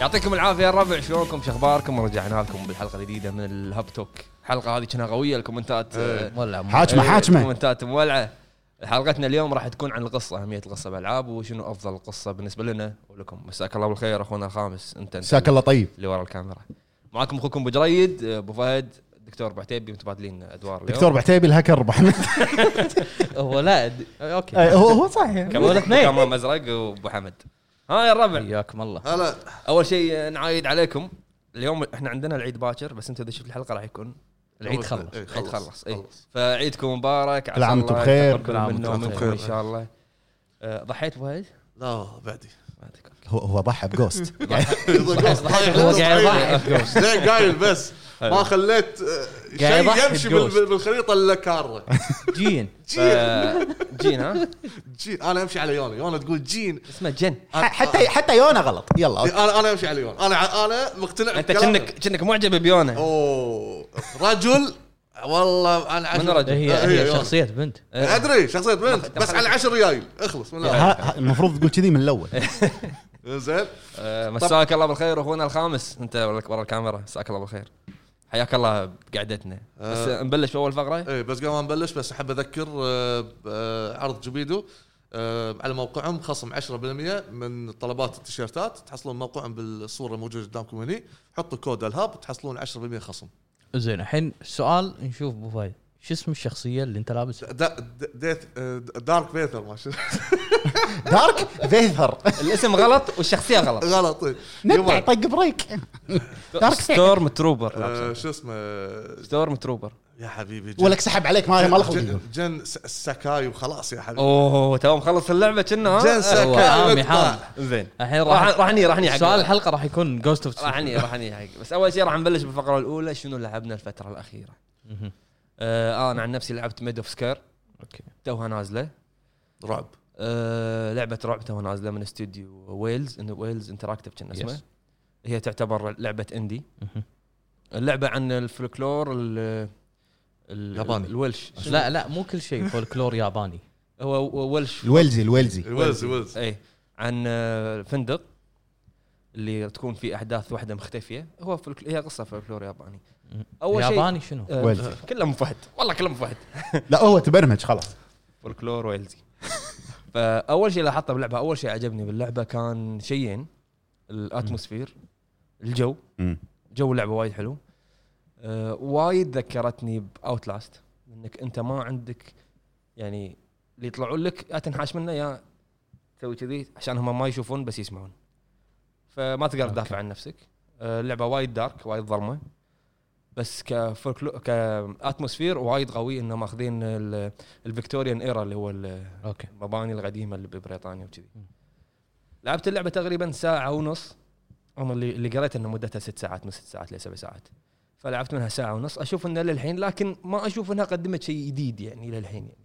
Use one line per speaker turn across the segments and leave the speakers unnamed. يعطيكم العافيه يا الربع شلونكم شو اخباركم ورجعنا لكم بالحلقه الجديده من الهاب توك الحلقه هذه كنا قويه الكومنتات آه،
ولا مو-
حاجمه
إيه،
حاجمه
كومنتات مولعه حلقتنا اليوم راح تكون عن القصه اهميه القصه بالالعاب وشنو افضل قصه بالنسبه لنا ولكم مساك الله بالخير اخونا الخامس انت انت
جزاك الله طيب
اللي ورا الكاميرا معاكم اخوكم ابو جريد ابو فهد دكتور بعتيبي متبادلين ادوار اليوم.
دكتور بعتيبي الهكر ابو حمد
هو لا د-
آه،
اوكي
هو هو صحيح
كمان
إيه.
والاثنين.
كمان مزرق وابو حمد ها يا الربع
حياكم الله
هلا
اول شيء نعايد عليكم اليوم احنا عندنا العيد باكر بس انت اذا شفت الحلقه راح يكون العيد
أول-
خلص
إيه،
العيد
خلص.
خلص اي
خلص.
فعيدكم مبارك عسى
كل عام
الله
وأنتم بخير.
يتقبل
كل عام
منا
وأنتم
ومنكم
بخير.
ان شاء الله أه، ضحيت ابو فهد؟
لا بعدي
ما أذكر.
هو هو ضحى بجوست
هو قاعد يضحك
بس طيب، زين قايل بس ما خليت آه،
قاعد
شيء
يضحك
يمشي
جوست.
بال- بال- بالخريطه الا كاره
جين
جين
ف- جين ها
جين انا امشي على يونا يونا تقول جين
اسمه جن
حتى حتى يونا غلط يلا أوكي.
انا انا امشي على يونا انا ع- انا مقتنع
انت
بكلامه.
كأنك كأنك معجب بيونه
اوه رجل والله انا
من رجل؟
هي
آه،
هي
يونا.
شخصيه بنت
آه،
ادري شخصيه بنت بس
دخل-
على 10 ريال اخلص من الأول.
ها- ها- المفروض تقول كذي من الاول
زين
أه، مساك الله بالخير اخونا الخامس انت ولك ورا الكاميرا مساك الله بالخير حياك الله بقعدتنا بس
أه.
نبلش باول فقره
اي بس قبل ما نبلش بس احب اذكر آه، ب- آه، عرض جوبيدو آه، على موقعهم خصم 10% من طلبات التيشيرتات تحصلون موقعهم بالصوره موجوده قدامكم هني حطوا كود الهاب تحصلون 10% خصم
زين الحين السؤال نشوف ابو فهد شو اسم الشخصيه اللي انت لابسها؟
دا دا- ديث آه، دارك فيثر ما شو
دارك فيثر
الاسم غلط والشخصيه غلط
غلط إي.
نبع
يبا،
طق بريك دارك
ستورم تروبر
آه،
لابسه.
شو اسمه آه،
ستورم تروبر
يا حبيبي جن-
ولك سحب عليك ما ما لخبط
جن- جن س- سكاي وخلاص يا حبيبي
اوه تو مخلص اللعبه كنا ها؟
جن
هو
سكاي
حامي
مطلع.
حامي
زين
الحين
راح
راح
راح اني راح اني حق
سؤال الحلقه راح يكون جوست اوف
راح اني راح اني حق بس اول شيء راح نبلش بالفقره الاولى شنو لعبنا الفتره الاخيره آه انا عن نفسي لعبت ميد اوف سكير
اوكي
توها نازله
رعب
آه لعبه رعب توها نازله من استوديو ويلز انه ويلز انتراكتيف كنا اسمه
Yes.
هي تعتبر لعبه اندي اللعبه عن الفلكلور ال ال-
ياباني.
الويلش
لا لا مو كل شيء فولكلور ياباني
هو ويلش
الويلزي الويلزي
الوز الوز
اي إيه، عن آه، فندق اللي تكون في احداث واحده مختفيه هو فلك... هي قصه فلكلور ياباني أول شيء-
ياباني شنو؟
آه،
ويلزي.
كله مو فهد والله كله مو فهد
لا هو تبرمج خلاص
فولكلور ويلزي فاول شيء لاحظته باللعبه اول شيء عجبني باللعبه كان شيئين الاتموسفير الجو
مم.
جو اللعبه وايد حلو أه وايد ذكرتني باوت لاست انك انت ما عندك يعني اللي يطلعون لك يا تنحاش منه يا تسوي كذي عشان هم ما يشوفون بس يسمعون فما تقدر
أوكي.
تدافع عن نفسك أه اللعبه وايد دارك وايد ظلمه بس كفولكلو كاتموسفير وايد قوي انه ماخذين ال- الفيكتوريان ايرا اللي هو ال-
اوكي
المباني القديمه اللي ببريطانيا وكذي
مم.
لعبت اللعبه تقريبا ساعه ونص انا اللي اللي قريت انه مدتها ست ساعات من ست ساعات لسبع ساعات فلعبت منها ساعه ونص اشوف انها للحين لكن ما اشوف انها قدمت شيء جديد يعني للحين يعني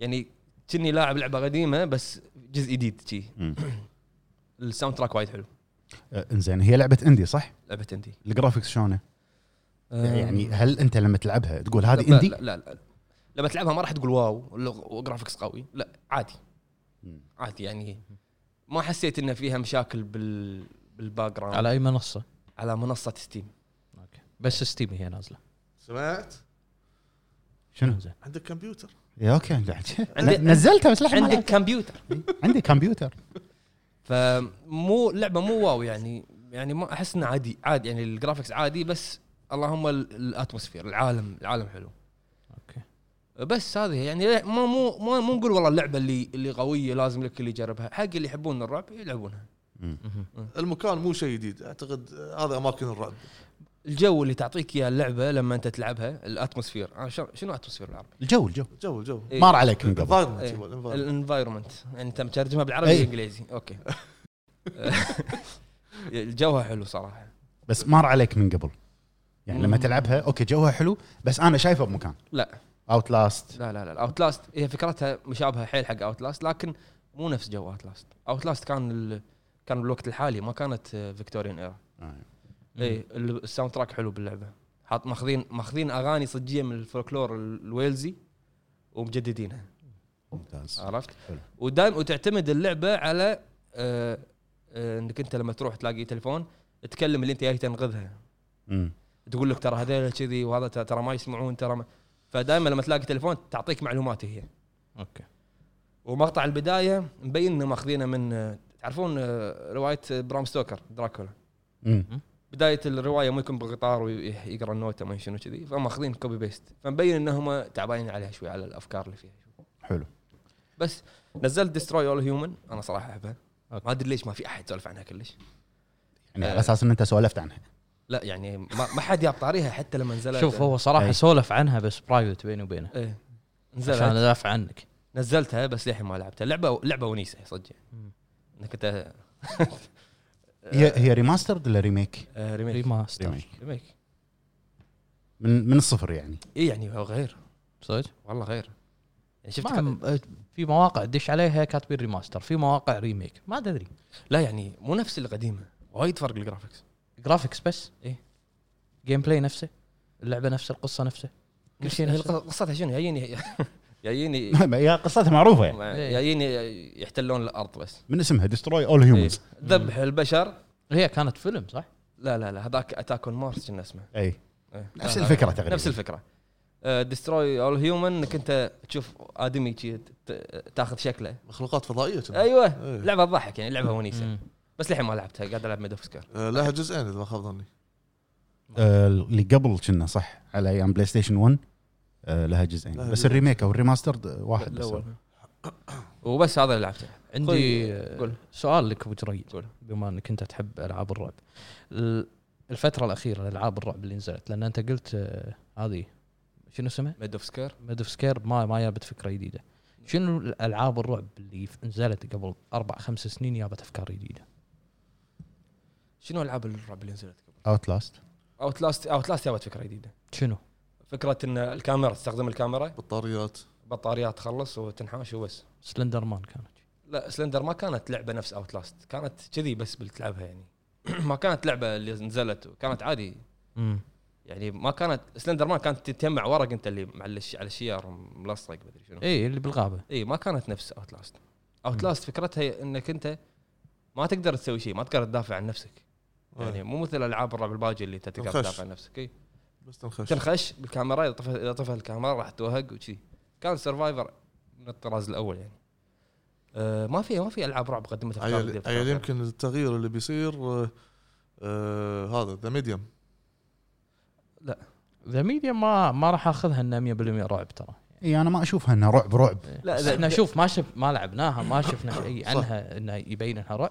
يعني كني لاعب لعبه قديمه بس جزء جديد شي
مم.
الساوند تراك وايد حلو
آه، انزين هي لعبه اندي صح؟
لعبه اندي
الجرافكس شلونه؟ يعني هل انت لما تلعبها تقول هذه
آه. لا-
اندي؟
لا, لا لا لما تلعبها ما راح تقول واو ولا جرافيكس قوي لا عادي
مم.
عادي يعني ما حسيت ان فيها مشاكل بال بالباك جراوند
على اي منصه؟
على منصه ستيم
اوكي بس ستيم هي نازله
سمعت
شنو؟
زين
عندك كمبيوتر
يا اوكي لا.
عندي-
نزلتها بس لحين ما
عندك كمبيوتر
لعبت. عندي كمبيوتر
فمو لعبه مو واو يعني يعني ما احس انه عادي عادي يعني الجرافيكس عادي بس اللهم ال- الاتموسفير العالم العالم حلو
اوكي
بس هذه يعني لا- ما مو ما مو نقول والله اللعبه اللي اللي قويه لازم الكل يجربها حق اللي يحبون الرعب يلعبونها
المكان مو شيء جديد اعتقد آه، هذا اماكن الرعب
الجو اللي تعطيك اياه اللعبه لما انت تلعبها الاتموسفير أنا شر- شنو اتموسفير بالعربي؟
الجو الجو
الجو الجو
إيه.
مر عليك من قبل
إيه.
انفايرمنت
الانفايرمنت يعني انت مترجمها بالعربي
إيه.
والانجليزي اوكي الجوها حلو صراحه
بس مر عليك من قبل يعني لما
مم.
تلعبها اوكي جوها حلو بس انا شايفه بمكان
لا
اوت لاست
لا لا لا اوتلاست هي فكرتها مشابهه حيل حق اوتلاست لكن مو نفس جو اوتلاست اوتلاست كان ال... كان بالوقت الحالي ما كانت آه، فيكتوريان ايرا
آه.
إيه،
اي ال- الساوند تراك حلو باللعبه حاط ماخذين ماخذين اغاني صجيه من الفولكلور ال- الويلزي ومجددينها
ممتاز
عرفت
حلو.
ودائم وتعتمد اللعبه على آه، آه، انك انت لما تروح تلاقي تليفون تكلم اللي انت جاي تنقذها
مم.
تقول لك ترى هذول كذي وهذا ترى- ترى ما يسمعون ترى ما فدائما لما تلاقي تليفون تعطيك معلومات هي
اوكي
ومقطع البدايه مبين انه ماخذينه من آه، تعرفون آه، روايه برام ستوكر دراكولا
مم.
بدايه الروايه مو يكون بقطار ويقرا النوتة ما شنو كذي فماخذين كوبي بيست فمبين انهم تعبانين عليها شوي على الافكار اللي فيها
حلو
بس نزلت دستروي اول هيومن انا صراحه احبها
أوكي.
ما ادري ليش ما في احد سولف عنها كلش
يعني
آه.
على اساس ان انت سولفت عنها
لا يعني ما, ما حد جاب طاريها حتى لما نزلت
شوف هو صراحه
أي.
سولف عنها بس برايفت بيني وبينه
ايه
عشان
نزلت
ادافع عنك
نزلتها بس للحين ما لعبتها لعبه لعبه ونيسه صدق
مم.
انك انت
هي هي ريماسترد ولا ريميك؟
آه،
إيه.
ريميك
ريماستر
ريميك
ريميك
من من الصفر يعني
اي يعني هو غير
صدق
والله غير يعني شفت
ما عم- أه، في مواقع تدش عليها كاتبين ريماستر في مواقع ريميك ما تدري
لا يعني مو نفس القديمه وايد فرق الجرافكس
جرافيكس بس
إيه.
جيم بلاي نفسه اللعبه نفسها القصه نفسها كل شيء
هي
نفسه.
الق- قصتها شنو جايين جايين
هي قصتها معروفه يعني
جايين
إيه.
يحتلون الارض بس إيه.
من اسمها دستروي اول هيومنز
ذبح البشر
هي كانت فيلم صح؟
لا لا لا هذاك اتاك اون مارس كنا اسمه
اي
إيه.
نفس
لا، لا،
الفكرة
لا،
تقريباً.
نفس آه، الفكره دستروي اول هيومن انك انت تشوف ادمي شي ت- تاخذ شكله
مخلوقات فضائيه كنا.
ايوه
إيه.
لعبه تضحك يعني لعبه ونيسه
مم.
بس للحين ما لعبتها قاعد العب ميدوفسكر
آه، لها جزئين اذا ما خاب ظني
آه، اللي قبل كنا صح على ايام بلاي ستيشن 1 آه، لها
لها
جزئين بس
جزئين.
الريميك او الريماسترد آه، واحد بس
الاول وبس هذا اللي لعبته
عندي
خذ- قول.
سؤال لك ابو جريد
قول.
بما انك انت تحب العاب الرعب ال- الفتره الاخيره الالعاب الرعب اللي نزلت لان انت قلت آه، هذه شنو اسمها؟
ميدوفسكر
ميد اوف سكير ما ما جابت فكره جديده شنو الالعاب الرعب اللي ف- نزلت قبل اربع خمس سنين جابت افكار جديده؟
شنو العاب الرعب اللي نزلت قبل؟
اوت لاست
اوت لاست اوت لاست جابت فكره جديده
شنو؟
فكره ان الكاميرا تستخدم الكاميرا
بطاريات
بطاريات تخلص وتنحاش وبس
سلندر مان كانت
لا سلندر ما كانت لعبه نفس اوت لاست كانت كذي بس بتلعبها يعني ما كانت لعبه اللي نزلت كانت عادي
امم
يعني ما كانت سلندر مان كانت تجمع ورق انت اللي مع الش- على الشيار ملصق مدري شنو
اي إيه، اللي بالغابه
اي ما كانت نفس اوت لاست اوت لاست فكرتها انك انت ما تقدر تسوي شيء ما تقدر تدافع عن نفسك يعني
يعني
مو مثل العاب الرعب الباجي اللي انت تقدر
تنخش.
تدافع عن نفسك اي
بس تنخش
تنخش بالكاميرا اذا طفت اذا طفت الكاميرا راح توهق وشي كان سرفايفر من الطراز الاول يعني آه ما في ما في العاب رعب قدمت أفكار جديدة.
عيل عيل يمكن التغيير اللي بيصير آه، آه، هذا ذا ميديوم
ذا ميديا ما ما راح اخذها انها 100% رعب ترى
اي انا إيه، ما اشوفها انها رعب رعب
لا،
لا
لا،
احنا شوف ما شف ما لعبناها ما شفنا شيء
صح.
عنها انه يبين انها رعب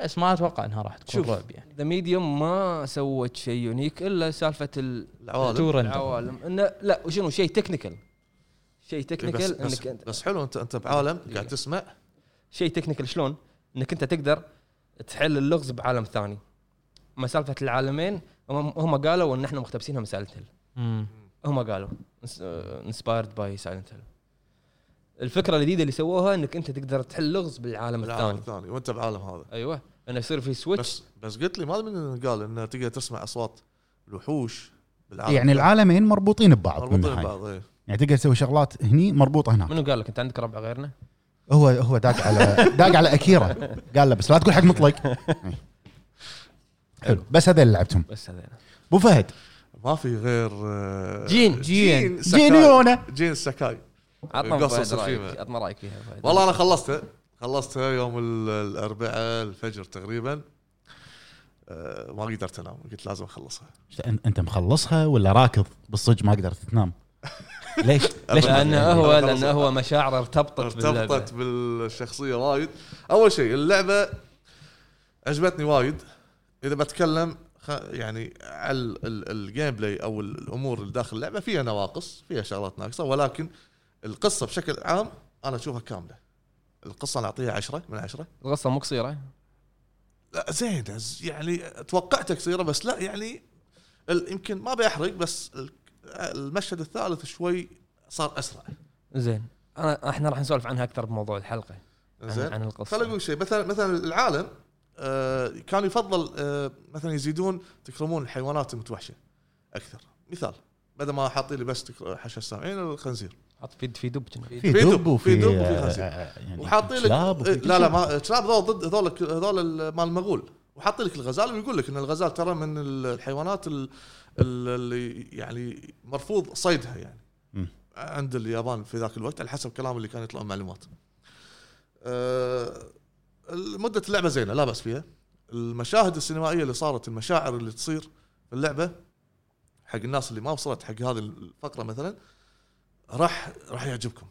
بس ما اتوقع انها راح تكون
شوف.
رعب يعني
ذا ميديوم ما سوت شيء يونيك الا سالفه ال-
العوالم
تو رندر
العوالم انه لا وشنو شيء تكنيكال شيء
إيه، بس,
تكنيكال
بس,
انك انت
بس حلو انت انت بعالم
إيه.
قاعد تسمع
شيء تكنيكال شلون؟ انك انت تقدر تحل اللغز بعالم ثاني اما سالفه العالمين هم هم قالوا ان احنا مقتبسينها من سايلنت هيل هم قالوا آه، انسبايرد باي سايلنت هيل الفكره الجديده اللي سووها انك انت تقدر تحل لغز بالعالم
بالعالم
الثاني
الثاني وانت بعالم هذا
ايوه انه يصير في سويتش
بس بس قلت لي ما ادري من قال انه تقدر تسمع اصوات الوحوش بالعالم
يعني العالمين مربوطين ببعض
مربوطين
مربوطين ببعض
ببعض إيه.
يعني تقدر تسوي شغلات هني مربوطه هناك
منو قال لك انت عندك ربع غيرنا؟
هو هو داق على داق على اكيرا قال له بس لا تقول حق مطلق حلو بس هذا اللي لعبتهم
بس هذين
ابو فهد
ما في غير آه،
جين.
جين سكاي.
جيني يونا
جين سكاي
عطنا
قصص
فهد رايك
فيها.
عطنا رايك فيها فهد.
والله انا خلصتها خلصتها يوم ال- الاربعاء الفجر تقريبا آه، ما قدرت انام قلت لازم اخلصها
إيش أن- انت مخلصها ولا راكض بالصدق ما قدرت تنام ليش ليش
لانه هو
خلاص.
لانه هو مشاعره ارتبطت باللعبة.
ارتبطت بالشخصيه وايد اول شيء اللعبه عجبتني وايد اذا بتكلم خ- يعني على ال- ال- الجيم بلاي او ال- الامور اللي داخل اللعبه فيها نواقص فيها شغلات ناقصه ولكن القصه بشكل عام انا اشوفها كامله القصه نعطيها عشرة من عشرة
القصه مو قصيره
لا زينه ز- يعني توقعت قصيره بس لا يعني ال- يمكن ما بيحرق بس ال- المشهد الثالث شوي صار اسرع
زين انا احنا راح نسولف عنها اكثر بموضوع الحلقه عن,
زين
عن
خليني
القصه
اقول شيء مثلا مثلا العالم آه، كان يفضل آه، مثلا يزيدون تكرمون الحيوانات المتوحشه اكثر مثال بدل ما حاطين لي بس تكر- حشا السامعين الخنزير
حط في في دب كنا.
في
في
دب
دب،
وفي
في دب وفي
آه،
خنزير.
آه، يعني
وحاطين لك إيه،
كلاب وفي
لا لا ما الكلاب هذول ضد هذول هذول مال المغول وحاط لك الغزال ويقول لك ان الغزال ترى من الحيوانات ال- ال- اللي يعني مرفوض صيدها يعني
مم.
عند اليابان في ذاك الوقت على حسب كلام اللي كان يطلع معلومات. آه، مده اللعبه زينه لا باس فيها. المشاهد السينمائيه اللي صارت المشاعر اللي تصير في اللعبه حق الناس اللي ما وصلت حق هذه الفقره مثلا راح راح يعجبكم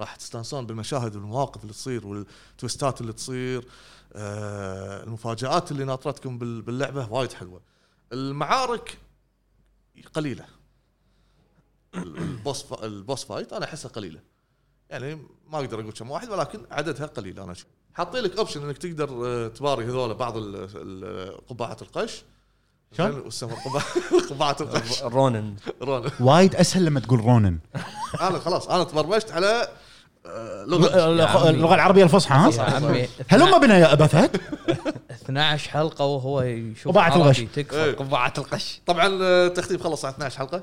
راح تستانسون بالمشاهد والمواقف اللي تصير والتويستات اللي تصير آه، المفاجات اللي ناطرتكم بال- باللعبه وايد حلوه المعارك قليله ال- البوس فا- البوس فايت انا احسها قليله يعني ما اقدر اقول كم واحد ولكن عددها قليل انا أشوف. حاطين لك اوبشن انك تقدر آه، تباري هذول بعض ال- ال- قبعه القش
شلون؟
والسما قبعه قبعه القش
رونن
رون
وايد اسهل لما تقول رونن
انا خلاص انا تبرمجت على آه، لغه
اللغه اللغة العربيه الفصحى ها هلم بنا يا ابا فهد
12 حلقه وهو يشوف
قبعة
عربي،
الغش.
تكفى
إيه.
قبعه القش
طبعا آه، التختيم خلص على 12 حلقه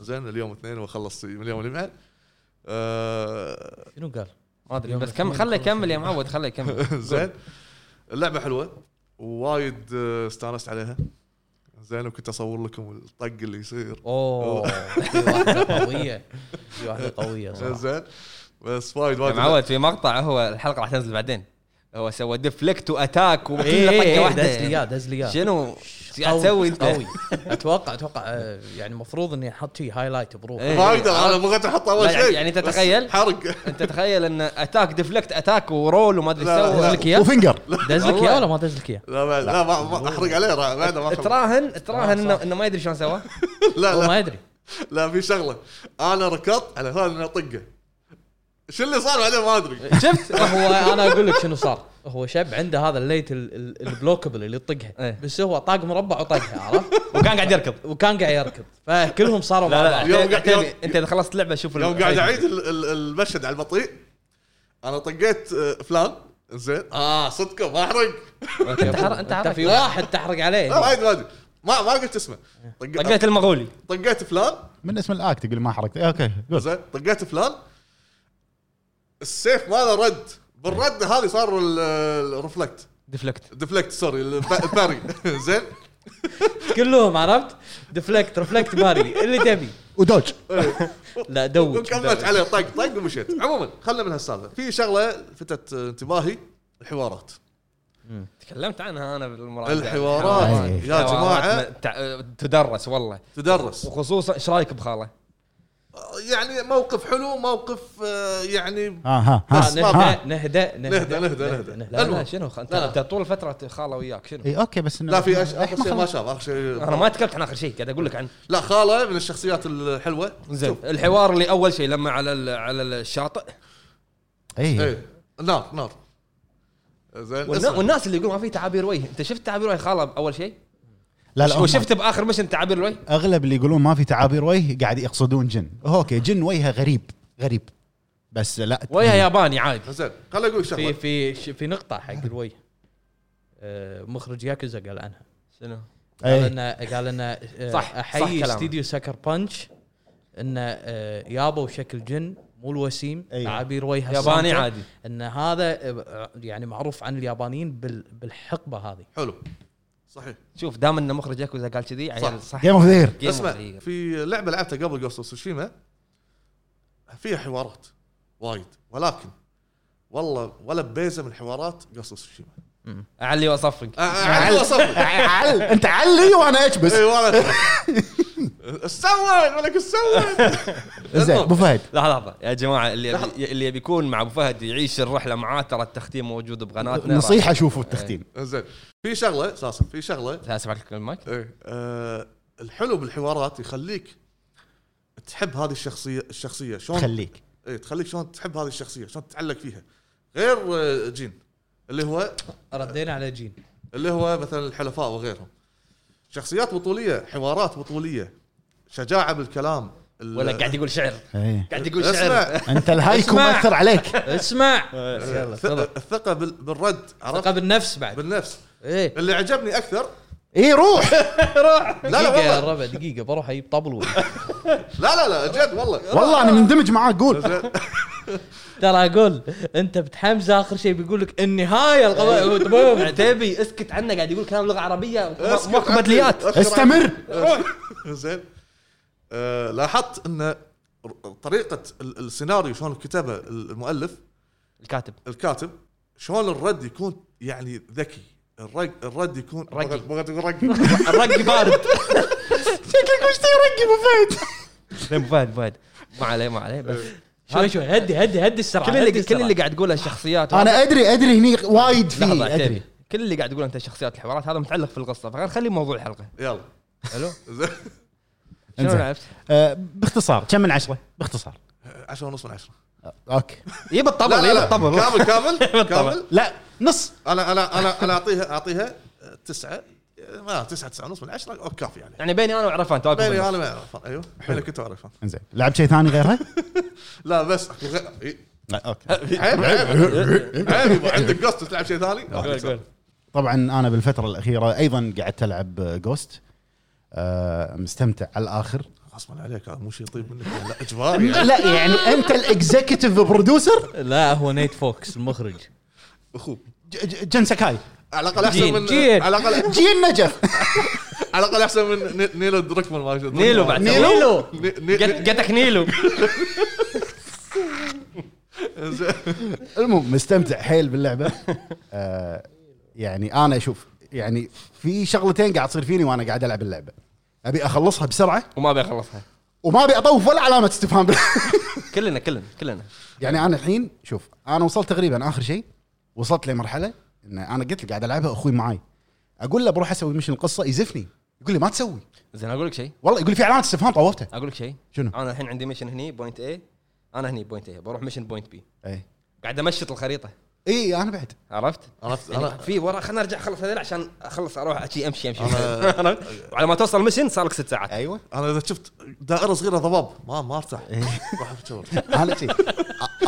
زين اليوم اثنين وخلص من اليوم اللي بعد آه،
شنو قال؟
ما ادري بس كم خله يكمل يا معود خله يكمل
زين اللعبه حلوه وايد آه، استانست عليها زين وكنت اصور لكم الطق اللي يصير
اوه في واحده قويه في واحده قويه صراحه
زين بس وايد
يا
وايد
معود في مقطع هو الحلقه راح تنزل بعدين هو سوى ديفلكت واتاك
إيه،
وكله
إيه،
طقه
إيه،
واحده
دز لي اياه
يعني.
دز لي اياه
شنو قاعد
قوي-
تسوي انت؟
قوي اتوقع اتوقع آه، يعني المفروض اني احط شي هايلايت بروح
إيه.
ما اقدر انا بغيت احط اول
لا،
شيء
يعني
بس
تتخيل؟
حرق
انت تخيل ان اتاك ديفلكت اتاك ورول وما ادري
لا، لا،
سوى
لا.
لك اياه
وفنجر
دز لك
والله.
اياه ولا ما دز لك اياه؟
لا ما- لا ما- ما احرق عليه را- بعد ما أحرق.
تراهن تراهن
آه،
إنه-
صح.
انه ما يدري شلون سواه
لا
هو
لا
ما يدري
لا في شغله انا ركضت على هذا اني اطقه شو اللي صار بعدين ما ادري
شفت هو انا اقول لك شنو صار هو شب عنده هذا الليت ال- ال- البلوكبل اللي يطقها
إيه.
بس هو طاق مربع وطقها عرفت
وكان قاعد يركض
وكان قاعد يركض فكلهم صاروا مع
لا
بعض.
لا
يوم قاعد-
عتيبي-
يوم-
عتيبي، انت اذا خلصت لعبه شوف
يوم
ال-
قاعد اعيد ال- ال- المشهد على البطيء انا طقيت آه، فلان زين اه صدقكم ما احرق
انت حر- انت
انت
حرك.
في واحد تحرق
لا ما
عليه
أدري- ما أدري. ما ما قلت اسمه طق-
طقيت المغولي
طقيت فلان
من اسم الاكت يقول ما حركت اوكي قول
زين طقيت فلان السيف ماله رد بالرد هذه صار ال- الرفلكت
ديفلكت
ديفلكت سوري الب- الباري زين
كلهم عرفت ديفلكت رفلكت باري اللي تبي
ودوج
لا دوج
وكملت عليه طق طق ومشيت عموما خلنا من هالسالفه في شغله فتت انتباهي الحوارات
تكلمت عنها انا بالمراجعه
الحوارات
أي.
يا جماعه
حوارات تع- تدرس والله
تدرس
وخصوصا ايش رايك بخاله؟
يعني موقف حلو موقف آه، يعني
ها ها
آه،
ها, ها.
نهدى نهدى
نهدى- نهدى- نهدى.
لا لا
المهم.
شنو خ- انت
لا. إيه.
انت طول فتره خاله وياك شنو؟
اي اوكي بس إنه-
لا في أش-
إحنا
اخر شيء ما شاف اخر شيء
انا ما تكلمت عن اخر شيء قاعد اقول لك عن
لا خاله من الشخصيات الحلوه
زين الحوار اللي اول شيء لما على ال- على الشاطئ
اي
ايه نار نار زين
والنا-
اسمع.
والناس اللي يقولون ما في تعابير وجه انت شفت تعابير وجه خاله اول شيء؟
لا لا هم
وشفت باخر مشن تعابير الوجه؟
اغلب اللي يقولون ما في تعابير وجه قاعد يقصدون جن اوكي جن وجهه غريب غريب بس لا
وجهه ياباني عادي
زين خليني اقول لك
في
شغله
في ش- في نقطه حق الوجه آه، مخرج ياكوزا قال عنها
شنو؟
قال
إيه.
انه قال آه، انه
صح،
صح
صح
احيي
كلامه.
استديو سكر بانش انه آه، يابوا شكل جن مو الوسيم
أيوه.
تعابير وجهه
ياباني
صامتة.
عادي
ان هذا آه، يعني معروف عن اليابانيين بال- بالحقبه هذه
حلو صحيح
شوف دام انه مخرج ياكوزا قال كذي عيال صح
جيم اوف ذير
Game of
اسمع
the Year.
في لعبه لعبتها قبل جوست اوف سوشيما فيها حوارات وايد ولكن والله ولا بيزه من حوارات جوست اوف سوشيما
اعلي واصفق
آه، أه. علي وصفي
عل إيوه، انت علي وانا اجبس
اي والله سوى ولك سوى
زين ابو فهد
لحظه لحظه يا جماعه اللي يبي اللي يبي يكون مع ابو فهد يعيش الرحله معاه ترى التختيم موجود بقناتنا
نصيحه شوفوا التختيم
زين في شغله ساسم في شغله
راح- لا اسمع لك المايك
ايه آه الحلو بالحوارات يخليك تحب هذه الشخصيه الشخصيه شلون
خليك
ايه تخليك شلون تحب هذه الشخصيه شلون تتعلق فيها غير آه، جين اللي هو
ردينا على جين
اللي هو مثلا الحلفاء وغيرهم شخصيات بطوليه حوارات بطوليه شجاعه بالكلام ال-
ولا قاعد يقول شعر
ايه
قاعد يقول شعر
اسمع آه،
انت الهايكو
اسمع.
مأثر عليك
اسمع يلا
الث-
تفضل
الثقه بال- بالرد
ثقه
عرفت
بالنفس بعد
بالنفس
ايه
اللي عجبني اكثر
اي إيه، روح
لا لا
دقيقه يا
والله
الربع دقيقه بروح اجيب طبل و-
لا لا لا جد والله
والله انا مندمج معاك قول
ترى اقول انت بتحمزه اخر شيء بيقول لك النهايه القضاء
عتيبي اسكت عنه قاعد يقول كلام لغه عربيه
اسكت
ماكو
عندي.
بدليات
أخر
استمر
زين آه، لاحظت ان ر- طريقه ال- السيناريو شلون كتبه المؤلف
الكاتب
الكاتب شلون الرد يكون يعني ذكي الرد الرد يكون
رقي.
بغيت اقول رقي
الرق بارد
شكلك مش ترقي ابو فهد
زين ابو فهد ابو فهد ما عليه ما عليه بس
شوي شوي هدي هدي هدي السرعه
كل اللي كل اللي قاعد تقوله شخصيات
انا ادري ادري هني وايد في
لحظه
ادري
عتيبي كل اللي قاعد تقوله انت شخصيات الحوارات هذا متعلق في القصه فخلينا نخليه موضوع الحلقه
يلا
حلو
زين
شنو
إنزين.
لعبت؟
آه، باختصار كم من عشره باختصار
10 ونص من 10
اوكي
يبى الطبل يبى الطبل
كامل كامل كامل
لا نص
انا انا انا انا اعطيها اعطيها تسعة آه، ما تسعة تسعة ونص من عشرة أو كافي يعني
يعني بيني انا وعرفان توقف
بيني
بالنص.
انا ما اعرف ايوه بيني كنت اعرف
انزين لعب شيء ثاني غيرها؟
لا بس أكو غ- إي.
لا اوكي
عيب عيب عيب يبا، عندك قصد تلعب شيء ثاني
آه. قول قول
طبعا انا بالفتره الاخيره ايضا قعدت العب جوست مستمتع على الاخر
غصبا عليك هذا مو شيء طيب منك لا اجباري يعني.
لا يعني انت الاكزكتيف برودوسر
لا هو نيت فوكس المخرج
اخوك
جن سكاي
على الاقل احسن من
جين.
على الاقل
جين نجف
على الاقل احسن من ني- نيلو دركمان ما شو-
نيلو بعد
نيلو.
نيلو
ني-
جت-
ني-
جتك نيلو
المهم مستمتع حيل باللعبه آه، يعني انا اشوف يعني في شغلتين قاعد تصير فيني وانا قاعد العب اللعبه ابي اخلصها بسرعه
وما ابي اخلصها
وما ابي اطوف ولا علامه استفهام بال-
كلنا كلنا كلنا
يعني انا الحين شوف انا وصلت تقريبا اخر شيء وصلت لمرحله ان انا قلت لك قاعد العبها اخوي معاي اقول له بروح اسوي مشن القصه يزفني يقول لي ما تسوي
زين اقول لك شيء
والله يقول لي في علامه استفهام طوفتها
اقول لك شيء
شنو؟
انا الحين عندي ميشن هني بوينت اي انا هني بوينت اي بروح ميشن بوينت بي
اي
قاعد امشط الخريطه
اي انا إيه، بعد
عرفت؟
عرفت
يعني
انا
في ورا خلنا ارجع اخلص هذول عشان اخلص اروح أشي امشي امشي
آه.
أنا-
عرفت؟ وعلى ما توصل ميشن صار لك ست ساعات
ايوه
انا اذا شفت دائره صغيره ضباب ما ما ارتاح راح اتشور
انا شي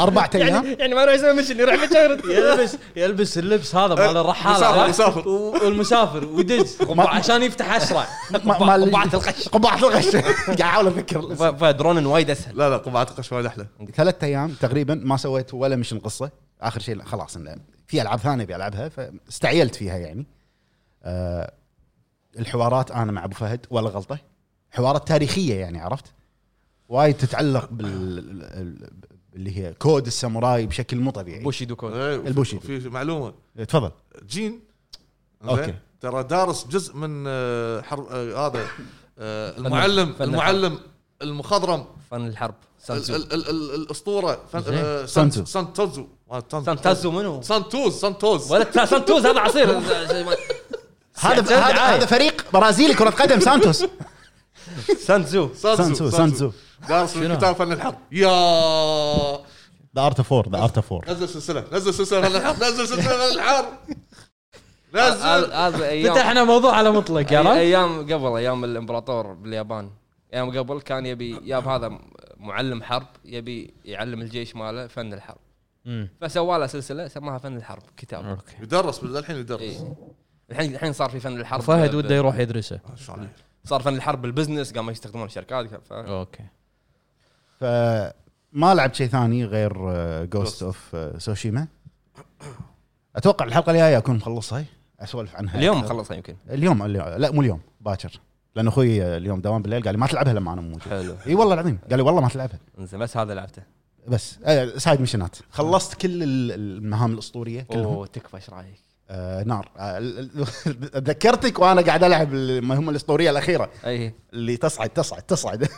اربع ايام
يعني ما يروح يسوي ميشن يروح مشغل
يلبس يلبس اللبس هذا مال الرحاله
مسافر-
عرفت؟
مسافر.
و- والمسافر ويدز
أه، ما-
عشان يفتح اسرع
ما- ما-
قبعة القش
قبعه الغش قاعد احاول اذكر الاسم.
فدرون وايد اسهل
لا لا قبعه قش وايد احلى
ثلاث ايام تقريبا ما سويت ولا مشن قصه اخر شيء خلاص إنه في العاب ثانيه بلعبها فاستعيلت فيها يعني آه الحوارات انا مع ابو فهد ولا غلطه حوارات تاريخيه يعني عرفت وايد تتعلق بال ال- اللي هي كود الساموراي بشكل مو طبيعي
بوشيدو كود
إيه،
البوشي.
في في معلومه
تفضل
جين
أوكي.
زين؟ ترى دارس جزء من آه، حرب آه، هذا آه، المعلم
فن
المعلم المخضرم
فن الحرب
ال-
سانزو
ال- ال- ال- الاسطوره فن-
زين.
آه، سان-
سانتو.
سانتوزو آه، تان-
سانتازو منو؟
سانتوز سانتوز
ولا تا- سانتوز هذا عصير
هذا هذا هذا فريق برازيلي كره قدم سانتوس
سانزو
سانتو سانتو
دارس من
شنو؟
كتاب فن الحرب يا
ذا ارت اوف فور ذا ارت اوف فور
نزل سلسله نزل سلسله فن الحرب نزل سلسله فن الحرب نزل
هذا هذا ايام
فتحنا موضوع على مطلق
أي-
عرفت؟
ايام قبل ايام الامبراطور باليابان ايام قبل كان يبي ياب هذا معلم حرب يبي يعلم الجيش ماله فن الحرب
مم.
فسوى له سلسله سماها فن الحرب كتاب
اوكي
يدرس للحين يدرس
إي. الحين الحين صار في فن الحرب
فهد
ب-
وده يروح يدرسه
شو عليك؟
صار فن الحرب بالبزنس قاموا يستخدمون الشركات ف...
اوكي
فما لعبت شيء ثاني غير آه، جوست اوف سوشيما اتوقع الحلقه الجايه اكون مخلصها اسولف عنها
اليوم
أكثر.
مخلصها يمكن
اليوم اليوم- لا مو اليوم باكر لان اخوي آه، اليوم دوام بالليل قال لي ما تلعبها لما انا مو موجود
حلو
اي والله العظيم قال لي والله ما تلعبها
انزين بس هذا لعبته
بس آه، سايد مشنات خلصت كل ال- المهام الاسطوريه كلهم
اوه تكفى ايش رايك؟
آه نار آه، ال- ال- ذكرتك وانا قاعد العب المهمه الاسطوريه الاخيره
اي
اللي تصعد تصعد تصعد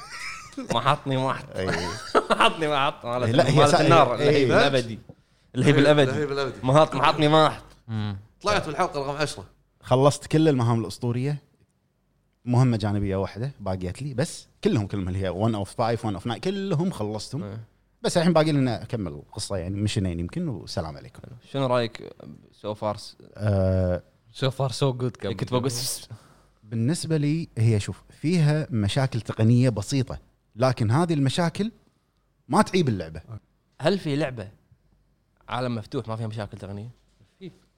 ما حطني ما حط
أي.
ما حطني ما حط مالت-
لا، هي إيه.
مالت
سا-
النار
إي.
الهيب الابدي الهيب الابدي
لهيب الابدي
ما حط ما حطني ما حط
طلعت بالحلقه رقم 10
خلصت كل المهام الاسطوريه مهمه جانبيه واحده باقيت لي بس كلهم كلهم اللي هي 1 اوف 5 1 اوف 9 كلهم خلصتهم بس الحين باقي لي اني اكمل القصه يعني مشنين يمكن والسلام عليكم
شنو رايك سو فارس
آه
سو فار سو جود
إيه، كنت بقول
بالنسبه لي هي شوف فيها مشاكل تقنيه بسيطه لكن هذه المشاكل ما تعيب اللعبه
هل في لعبه عالم مفتوح ما فيها مشاكل تقنيه؟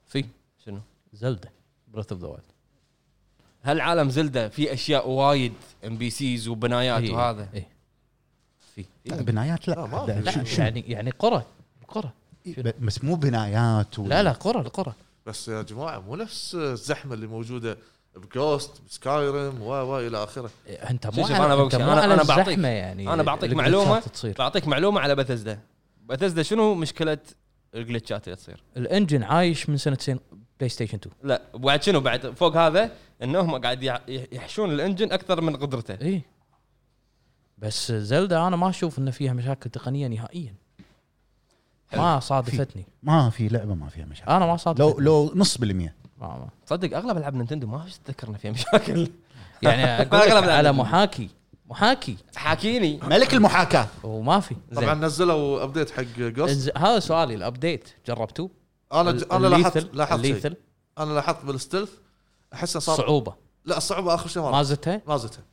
في شنو؟
زلده بريث اوف ذا وايلد
هالعالم زلدة في اشياء وايد ام بي سيز وبنايات
إيه،
وهذا
إيه.
في
لا بنايات لا,
لا، ما
لا,
في.
لا
شو- شو-
يعني يعني قرى قرى
ب- بس مو بنايات و...
لا لا قرى القرى
بس يا جماعه مو نفس الزحمه اللي موجوده بجوست بسكايرم و و الى اخره
انت مو
شوف شوف،
على-
أنا بقول
أنت
شيء.
مو
أنا-
على
أنا بعطيك-
الزحمة يعني
أنا بعطيك
اللي
معلومة.
بالشات تصير
بعطيك معلومه على بثزدا بثزدا شنو مشكله الجلتشات اللي تصير
الانجن عايش من سنتين بلاي ستيشن 2
لا بعد شنو بعد فوق هذا انهم قاعد يع- يحشون الانجن اكثر من قدرته
اي إيه. بس زلدا انا ما اشوف ان فيها مشاكل تقنيه نهائيا ما صادفتني
ما في لعبه ما فيها مشاكل
انا ما صادفتني
لو لو نص بالمية
ما ما.
تصدق اغلب العاب نينتندو ما تذكرنا فيها مشاكل
يعني اقول لك
أغلب الألعاب.
على محاكي محاكي
حاكيني
ملك المحاكاه
وما في
طبعا نزلوا ابديت حق جوست
إنز- هذا سؤالي الابديت جربتوه
انا ج- انا لاحظت لاحظت شيء.
الليثل
انا لاحظت بالستلث احسه صار
صعوبه
لا الصعوبه اخر شيء
ما
ما
زلتها
ما زلتها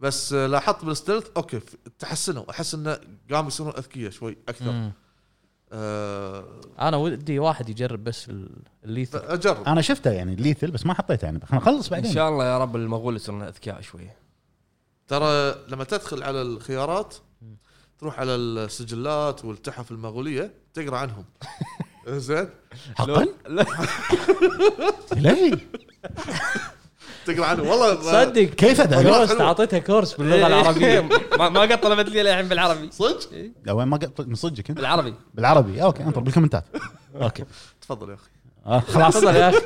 بس آه، لاحظت بالستلث اوكي ف- تحسنوا احس انه قاموا يصيرون اذكياء شوي اكثر
مم.
أه
انا ودي واحد يجرب بس ال- الليثل
فاجرب
انا شفته يعني ليثل بس ما حطيته يعني خلينا نخلص
ان
بعدين
شاء الله يا رب المغول يصيرون اذكياء شويه
ترى لما تدخل على الخيارات تروح على السجلات والتحف المغوليه تقرا عنهم زين
حقا
لا
ليه
تقرا عنهم والله آه،
صدق
كيف ده؟
كورس اعطيتها كورس
إيه.
باللغه العربيه
إيه، ما ما قد طلبت لي للحين بالعربي
صدق
لا وين ما قلت من صدقك انت
بالعربي
بالعربي اوكي انطر بالكومنتات اوكي
تفضل يا اخي
آه خلاص
تفضل يا اخي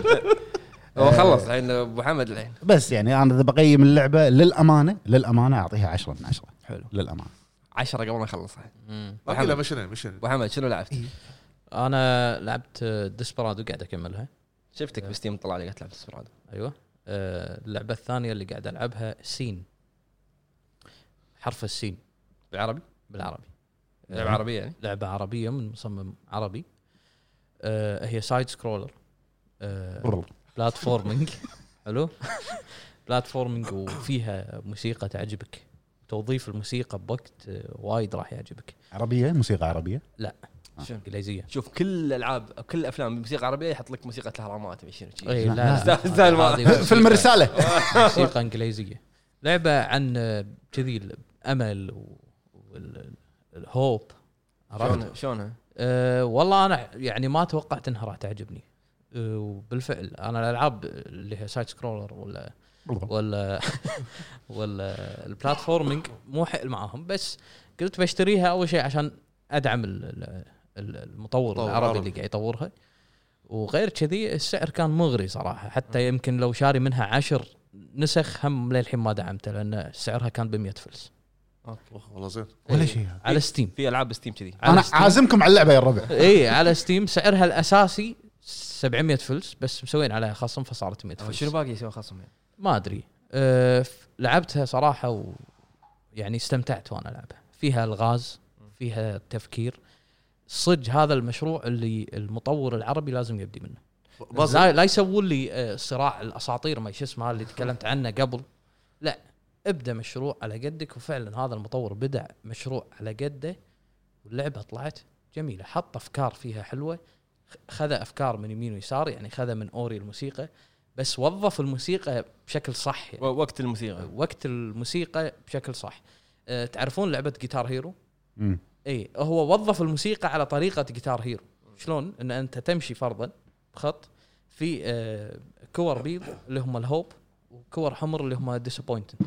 هو خلص الحين ابو حمد الحين
بس يعني انا اذا بقيم اللعبه للامانه للامانه اعطيها 10 من 10
حلو
للامانه
عشرة قبل ما نخلصها
باقي له مشينا مشينا
ابو حمد شنو لعبت؟
انا لعبت ديسبرادو قاعد اكملها
شفتك بستيم طلع لي قلت لعبت سبرادو
ايوه آه، اللعبه الثانيه اللي قاعد العبها سين حرف السين
بالعربي؟
بالعربي
لعبه عربيه يعني
لعبه عربيه من مصمم عربي آه، هي سايد سكرولر بلاتفورمينج حلو بلاتفورمينج وفيها موسيقى تعجبك توظيف الموسيقى بوقت آه، وايد راح يعجبك
عربيه موسيقى عربيه
شنو؟
انجليزيه
شوف كل الالعاب كل الافلام بموسيقى عربيه يحط لك موسيقى الاهرامات مش شنو شي.
اي لا
لا،
إيه، لا
لا. استاذ ما-
هذه موسيقى-
فيلم الرساله
موسيقى انجليزيه لعبه عن آه، كذي الامل والهوب عرفت
شلون شلونها؟
أه والله انا يعني ما توقعت انها راح تعجبني أه وبالفعل انا الالعاب اللي هي سايد سكرولر ولا ولا ولا البلاتفورمينج مو حيل معاهم بس قلت بشتريها اول شيء عشان ادعم ال- ال- ال- المطور
مطور
العربي
عربي.
اللي قاعد يطورها وغير كذي السعر كان مغري صراحه حتى يمكن لو شاري منها عشر نسخ هم للحين ما دعمته لان سعرها كان ب 100 فلس
أوه، والله زين
ولا شيء
على
إيه.
ستيم
في العاب بستيم كذي
على
انا
ستيم.
عازمكم على اللعبه يا الربع
اي على ستيم سعرها الاساسي 700 فلس بس مسوين عليها خصم فصارت 100
هو
فلس
شنو باقي يسوي خصم يعني؟
ما ادري أه ف- لعبتها صراحه و يعني استمتعت وانا العبها فيها الغاز فيها تفكير صدق هذا المشروع اللي المطور العربي لازم يبدي منه
بازل
لا, لا يسوون لي آه، صراع الاساطير ما شو اسمه اللي تكلمت عنه قبل لا ابدا مشروع على قدك وفعلا هذا المطور بدع مشروع على قده واللعبه طلعت جميله حط افكار فيها حلوه خ- خذ افكار من يمين ويسار يعني خذ من اوري الموسيقى بس وظف الموسيقى بشكل صح
و-
يعني
وقت الموسيقى
وقت الموسيقى بشكل صح آه، تعرفون لعبه جيتار هيرو
مم.
اي إيه، هو وظف الموسيقى على طريقه جيتار هيرو شلون ان انت تمشي فرضا بخط في آه، كور بيض اللي هم الهوب وكور حمر اللي هم ديسابوينتنج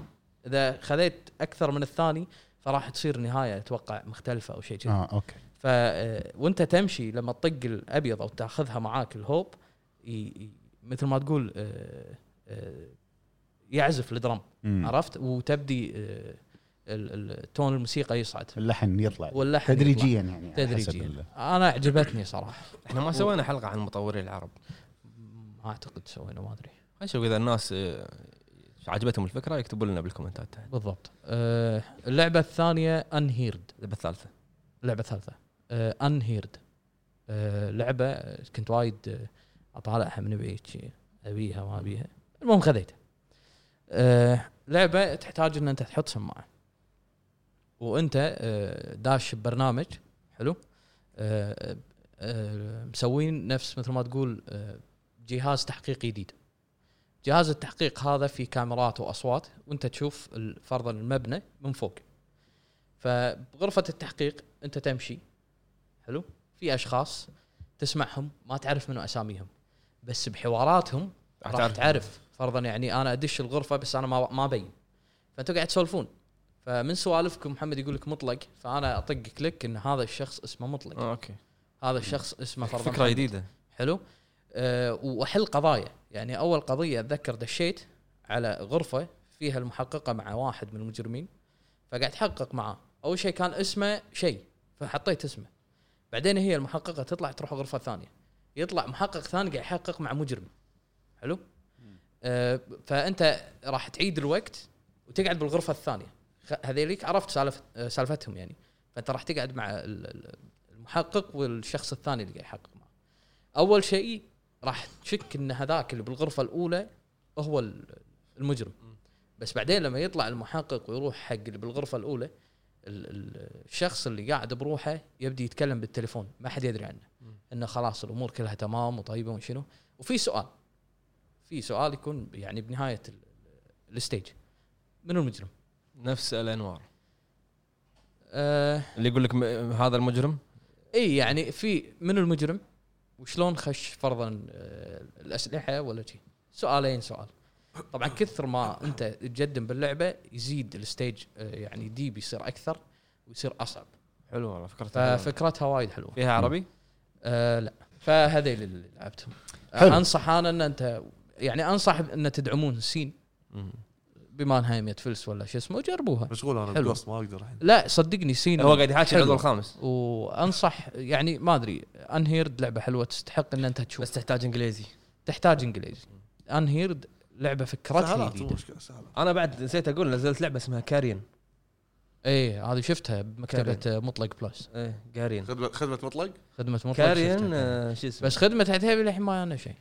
اذا خذيت اكثر من الثاني فراح تصير نهايه اتوقع مختلفه او شيء كذي
اه اوكي
ف آه، وانت تمشي لما تطق الابيض او تاخذها معاك الهوب ي- ي- مثل ما تقول آه، آه، يعزف الدرم
مم.
عرفت وتبدي آه، ال- ال- تون الموسيقى يصعد
اللحن يطلع
واللحن يطلع.
تدريجيا يعني على حسب
تدريجيا
ال-
انا عجبتني صراحه
احنا ما سوينا حلقه عن المطورين العرب
ما اعتقد سوينا ما ادري
نشوف اذا الناس آه، عجبتهم الفكره يكتبوا لنا بالكومنتات تحت
بالضبط أه اللعبه الثانيه انهيرد
اللعبه الثالثه
اللعبه الثالثه انهيرد أه لعبه آه، كنت وايد آه، اطالعها من بعيد شي، ابيها ما ابيها المهم خذيتها أه لعبه تحتاج ان انت تحط سماعه وانت أه داش ببرنامج حلو آه، أه أه مسوين نفس مثل ما تقول أه جهاز تحقيق آه، جديد جهاز التحقيق هذا فيه كاميرات واصوات وانت تشوف ال- فرضا المبنى من فوق فبغرفه التحقيق انت تمشي حلو في اشخاص تسمعهم ما تعرف منو اساميهم بس بحواراتهم
راح
راح
تعرف.
تعرف فرضا يعني انا ادش الغرفه بس انا ما ما ابين فانتوا قاعد تسولفون فمن سوالفكم محمد يقول لك مطلق فانا اطق كليك ان هذا الشخص اسمه مطلق
آه، اوكي
هذا الشخص اسمه فرضا
فكره
محمد.
جديده
حلو أه واحل قضايا يعني اول قضيه اتذكر دشيت على غرفه فيها المحققه مع واحد من المجرمين فقاعد تحقق معاه اول شيء كان اسمه شيء فحطيت اسمه بعدين هي المحققه تطلع تروح غرفه ثانيه يطلع محقق ثاني قاعد يحقق مع مجرم حلو أه فانت راح تعيد الوقت وتقعد بالغرفه الثانيه خ- هذيليك عرفت سالفه آه، سالفتهم يعني فانت راح تقعد مع ال- ال- المحقق والشخص الثاني اللي قاعد يحقق معه اول شيء راح تشك ان هذاك اللي بالغرفه الاولى هو ال- المجرم بس بعدين لما يطلع المحقق ويروح حق اللي بالغرفه الاولى ال- ال- الشخص اللي قاعد بروحه يبدي يتكلم بالتليفون ما حد يدري عنه انه خلاص الامور كلها تمام وطيبه وشنو وفي سؤال في سؤال يكون يعني بنهايه ال- ال- الستيج من المجرم
نفس الانوار
آه
اللي يقول لك م- هذا المجرم
اي يعني في من المجرم وشلون خش فرضا آه، الاسلحه ولا شيء سؤالين سؤال طبعا كثر ما انت تقدم باللعبه يزيد الستيج آه، يعني دي بيصير اكثر ويصير اصعب
حلو والله فكرتها حلوة.
ففكرتها وايد حلوه
فيها عربي
آه لا فهذيل اللي لعبتهم آه،
حلو.
حلو. انصح انا ان انت يعني انصح ان تدعمون سين بما انها 100 فلس ولا شو اسمه جربوها
مشغول انا
حلو.
بالجوست ما اقدر الحين
لا صدقني سين
هو قاعد يحاكي
حلو.
العضو الخامس
وانصح يعني ما ادري انهيرد لعبه حلوه تستحق ان انت تشوف
بس تحتاج انجليزي
تحتاج انجليزي انهيرد لعبه فكرتها
سهلات مو
جديده
مشكله سهلات
انا بعد نسيت اقول نزلت لعبه اسمها كارين
اي إيه، هذه شفتها بمكتبه مطلق بلس
ايه كارين
خدمه خدمه مطلق
خدمه مطلق
كارين
شفتها.
آه، شو اسمه
بس خدمه عتيبي للحين ما انا شيء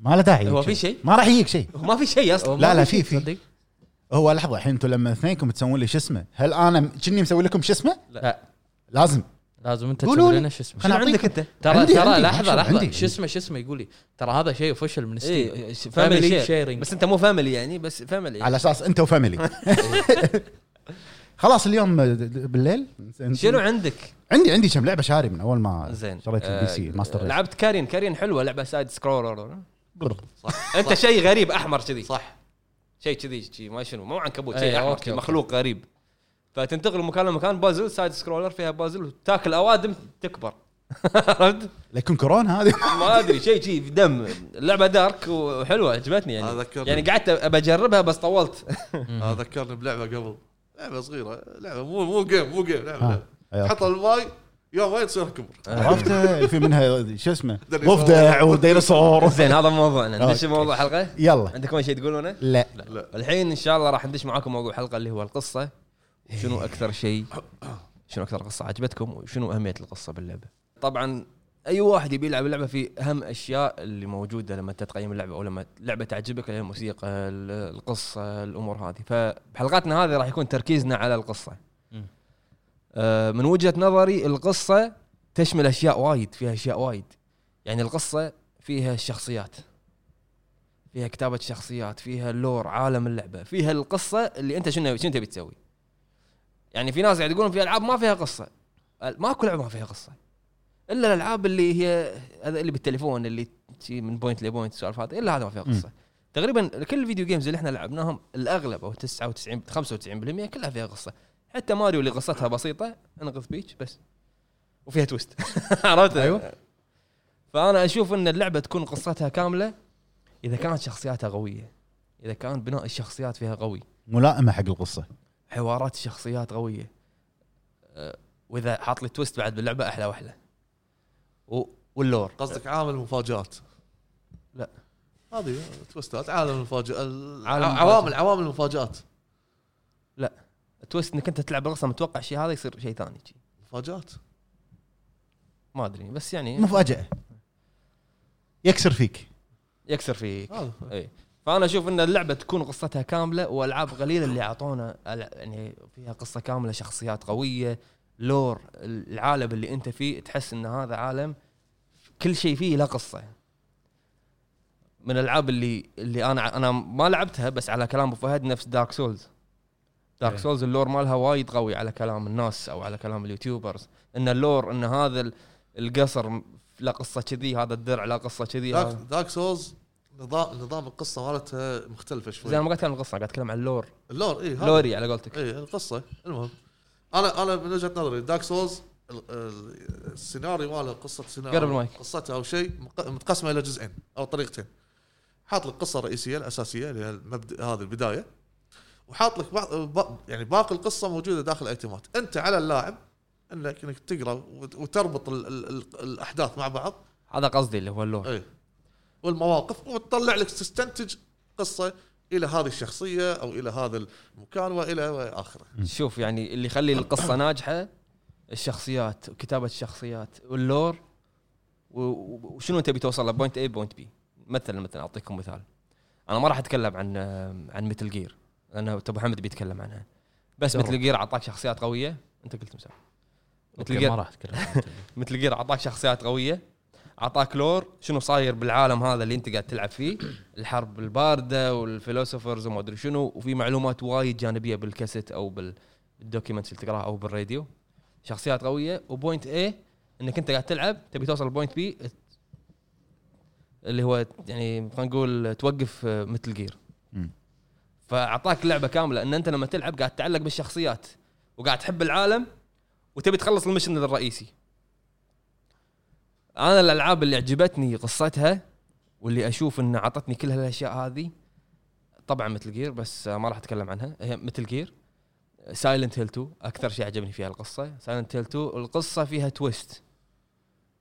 ما له داعي
هو
يجيك
في شيء؟
ما راح يجيك شيء
ما في شيء اصلا
لا، لا، في- في.
صدق
هو لحظه الحين انتم لما اثنينكم تسوون لي شو اسمه هل انا م- كني مسوي لكم شو اسمه؟
لا.
لازم
لازم انت
قولوا
تسوي
لي.
لنا شو اسمه
شنو
أنا
عندك
أعطيك-
انت؟
ترى
عندي-
ترى
عندي.
لحظه
عندي-
لحظه
عندي.
شو اسمه شو اسمه يقول لي ترى هذا شيء اوفشل من ستيم
اي فاميلي
فاميلي
شير
شيرنج
إيه، بس انت مو فاميلي يعني بس فاميلي
على اساس انت وفاميلي خلاص اليوم د- د- بالليل
شنو عندك؟
عندي عندي كم لعبه شاري من اول ما
زين
شريت البي سي
آه،
الماستر ريس.
لعبت كارين كارين حلوه لعبه سايد سكرولر
برر.
صح
انت شيء غريب احمر كذي
صح
شيء كذي شيء ما شنو مو عنكبوت
أي،
شيء احمر
إيه، أوكي،
شي
أوكي.
مخلوق غريب فتنتقل من مكان لمكان بازل سايد سكرولر فيها بازل وتاكل اوادم تكبر عرفت؟
لكن كورونا هذه
ما ادري شيء شيء في دم اللعبه دارك وحلوه عجبتني يعني
هذا كله.
يعني قعدت ابى اجربها بس طولت
آه، ذكرني بلعبه قبل لعبه صغيره لعبه مو مو جيم مو جيم لعبه
آه.
لعبة.
أي، أوكي.
حطها بالماي يوم وايد تصير كبر
عرفت في منها شو اسمه
ديناصور.
ضفدع وديناصور
زين هذا موضوعنا ندش
أوكي.
موضوع الحلقه
يلا
عندكم اي شيء تقولونه؟
لا
لا
الحين ان شاء الله راح ندش معاكم موضوع الحلقه اللي هو القصه شنو اكثر شيء شنو اكثر قصه عجبتكم وشنو اهميه القصه باللعبه طبعا اي واحد يبي يلعب اللعبه في اهم اشياء اللي موجوده لما انت تقيم اللعبه او لما لعبه تعجبك اللي هي الموسيقى ال- القصه الامور هذه فبحلقاتنا هذه راح يكون تركيزنا على القصه
مم.
آه، من وجهه نظري القصه تشمل اشياء وايد فيها اشياء وايد يعني القصه فيها الشخصيات فيها كتابه شخصيات فيها اللور عالم اللعبه فيها القصه اللي انت شنو شنو تبي تسوي يعني في ناس قاعد يقولون في العاب ما فيها قصه ال- ماكو لعبه ما فيها قصه الا الالعاب اللي هي هذا اللي بالتليفون اللي شي من بوينت لبوينت السوالف هذه الا هذا ما فيها قصه تقريبا كل الفيديو جيمز اللي احنا لعبناهم الاغلب او 99 95% كلها فيها قصه حتى ماريو اللي قصتها بسيطه انقذ بيتش بس وفيها تويست عرفت
أيوة.
فانا اشوف ان اللعبه تكون قصتها كامله اذا كانت شخصياتها قويه اذا كان بناء الشخصيات فيها قوي
ملائمه حق القصه
حوارات الشخصيات قويه أه، واذا حاط لي تويست بعد باللعبه احلى واحلى و- واللور
قصدك عامل مفاجات
لا.
هذه آه، توستات عالم المفاجات
عالم المفاجآت.
عوامل عوامل المفاجات
التويست انك انت تلعب القصه متوقع شيء هذا يصير شيء ثاني شي.
مفاجات
ما ادري بس يعني
مفاجاه يكسر فيك
يكسر فيك
هذا
اي فانا اشوف ان اللعبه تكون قصتها كامله والعاب قليله اللي اعطونا ألع- يعني فيها قصه كامله شخصيات قويه لور العالم اللي انت فيه تحس ان هذا عالم كل شيء فيه له قصه من الالعاب اللي اللي انا انا ما لعبتها بس على كلام ابو فهد نفس دارك سولز دارك
إيه.
سولز اللور مالها وايد قوي على كلام الناس او على كلام اليوتيوبرز ان اللور ان هذا ال- القصر م- لا قصه كذي هذا الدرع لا قصه كذي
دارك,
هذا-
دارك سولز نظام نظام القصه مالتها
زين انا
مختلفه شوي إيه،
ما قاعد اتكلم عن القصه قاعد اتكلم عن اللور
اللور اي
لوري على قولتك
اي القصه إيه، المهم انا انا من وجهه نظري دارك سولز ال- ال- السيناريو ماله قصه سيناريو
قرب المايك.
قصته او شيء مق- متقسمه الى جزئين او طريقتين حاط لك قصه رئيسيه الاساسيه اللي هي المبدا هذه البدايه وحاط لك بعض ب- يعني باقي القصه موجوده داخل الايتمات انت على اللاعب انك انك تقرا وت- وتربط ال ال ال الاحداث مع بعض
هذا قصدي اللي هو اللور
اي والمواقف وتطلع لك تستنتج قصه الى هذه الشخصيه او الى هذا المكان والى اخره
شوف يعني اللي يخلي القصه ناجحه الشخصيات وكتابه الشخصيات واللور و- و- وشنو انت بتوصل له بوينت اي بوينت بي مثلا مثلا اعطيكم مثال انا ما راح اتكلم عن عن مثل جير لان ابو حمد بيتكلم عنها بس
جرب.
مثل جير اعطاك شخصيات قويه انت قلت مساء مثل
اوكي ما
جير
راح اتكلم
مثل جير اعطاك شخصيات قويه اعطاك لور شنو صاير بالعالم هذا اللي انت قاعد تلعب فيه الحرب البارده والفيلوسوفرز وما ادري شنو وفي معلومات وايد جانبيه بالكاسيت او بالدوكيومنتس اللي تقراها او بالراديو شخصيات قويه وبوينت اي انك انت قاعد تلعب تبي توصل لبوينت بي اللي هو يعني خلينا نقول توقف آه، مثل جير
مم.
فاعطاك لعبه كامله ان انت لما تلعب قاعد تعلق بالشخصيات وقاعد تحب العالم وتبي تخلص المشن الرئيسي انا الالعاب اللي عجبتني قصتها واللي اشوف ان عطتني كل هالاشياء هذه طبعا مثل جير بس ما راح اتكلم عنها هي مثل جير سايلنت هيل 2 اكثر شيء عجبني فيها القصه سايلنت هيل 2 القصه فيها تويست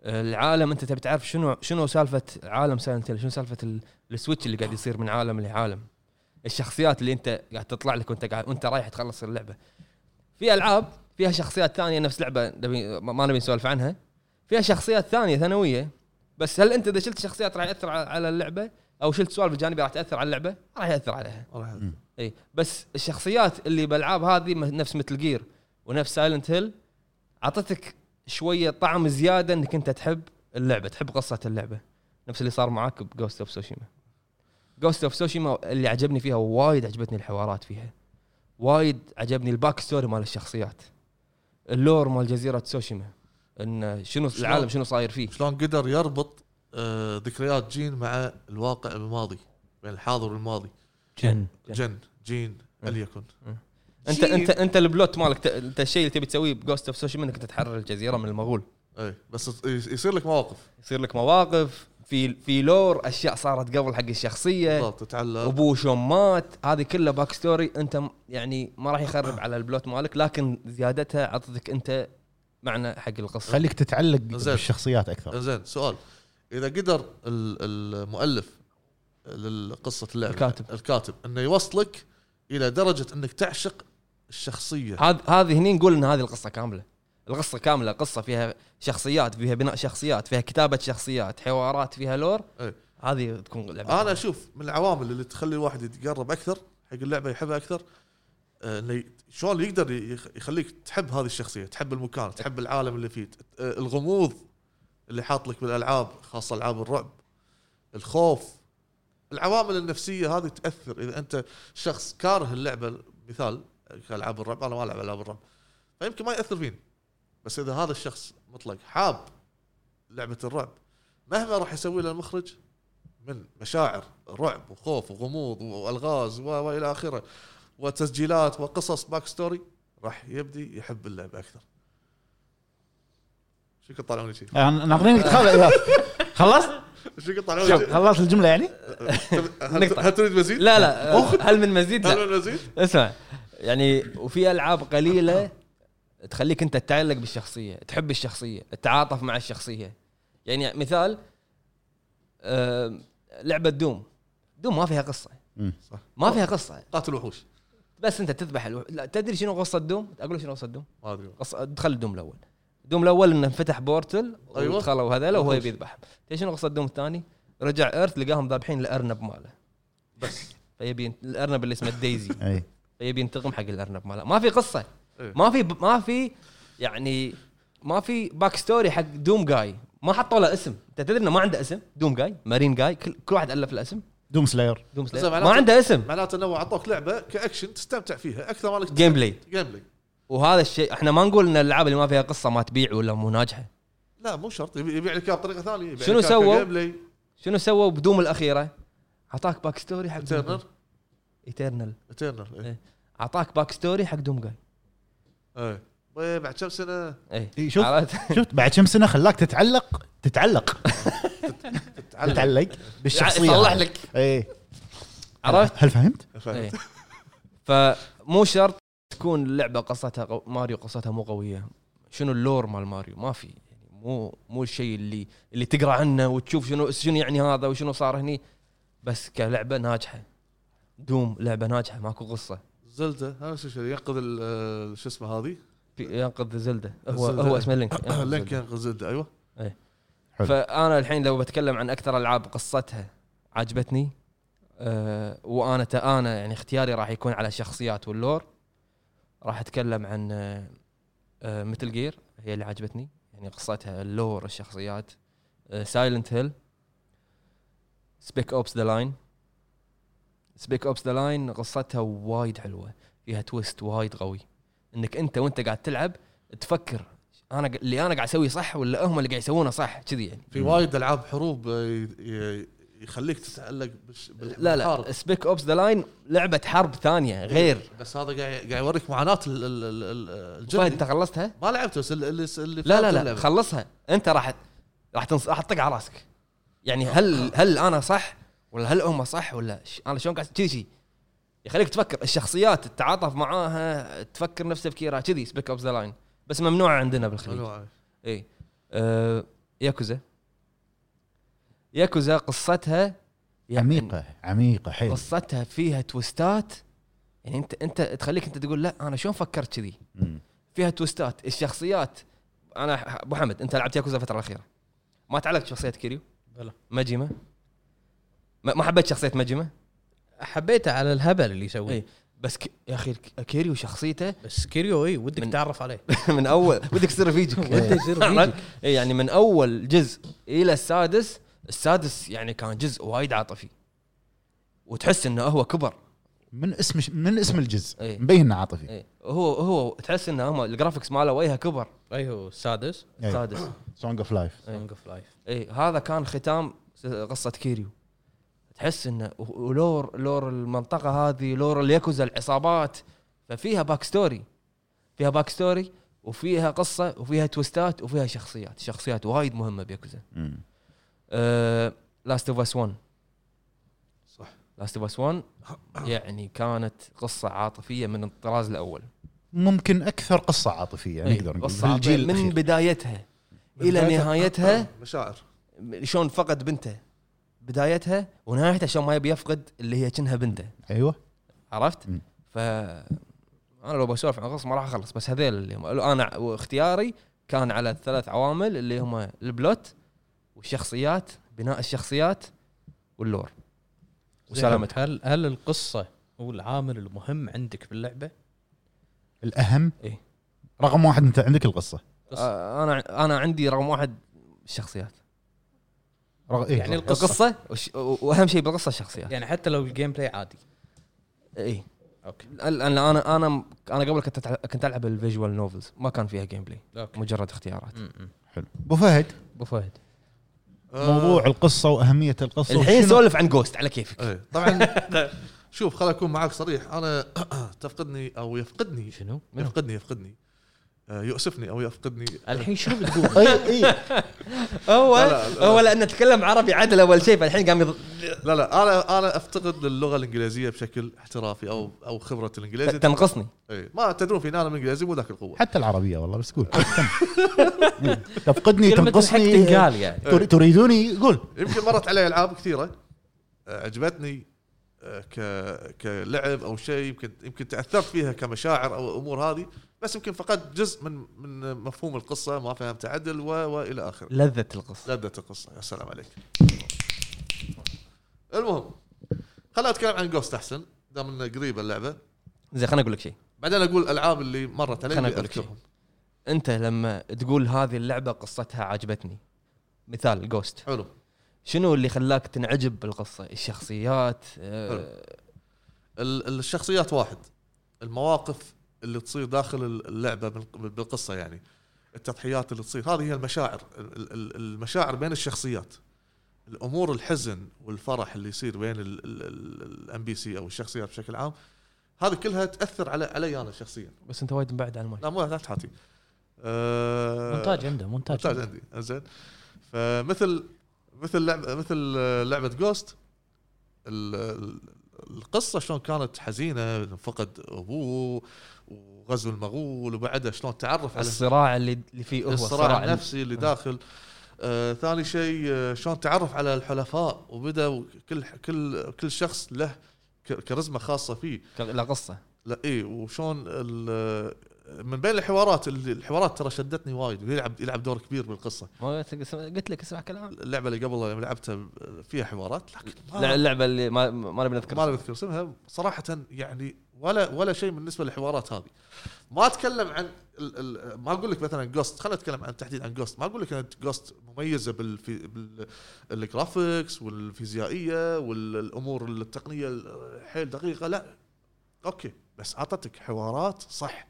العالم انت تبي تعرف شنو شنو سالفه عالم سايلنت هيل شنو سالفه ال- السويتش اللي قاعد يصير من عالم لعالم الشخصيات اللي انت قاعد تطلع لك وانت قاعد وانت رايح تخلص اللعبه في العاب فيها شخصيات ثانيه نفس لعبه نبي ما نبي نسولف عنها فيها شخصيات ثانيه ثانويه بس هل انت اذا شلت شخصيات راح ياثر على- على اللعبه او شلت سوالف جانبيه راح تاثر على اللعبه راح ياثر عليها
راح-
اي إيه. بس الشخصيات اللي بالالعاب هذه م- نفس مثل جير ونفس سايلنت هيل اعطتك شويه طعم زياده انك انت تحب اللعبه تحب قصه اللعبه نفس اللي صار معاك بجوست اوف سوشيما جوست اوف سوشيما اللي عجبني فيها وايد عجبتني الحوارات فيها وايد عجبني الباك ستوري مال الشخصيات اللور مال جزيره سوشيما ان شنو
شلون؟
العالم شنو صاير فيه
شلون قدر يربط آه، ذكريات جين مع الواقع الماضي بين الحاضر والماضي
جن
جن.
جن جين
أه.
اليكن
انت
شيء.
انت انت البلوت مالك ت- انت الشيء اللي تبي تسويه بجوست اوف سوشيما انك تحرر الجزيره من المغول
اي إيه، بس يص- يصير لك مواقف
يصير لك مواقف في في لور اشياء صارت قبل حق الشخصيه
بالضبط تتعلق
ابوه شلون مات هذه كلها باك ستوري انت م- يعني ما راح يخرب على البلوت مالك لكن زيادتها عطتك انت معنى حق القصه
خليك تتعلق
زين.
بالشخصيات اكثر
زين سؤال اذا قدر ال- المؤلف لقصه اللعبه
الكاتب.
الكاتب انه يوصلك الى درجه انك تعشق الشخصيه
هذه هذه هني نقول ان هذه القصه كامله القصه كامله قصه فيها شخصيات فيها بناء شخصيات فيها كتابه شخصيات حوارات فيها لور
إيه. آه.
هذه تكون لعبه
انا اشوف من العوامل اللي تخلي الواحد يتقرب اكثر حق اللعبه يحبها اكثر آه، انه ي- شلون يقدر يخ- يخليك تحب هذه الشخصيه تحب المكان تحب العالم اللي فيه ت- آه، الغموض اللي حاط لك بالالعاب خاصه العاب الرعب الخوف العوامل النفسيه هذه تاثر اذا انت شخص كاره اللعبه مثال كالعاب الرعب انا ما العب العاب الرعب فيمكن ما ياثر فيني بس اذا هذا الشخص مطلق حاب لعبه الرعب مهما راح يسوي له المخرج من مشاعر رعب وخوف وغموض والغاز و- والى اخره وتسجيلات وقصص باك ستوري راح يبدي يحب اللعب اكثر. شكرا طالعوني شيء
أنا- ناطرينك آه، تخلص خلصت؟
شكرا طالعوني
شوف
شيء
خلصت الجمله يعني؟
هل- هل تريد مزيد؟
لا لا آه، هل من مزيد لا
هل تريد مزيد؟
اسمع يعني وفي العاب قليله تخليك انت تتعلق بالشخصيه تحب الشخصيه تتعاطف مع الشخصيه يعني مثال آم، لعبه دوم دوم ما فيها قصه
مم.
صح.
ما فيها قصه
قاتل وحوش
بس انت تذبح الو... لا تدري شنو قصه دوم اقول لك شنو قصه دوم
ما ادري
قصه دخل دوم الاول دوم الاول انه انفتح بورتل
أيوة.
ايوه دخلوا هذول وهو
وحوش.
يبي يذبحهم تدري شنو قصه دوم الثاني رجع ايرث لقاهم ذابحين الارنب ماله
بس
فيبي الارنب اللي اسمه دايزي
اي
فيبي طيب، ينتقم حق الارنب ماله ما في قصه
إيه.
ما في ما في يعني ما في باك ستوري حق دوم جاي ما حطوا له اسم انت تدري انه ما عنده اسم دوم جاي مارين جاي كل, كل واحد الف له اسم
دوم سلاير
دوم سلاير.
زين،
ما
معناته-
عنده اسم
معناته انه اعطوك لعبه كاكشن تستمتع فيها اكثر ما انك
جيم بلاي
جيم بلاي
وهذا الشيء احنا ما نقول ان الالعاب اللي ما فيها قصه ما تبيع ولا مو ناجحه
لا مو شرط يبي- يبيع لك إياها بطريقه ثانيه يبيع لك
شنو
إياها
سووا؟
كجيم بلاي
شنو سووا بدوم الاخيره؟ اعطاك باك ستوري حق
تيرنر
ايترنال
تيرنر إيه.
اعطاك باك ستوري حق دوم جاي
ايه إيه، بعد كم سنه
اي
إي، شوف.
عرفت؟
شفت بعد كم سنه خلاك تتعلق تتعلق
تعلم
تتعلق بالشخصيه
يطلع لك
اي
عرفت؟
هل فهمت؟
إيه. فمو شرط تكون اللعبه قصتها قو... ماريو قصتها مو قويه شنو اللور مال ماريو ما في يعني مو مو الشيء اللي اللي تقرا عنه وتشوف شنو شنو يعني هذا وشنو صار هني بس كلعبه ناجحه دوم لعبه ناجحه ماكو قصه
زلده هذا نفس الشيء ينقذ ال- آه، شو اسمه هذه
في- ينقذ زلده هو
زلدة.
هو اسمه لينك ينقذ
لينك
زلدة.
ينقذ زلده ايوه
حلو.
فانا الحين لو بتكلم عن اكثر العاب قصتها عجبتني أه وانا انا يعني اختياري راح يكون على شخصيات واللور راح اتكلم عن أه أه مثل جير هي اللي عجبتني يعني قصتها اللور الشخصيات آه، سايلنت هيل سبيك اوبس ذا لاين سبيك اوبس ذا لاين قصتها وايد حلوه فيها تويست وايد قوي انك انت وانت قاعد تلعب تفكر انا ق- اللي انا قاعد اسويه صح ولا هم اللي قاعد يسوونه صح كذي يعني
في وايد العاب حروب آه، ي- ي- يخليك تتعلق بالش- بالحرب
لا لا سبيك اوبس ذا لاين لعبه حرب ثانيه غير
بس هذا قاعد قاعد يوريك معاناه ال- ال- ال- ال- الجندي
فانت خلصتها؟
ما لعبته بس اللي,
لا
اللي
لا
فهمت
لا
اللعبة.
خلصها انت راح راح تنص... راح تطق على راسك يعني هل هل انا صح ولا هل هم صح ولا ش... انا شلون قاعد كذي شي يخليك تفكر الشخصيات تتعاطف معاها تفكر نفس تفكيرها كذي سبيك اوبس ذا لاين بس ممنوعه عندنا بالخليج
ممنوع.
اي آه ياكوزا ياكوزا قصتها يعني-
عميقه عميقه حيل
قصتها فيها تويستات يعني انت انت تخليك انت تقول لا انا شلون فكرت كذي
مم.
فيها تويستات الشخصيات انا ح- ابو حمد انت لعبت ياكوزا الفتره الاخيره ما تعلقت بشخصيه كيريو
بلى.
ماجيما ما ما حبيت شخصيه ماجيما
حبيته على الهبل اللي
إيه.
يسويه
بس ك... يا اخي الك- كيريو شخصيته
بس كيريو اي ودك
من-
تعرف عليه
من اول ودك تصير فيجك
ودك يصير
عرفت؟
فيجك.
إيه يعني من اول جزء الى السادس السادس يعني كان جزء وايد عاطفي وتحس انه هو كبر
من اسم من اسم
إيه.
الجزء مبين انه عاطفي
إيه. هو هو تحس انه هم الجرافكس ماله وجهه كبر
ايوه السادس
إيه.
السادس
سونج اوف لايف
سونج اوف لايف
اي إيه، هذا كان ختام س- قصه كيريو تحس انه و- ولور لور المنطقه هذه لور اليكوزا العصابات ففيها باك ستوري فيها باك ستوري وفيها قصه وفيها تويستات وفيها شخصيات شخصيات وايد إيه، مهمه بيكوزا لاست اوف اس 1
صح
لاست اوف اس 1 يعني كانت قصه عاطفيه من الطراز الاول
ممكن اكثر قصه عاطفيه
إي،
يعني نقدر نقول
إيه. قصة عاطفية
بالجيل
من
الأخير.
بدايتها الى
بدايتها-
نهايتها
مشاعر
شلون فقد بنته بدايتها ونهايتها شلون ما يبي يفقد اللي هي كأنها بنته
ايوه
عرفت؟
مم.
ف انا لو بسولف عن قصص ما راح اخلص بس هذيل اللي هم انا واختياري كان على الثلاث عوامل اللي هم البلوت والشخصيات بناء الشخصيات واللور وسلامتك
هل هل القصه هو العامل المهم عندك باللعبه؟
الاهم
إي.
رقم واحد انت عندك القصه
قصة.
آه، انا انا عندي رقم واحد الشخصيات
رغ... إيه.
يعني القصة.
القصه وش- واهم شيء بالقصه الشخصيات إيه.
يعني حتى لو الجيم بلاي عادي
اي
اوكي
انا انا انا قبل كنت أتع- كنت العب الفيجوال نوفلز ما كان فيها جيم بلاي
اوكي
مجرد اختيارات
م-م.
حلو ابو فهد
ابو فهد
آه،
موضوع القصه واهميه القصه
آه. الحين
وشنو-
سولف عن جوست على كيفك
ايه طبعا شوف خل اكون معاك صريح انا تفقدني او يفقدني
شنو؟
يفقدني يفقدني آه، يؤسفني او يفقدني
الحين شنو بتقول؟
اي اي
هو
لا، لا.
هو لانه تكلم عربي عدل اول شيء فالحين قام يض...
لا لا انا انا افتقد للغه الانجليزيه بشكل احترافي او او خبره الانجليزي
تنقصني
ايه ما تدرون فينا انا من الانجليزي مو ذاك القوه
حتى العربيه والله بس قول إي. تفقدني
كلمة الحق
تنقصني
تنقال يعني
تر- تريدوني قول
يمكن مرت علي العاب كثيره آه، عجبتني آه، ك كلعب او شيء يمكن يمكن تاثرت فيها كمشاعر او امور هذه بس يمكن فقدت جزء من من مفهوم القصه ما فهمت عدل و- والى اخره
لذة القصه
لذة القصة يا سلام عليك المهم خلينا اتكلم عن جوست احسن دام انه قريبه اللعبه
زين خليني اقول لك شيء
بعدين اقول الالعاب اللي مرت علي
خليني
اللي
اقول لك شيء
اذكرهم
انت لما تقول هذه اللعبه قصتها عجبتني مثال جوست
حلو
شنو اللي خلاك تنعجب بالقصه الشخصيات آه
ال- الشخصيات واحد المواقف اللي تصير داخل اللعبه بال- بالقصه يعني التضحيات اللي تصير هذه هي المشاعر ال- ال- المشاعر بين الشخصيات الامور الحزن والفرح اللي يصير بين الام بي سي او الشخصيات بشكل عام هذه كلها تاثر على علي انا شخصيا
بس انت وايد مبعد عن المايك
لا مو لا تحاتي أه
مونتاج عنده مونتاج
مونتاج عندي زين فمثل مثل لعبه مثل آه، لعبه جوست القصه شلون كانت حزينه فقد ابوه وغزو المغول وبعدها شلون تعرف على
الصراع اللي اللي فيه هو
الصراع
اللي-
النفسي اللي داخل آه ثاني شيء آه، شلون تعرف على الحلفاء وبدا كل كل كل شخص له ك- كاريزما خاصه فيه
ك- لا قصه
لا اي وشلون ال- آه، من بين الحوارات اللي- الحوارات ترى شدتني وايد ويلعب يلعب دور كبير بالقصه
ما تقس- قلت لك اسمع كلام
اللعبه اللي قبل لما لعبتها فيها حوارات لكن
لا،
ما
اللعبه اللي ما ما نبي
آه. ما
نذكر
أنا بذكر اسمها صراحه يعني ولا ولا شيء بالنسبه للحوارات هذه ما اتكلم عن ال ال ما اقول لك مثلا جوست خلينا اتكلم عن تحديد عن جوست ما اقول لك ان جوست مميزه بالفي بال- الجرافيكس والفيزيائيه والامور التقنيه ال- حيل دقيقه لا اوكي بس اعطتك حوارات صح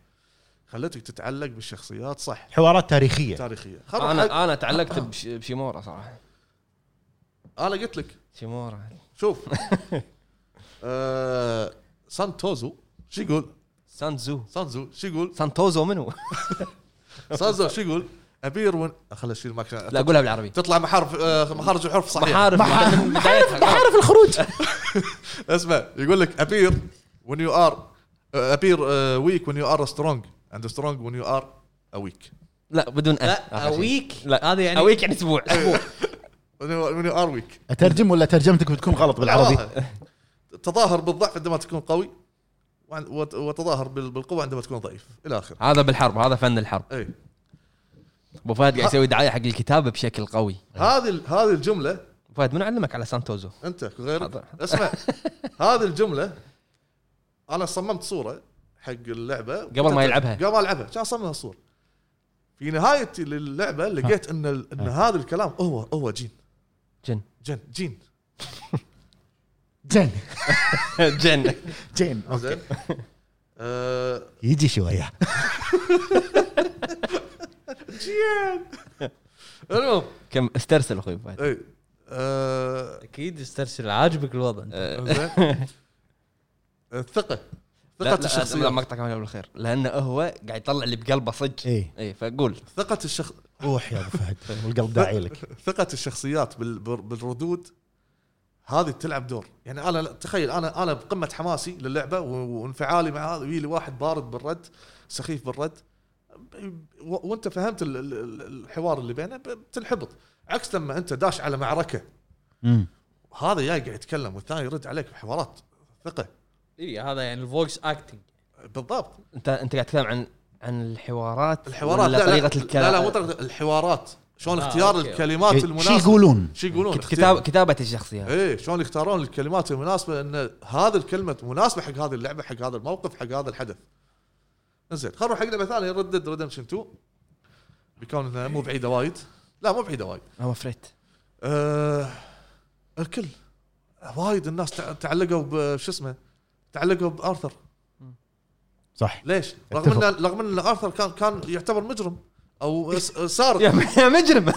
خلتك تتعلق بالشخصيات صح
حوارات تاريخيه
تاريخيه خلاص آه. انا
انا انا تعلقت بش- بشيمورا صراحه
انا قلت لك
شيمورا
شوف آه سانتوزو شو يقول؟
سانزو
سانزو شو يقول؟
سانتوزو منو؟
سانزو شو يقول؟ ابير ون خل اشيل معك شيء.
لا قولها بالعربي
تطلع محارف آه، مخارج الحروف صحيح
محارف من بدايتها
محارف الخروج
اسمع يقول لك ابير when you are ابير weak when you are strong and strong when you are a weak
لا بدون أه.
لا
آخر شيء.
اويك
لا
هذا يعني
اويك يعني اسبوع
when you, when you are weak
اترجم ولا ترجمتك بتكون غلط بالعربي
آه. تظاهر بالضعف عندما تكون قوي وعن- وت- وتظاهر بال- بالقوه عندما تكون ضعيف إيه. الى اخره
هذا بالحرب هذا فن الحرب
اي
ابو فهد قاعد يسوي دعايه حق الكتابه بشكل قوي
هذه ال- هذه الجمله
أبو فهد من علمك على سانتوزو؟
انت غيرك
حاضر.
اسمع هذه الجمله انا صممت صوره حق اللعبه
قبل ما يلعبها.
قبل ما العبها كان اصمم الصوره في نهايه اللعبه لقيت ان ال- ان هذا الكلام هو هو جين
جن
جين جين
جن
جن
جن اوكي
زين آه،
يجي شويه
جين المهم
كم استرسل اخوي أبو فهد
اي آه،
اكيد استرسل عاجبك
آه.
الوضع
أه،
زين. الثقه
لا
ثقه
لا لا
الشخصيات
مقطع كمان قبل الخير لانه هو قاعد يطلع اللي بقلبه صدق
إيه.
اي فقول
ثقه الشخص
روح يا ابو فهد والقلب داعي لك
ثقة الشخصيات بال- بال- بالردود هذه تلعب دور يعني انا تخيل انا انا بقمه حماسي للعبه و- وانفعالي مع هذا يجي لي واحد بارد بالرد سخيف بالرد ب- و- وانت فهمت ال- ال- ال- الحوار اللي بينه ب- بتنحبط عكس لما انت داش على معركه هذا جاي قاعد يتكلم والثاني يرد عليك بحوارات ثقه
اي هذا يعني الفويس اكتنج
بالضبط
انت انت قاعد تتكلم عن عن الحوارات
الحوارات
ولا
لا
طريقه
لا
الكلام
لا, لا مو طريقه الحوارات شلون
آه،
اختيار
أوكي.
الكلمات
شو
المناسبه
إيه، يقولون
شو يقولون
كت- كتاب كتابه الشخصيات
ايه شلون يختارون الكلمات المناسبه ان هذا الكلمه مناسبه حق هذه اللعبه حق هذا الموقف حق هذا الحدث زين خلينا نروح حق لعبه ثانيه ردد ريدمشن 2 بيكون إنها مو بعيده وايد لا مو بعيده وايد
انا فريت
آه الكل وايد الناس تع- تعلقوا بشو اسمه تعلقوا بارثر
صح
ليش؟ رغم
أتفق.
ان رغم ان ارثر كان كان يعتبر مجرم او س- سارق
يا يا مجرم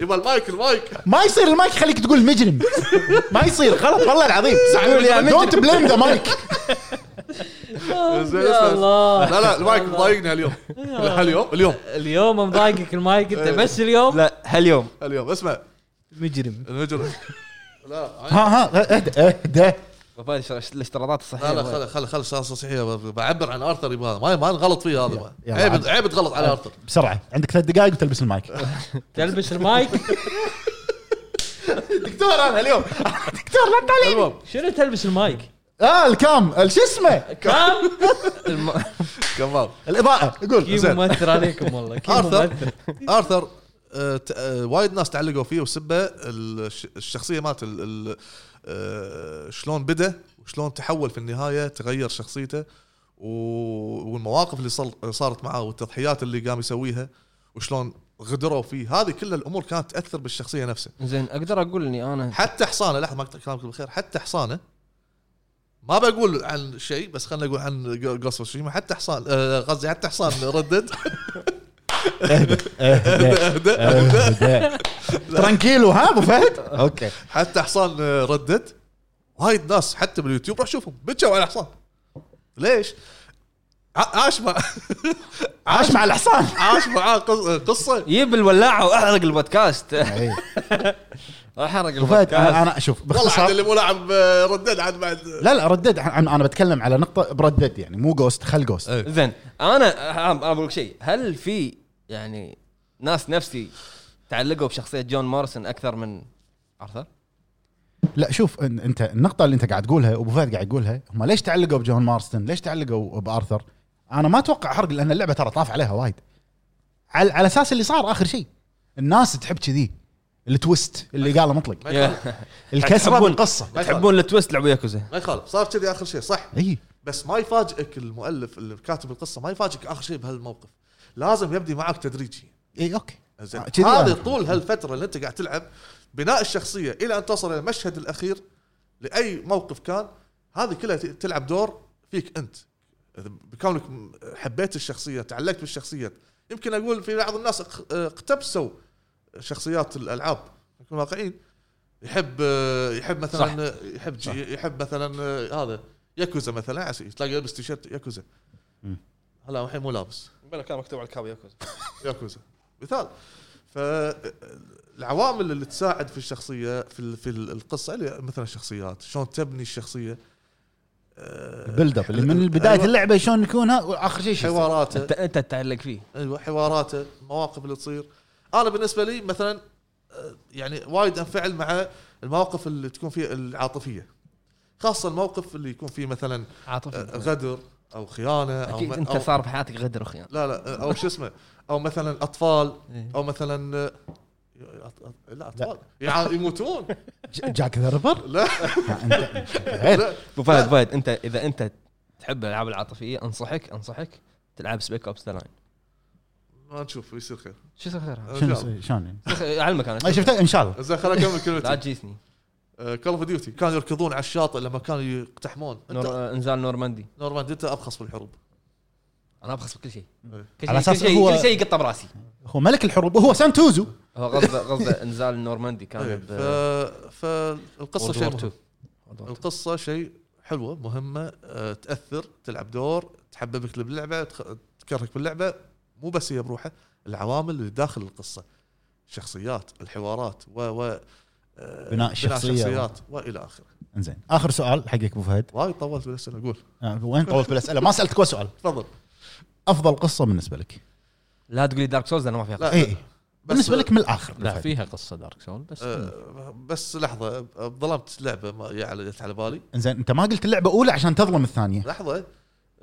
يبغى المايك المايك
ما يصير المايك خليك تقول مجرم ما يصير غلط والله العظيم
قول يا مجرم.
دونت بليم ذا مايك
زين،
يا
اسمع.
الله
لا لا المايك مضايقني اليوم اليوم اليوم
اليوم مضايقك المايك انت بس اليوم
لا هاليوم
اليوم اسمع
مجرم
المجرم لا
ها ها اهدى اهدى
وفاء الش- الاشتراطات الصحيه
لا لا خل خل خل صح- صحيح بعبر عن ارثر يبغى ما ما نغلط فيه هذا ما.
يلا،
عيب
عاد.
عيب تغلط على ارثر
بسرعه عندك ثلاث دقائق وتلبس المايك
تلبس المايك
دكتور انا اليوم
دكتور لا تعليم
المهم
شنو تلبس المايك؟
اه الكام ال- شو اسمه
كام
كمال
الاضاءه قول
كي
زين.
مؤثر عليكم والله كي
آرثر.
مؤثر
ارثر آه، ت- آه، وايد ناس تعلقوا فيه وسبه الش- الشخصيه مالت ال- ال- آه، شلون بدا وشلون تحول في النهايه تغير شخصيته و- والمواقف اللي صل- صارت معاه والتضحيات اللي قام يسويها وشلون غدروا فيه هذه كل الامور كانت تاثر بالشخصيه نفسها
زين اقدر اقول اني انا
حتى حصانه لحظه ما اقطع كلامك بالخير حتى حصانه ما بقول عن شيء بس خلنا نقول عن جوست اوف حتى حصان آه، قصدي حتى حصان ردد
ترانكيلو ها ابو فهد اوكي
حتى حصان آه، ردد وايد ناس حتى باليوتيوب راح شوفهم بتشوا على حصان ليش؟ ع- عاش مع
عاش مع الحصان
عاش معاه قص- قصه
جيب الولاعه واحرق البودكاست
إيه.
احرق
ابو فهد انا
البودكاست
أنا شوف
والله عاد
باختصار
اللي مو لاعب آه، ردد عاد بعد
لا لا ردد انا أنا بتكلم على نقطه بردد يعني مو جوست خل جوست
إيه.
زين انا أنا بقول لك شيء هل في يعني ناس نفسي تعلقوا بشخصيه جون مارسون اكثر من ارثر؟
لا شوف إن- انت النقطه اللي انت قاعد تقولها وابو فهد قاعد يقولها هم ليش تعلقوا بجون مارستن ليش تعلقوا بارثر انا ما اتوقع حرق لان اللعبه ترى طاف عليها وايد على, على اساس اللي صار اخر شيء الناس تحب كذي التويست اللي قاله مطلق
ما يخالف
الكسره
تحبون-
بالقصه
ما يخالف.
تحبون التويست لعبوا ياكوزا
ما يخالف صار كذي اخر شيء صح
اي
بس ما يفاجئك المؤلف اللي كاتب القصه ما يفاجئك اخر شيء بهالموقف لازم يبدي معك تدريجي
اي اوكي
زين
آه، كذي
هذه
أنا.
طول هالفتره اللي انت قاعد تلعب بناء الشخصيه الى ان تصل الى المشهد الاخير لاي موقف كان هذه كلها ت- تلعب دور فيك انت إذا بكونك م- حبيت الشخصيه تعلقت بالشخصيه يمكن اقول في بعض الناس اق- اقتبسوا شخصيات الالعاب نكون واقعيين يحب آه، يحب مثلا يحب جي- يحب مثلا آه، هذا ياكوزا مثلا عسى تلاقي يلبس تيشيرت ياكوزا
مم.
هلا الحين مو لابس
بلا كان مكتوب على الكاب ياكوزا
ياكوزا مثال فالعوامل اللي تساعد في الشخصيه في ال- في ال- القصه اللي مثلا الشخصيات شلون تبني الشخصيه آه،
البيلد اب اللي من بدايه
أيوة،
اللعبه شلون يكون ها واخر شيء شو يصير.
حواراته
انت انت تتعلق فيه
ايوه حواراته المواقف اللي تصير انا بالنسبه لي مثلا آه، يعني وايد انفعل مع المواقف اللي تكون فيها العاطفيه خاصه الموقف اللي يكون فيه مثلا آه،
عاطفي
غدر او خيانه او
اكيد
م-
انت
أو-
صار بحياتك غدر وخيانه
لا لا او شو اسمه او مثلا اطفال
إيه.
او مثلا آه، أط- أط- لا اطفال يعني يموتون
ج- جاك ذا ريبر
لا
غير
لا
ابو فهد فهد انت اذا انت تحب الالعاب العاطفيه انصحك انصحك تلعب سبيك اوبس ذا لاين
ما نشوف يصير خير
شو يصير غيرها؟
إن شاء الله.
شنو شلون يعني؟
اعلمك انا
أي شفت ان شاء الله
زين خليني اكمل
لا
كلمتي
تجيسني
كول اوف ديوتي كانوا يركضون على الشاطئ لما كانوا يقتحمون
نور...
انت
آه، انزال نورماندي
نورماند انت ابخص بالحروب
انا ابخص بكل شيء
إيه.
كل
على
شيء كل
أساس
شيء
هو-
كل شيء يقطع براسي
هو ملك الحروب هو سانتوزو
هو قصده قصده انزال نورماندي كان
إيه،
ب
ف-
World
فالقصه شيء
War II.
مهم.
World War II.
القصه شيء حلوه مهمه آه، تاثر تلعب دور تحببك باللعبه تخ- تكرهك باللعبه مو بس هي بروحها العوامل اللي داخل القصه الشخصيات الحوارات و و آه،
بناء الشخصية.
الشخصيات والى اخره
انزين اخر سؤال حقك ابو فهد
وايد طولت بالاسئله اقول
آه، وين طولت بالاسئله ما سالتك ولا سؤال
تفضل
افضل قصه بالنسبه لك
لا تقول لي دارك سولز انا ما فيها
لا
إيه. بالنسبه لك من الاخر أبو
لا
فهد.
فيها قصه دارك سول بس
آه، بس لحظه آه، ظلمت لعبه ما يعني جت على بالي
انزين انت ما قلت اللعبه اولى عشان تظلم الثانيه
لحظه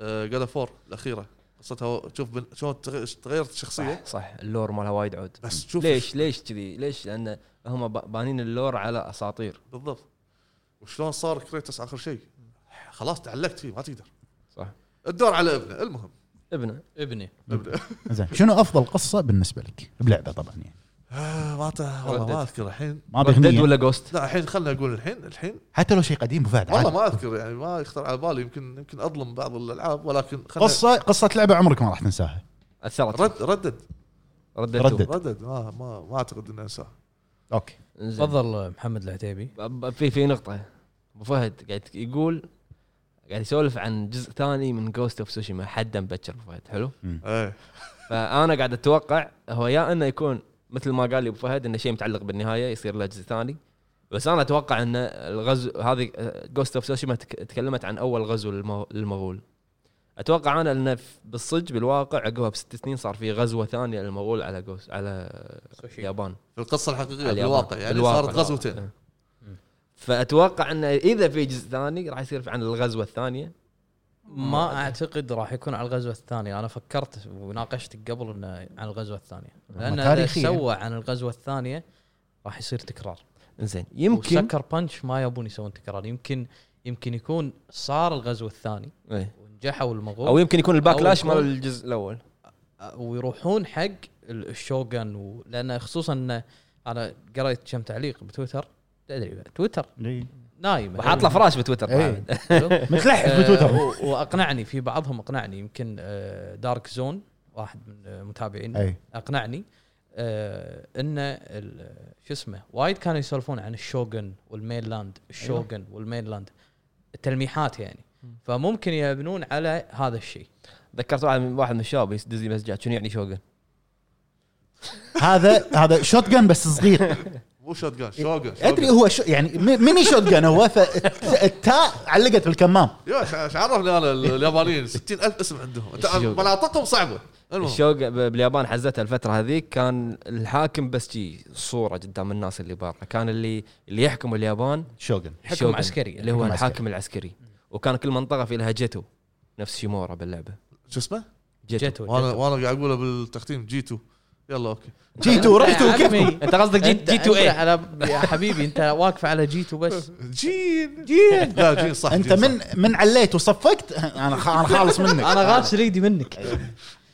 جاد فور الاخيره قصتها شوف بن- شلون تغ- تغيرت الشخصيه
صح صح اللور مالها وايد عود
بس شوف
ليش ليش كذي ليش لان هم ب- بانين اللور على اساطير
بالضبط وشلون صار كريتوس اخر شيء خلاص تعلقت فيه ما تقدر
صح
الدور على ابنه المهم
ابنه
ابني
ابنه
زين شنو افضل قصه بالنسبه لك بلعبه طبعا يعني
آه، ما تع- والله
ردد.
ما اذكر الحين
ما
ديد
بغنية
ولا جوست
لا الحين خلنا اقول الحين الحين
حتى لو شيء قديم ابو فهد
والله
عادي.
ما اذكر يعني ما يخطر على بالي يمكن يمكن اظلم بعض الالعاب ولكن خلنا
قصه قصه لعبه عمرك ما راح تنساها
اثرت
رد ردد
ردت
ردت.
ردد ما ما ما اعتقد اني انساه
اوكي
تفضل
تفضل محمد العتيبي
ب- في في نقطة ابو فهد قاعد يقول قاعد يسولف عن جزء ثاني من جوست اوف سوشيما حدا مبكر ابو فهد حلو
ايه
فانا قاعد اتوقع هو يا انه يكون مثل ما قال لي ابو فهد انه شيء متعلق بالنهاية يصير له جزء ثاني بس انا اتوقع ان الغزو هذه جوست اوف سوشيما تكلمت عن اول غزو للمو- للمغول اتوقع انا انه ف- بالصج بالواقع عقبها بست سنين صار في غزوه ثانيه للمغول على جوست على اليابان
في القصه الحقيقيه
اليابان.
بالواقع يعني
بالواقع.
صارت غزوتين
إيه. فاتوقع انه اذا في جزء ثاني راح يصير عن الغزوه الثانيه
ما اعتقد راح يكون على الغزوه الثانيه انا فكرت وناقشتك قبل انه عن الغزوه الثانيه لان اذا
تاريخية.
سوى عن الغزوه الثانيه راح يصير تكرار
زين
يمكن
يمكن
وسكر بانش ما يبون يسوون تكرار يمكن يمكن يكون صار الغزو الثاني
إيه.
ونجحوا المغول
او يمكن يكون الباكلاش
أو
مال
يكون-
الجزء الاول
ويروحون حق ال- الشوغن و- لان خصوصا إن انا قريت كم تعليق بتويتر تدري بقى، تويتر نايم
وحاط له فراش بتويتر
إيه.
بعد.
حلو؟
متلحق بتويتر
آه، و- واقنعني في بعضهم اقنعني يمكن آه، دارك زون واحد من آه، متابعينا
اي
اقنعني آه، ان ال- شو اسمه وايد كانوا يسولفون عن الشوغن والمينلاند
أيوه.
الشوغن والمينلاند التلميحات يعني فممكن يبنون على هذا الشيء
ذكرت واحد من واحد من الشباب يدز لي مسجات شنو يعني شوقن؟
هذا هذا شوت جن بس صغير
مو شوت جان شوغن
ادري هو شو يعني مي- ميني شوت جن هو فالتاء علقت بالكمام
ايش عرفني انا ال- اليابانيين 60000 اسم عندهم أنت
الشوغن.
مناطقهم صعبه المهم
الشوق ب- باليابان حزتها الفتره هذيك كان الحاكم بس جي صوره قدام الناس اللي برا كان اللي اللي يحكم اليابان
شوغن
حكم
شوغن،
عسكري.
اللي هو
حكم عسكري.
الحاكم العسكري وكان كل منطقه في لها جيتو نفس شيمورا باللعبه
شو اسمه؟
جيتو,
جيتو
وانا
جيتو.
وانا قاعد اقوله بالتختيم جيتو يلا اوكي
جيتوا
يا
رحتوا
عمي،
كيف
انت قصدك
إيه.
جي, جي إيه. 2
أنت- أنت
اي
على يا حبيبي انت واقف على جي 2 بس
جين جين لا جين صح
انت
جين صح.
من من عليت وصفقت انا خ- انا خالص منك
انا غاش ريدي منك
أيوه.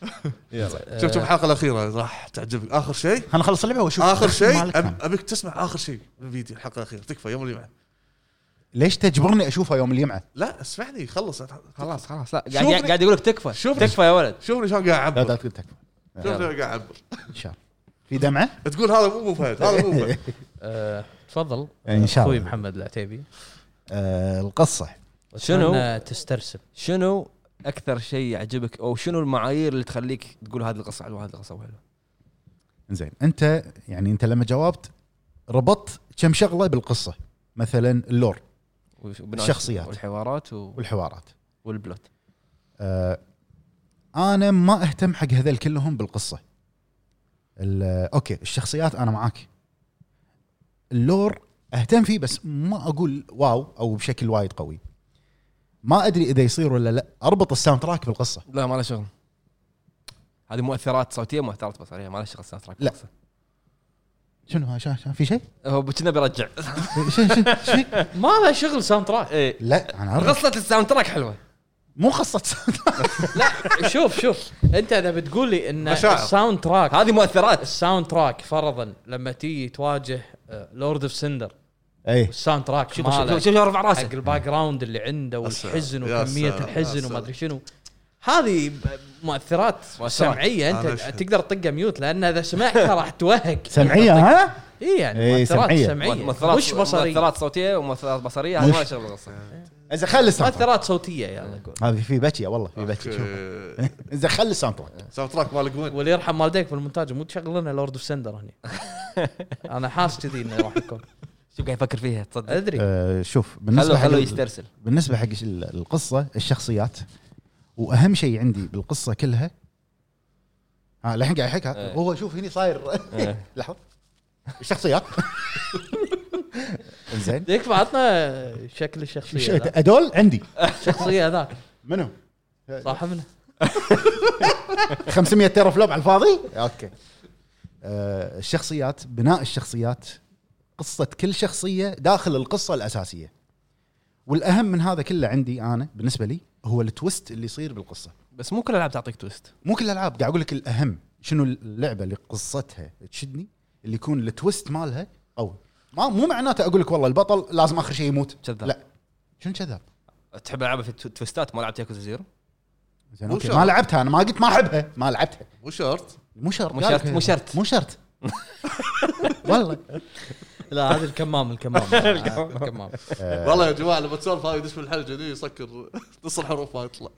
شوف شوف الحلقه الاخيره راح تعجبك اخر شيء
خلنا نخلص اللعبه واشوف
اخر شيء
مالك هم.
أب- ابيك تسمع اخر شيء من فيديو الحلقه الاخيره تكفى يوم الجمعه
ليش تجبرني اشوفها يوم الجمعه؟
لا اسمعني خلص
خلاص خلاص لا قاعد
شوفني.
قاعد يقول لك تكفى
شوفني.
تكفى يا ولد
شوفني شلون قاعد
لا لا
اعبر
تقول تكفى
شوفني شلون قاعد اعبر
ان شاء الله في دمعه؟
تقول هذا مو مو فهد هذا مو فهد
آه، تفضل
إن شاء
اخوي
الله.
محمد العتيبي
آه القصه
شنو؟
أتمنى تسترسل
شنو اكثر شيء يعجبك او شنو المعايير اللي تخليك تقول هذه القصه حلوه هذه القصه حلوه
زين انت يعني انت لما جاوبت ربطت كم شغله بالقصه مثلا اللور
وش-
الشخصيات.
والحوارات و...
والحوارات
والبلوت
آه انا ما اهتم حق هذول كلهم بالقصه ال- اوكي الشخصيات انا معاك اللور اهتم فيه بس ما اقول واو او بشكل وايد قوي ما ادري اذا يصير ولا لا اربط الساوند تراك بالقصه
لا ما له شغل هذه مؤثرات صوتيه مؤثرات بصريه ما له شغل ساوند تراك
لا.
بالقصة.
شنو ها- شا- شا- في شيء؟
هو كنا بيرجع
شيء شيء شيء
ما له شغل ساوند تراك
إيه.
لا انا أعرف.
قصه الساوند تراك حلوه
مو قصه sound track.
لا شوف شوف انت اذا بتقول لي ان
مشاعر.
الساوند تراك
هذه مؤثرات
الساوند تراك فرضا لما تيجي تواجه آه، لورد اوف سندر
اي
الساوند تراك
شوف شوف
ماله
شوف- شوف رفع
حق
راسك
الباك جراوند اللي عنده والحزن
يا
وكميه
سلام، يا
الحزن
سلام.
وما ادري شنو هذه ب- مؤثرات سمعيه انت
أنا أشهد.
تقدر تطقها ميوت لان اذا سمعتها راح توهق
سمعيه ها؟
اي يعني
إيه،
مؤثرات
سمعية.
سمعيه
مؤثرات
مش بصريه
مؤثرات صوتيه ومؤثرات بصريه هذه ما لها شغل بالقصه
اذا خلي الساوند تراك.
مؤثرات صوتيه يلا قول
هذه في بكيه والله
إيه،
في بكيه شوف اذا خلي الساوند تراك
ساوند تراك مال جوين
واللي يرحم والديك بالمونتاج مو تشغل لنا لورد اوف سندر هني انا حاس كذي انه راح يكون
شوف قاعد يفكر فيها تصدق
ادري
آه، شوف
خلوه
بالنسبه
خلوه
حق
يسترسل
بالنسبه حق ال- القصه الشخصيات واهم شيء عندي بالقصه كلها ها الحين قاعد يحكي
إيه.
هو شوف هني صاير
إيه.
لحظه الشخصيات زين
يكفى عطنا شكل الشخصيه ذا.
ادول عندي
الشخصيه ذاك
منو؟
صاحبنا
500 تيرا فلوب على الفاضي؟ اوكي آه، الشخصيات بناء الشخصيات قصة كل شخصية داخل القصة الأساسية والأهم من هذا كله عندي أنا بالنسبة لي هو التويست اللي يصير بالقصة
بس مو كل الالعاب تعطيك تويست
مو كل الألعاب قاعد أقول لك الأهم شنو اللعبة اللي قصتها تشدني اللي يكون التويست مالها قوي ما مو معناته أقول لك والله البطل لازم آخر شيء يموت
كذاب.
لا شنو كذاب؟
تحب العاب في التو- التويستات ما لعبت ياكوزا زيرو
زين
مو
أوكي،
شرط.
ما لعبتها أنا ما قلت ما أحبها ما لعبتها
مو شرط
مو شرط
مو شرط، مو شرط.
مو شرط والله
لا هذا الكمام الكمام الكمام
والله يا جماعه لما تسولف هاي يدش من الحلقه ذي يسكر نص الحروف ما يطلع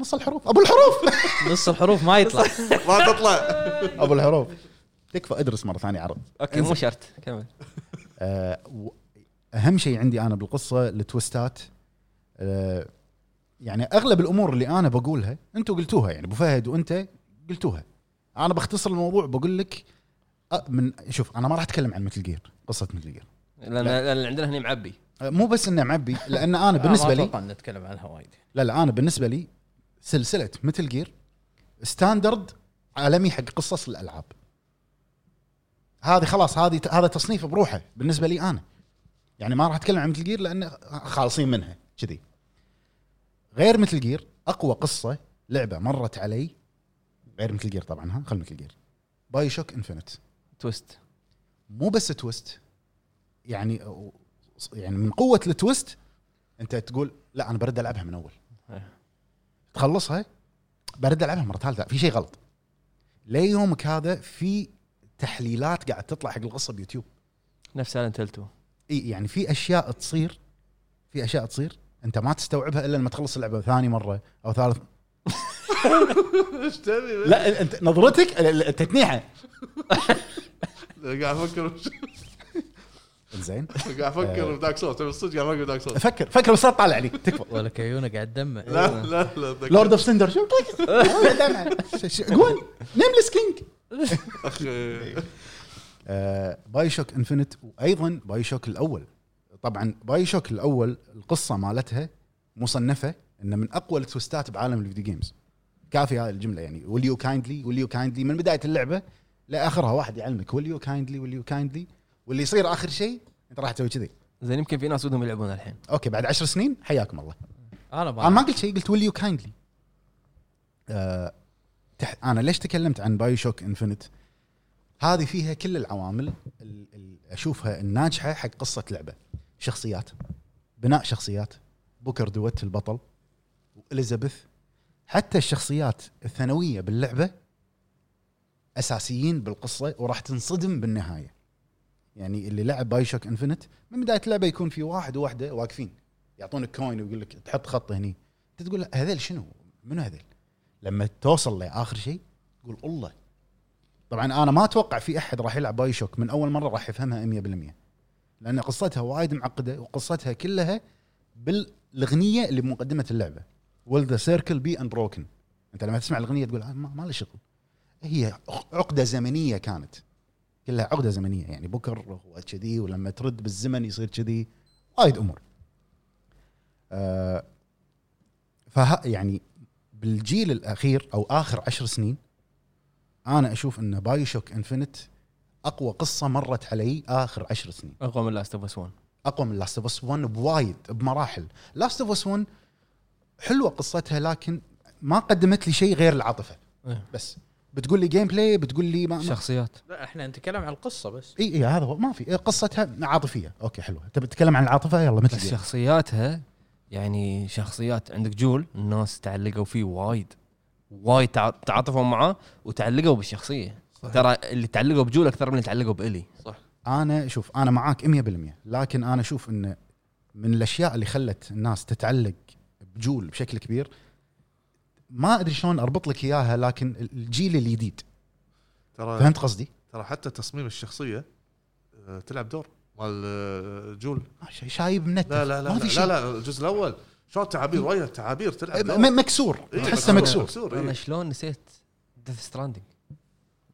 نص الحروف ابو الحروف
نص الحروف ما يطلع
ما تطلع
ابو الحروف تكفى ادرس مره ثانيه عرض
اوكي مو شرط كمل
أه اهم شيء عندي انا بالقصه التويستات أه يعني اغلب الامور اللي انا بقولها انتم قلتوها يعني ابو فهد وانت قلتوها انا بختصر الموضوع بقول لك أه، من شوف انا ما راح اتكلم عن مثل جير قصه مثل جير آه،
لان لأن اللي عندنا هنا معبي
مو بس انه معبي لان انا بالنسبه لي
نتكلم عنها وايد
لا لا انا بالنسبه لي سلسله متل جير ستاندرد عالمي حق قصص الالعاب هذه خلاص هذه هذا تصنيف بروحه بالنسبه لي انا يعني ما راح اتكلم عن متل جير لان خالصين منها كذي غير متل جير اقوى قصه لعبه مرت علي غير مثل جير طبعا ها خلينا مثل جير باي شوك انفنت
تويست
مو بس تويست يعني يعني من قوه التويست انت تقول لا انا برد العبها من اول
إيه.
تخلصها برد العبها مره ثالثه في شيء غلط ليومك هذا في تحليلات قاعد تطلع حق القصه بيوتيوب
نفس سايلنت هيل 2
اي يعني في اشياء تصير في اشياء تصير انت ما تستوعبها الا لما تخلص اللعبه ثاني مره او ثالث
ايش تبي؟
لا انت نظرتك تتنيحه
قاعد افكر
زين
قاعد افكر بداك صوت تبي الصدق قاعد افكر بداك صوت
فكر فكر بس لا تطالع لي تكفى
ولا كيونه قاعد دمه
لا لا لا أتذكر.
لورد اوف سندر شو قول نيمليس كينج
اخي
باي شوك انفنت وايضا باي شوك الاول طبعا باي شوك الاول القصه مالتها مصنفه انه من اقوى التوستات بعالم الفيديو جيمز كافي هذه الجمله يعني will you kindly will you kindly من بدايه اللعبه لاخرها واحد يعلمك will you kindly will you kindly واللي يصير اخر شيء انت راح تسوي كذي
زين يمكن في ناس ودهم يلعبون الحين
اوكي بعد عشر سنين حياكم الله
انا ما
انا ما قلت شيء قلت ويل يو كايندلي انا آه، ليش تكلمت عن بايو شوك انفنت هذه فيها كل العوامل اللي اشوفها الناجحه حق قصه لعبه شخصيات بناء شخصيات بوكر دويت البطل واليزابيث حتى الشخصيات الثانويه باللعبه اساسيين بالقصه وراح تنصدم بالنهايه يعني اللي لعب باي شوك انفنت من بدايه اللعبه يكون في واحد وواحده واقفين يعطونك كوين ويقول لك تحط خط هني انت تقول هذيل شنو؟ منو هذيل؟ لما توصل لاخر شيء تقول الله طبعا انا ما اتوقع في احد راح يلعب باي شوك من اول مره راح يفهمها 100% لان قصتها وايد معقده وقصتها كلها بالاغنيه اللي بمقدمه اللعبه ويل ذا سيركل بي بروكن انت لما تسمع الاغنيه تقول آه، ما, ما لي شغل هي عقده زمنيه كانت كلها عقده زمنيه يعني بكر هو كذي ولما ترد بالزمن يصير كذي وايد امور آه، فه يعني بالجيل الاخير او اخر عشر سنين انا اشوف ان بايو شوك انفنت اقوى قصه مرت علي اخر عشر سنين
اقوى من لاست اوف اس 1
اقوى من لاست اوف اس 1 بوايد بمراحل لاست اوف اس 1 حلوه قصتها لكن ما قدمت لي شيء غير العاطفه
إيه.
بس بتقول لي جيم بلاي بتقول لي ما ما-
شخصيات
لا احنا نتكلم عن القصه بس
اي اي هذا هو ما في إيه، قصتها عاطفيه اوكي حلوه تبي تتكلم عن العاطفه يلا مثل
بس
جيم.
شخصياتها يعني شخصيات عندك جول الناس تعلقوا فيه وايد وايد تع- تعاطفوا معاه وتعلقوا بالشخصيه ترى اللي تعلقوا بجول اكثر من اللي تعلقوا بالي
انا شوف انا معاك 100% لكن انا اشوف ان من الاشياء اللي خلت الناس تتعلق بجول بشكل كبير ما ادري شلون اربط لك اياها لكن الجيل الجديد
ترى
فهمت قصدي؟
ترى حتى تصميم الشخصيه آه، تلعب دور مال آه، جول
آه، شا- شايب منتف
لا لا لا
ما في
لا
شيء
لا الجزء الاول شلون تعابير ويا تعابير تلعب
م-
دور.
م- مكسور
إيه،
تحسه مكسور
انا
إيه.
شلون نسيت ديث ستراندنج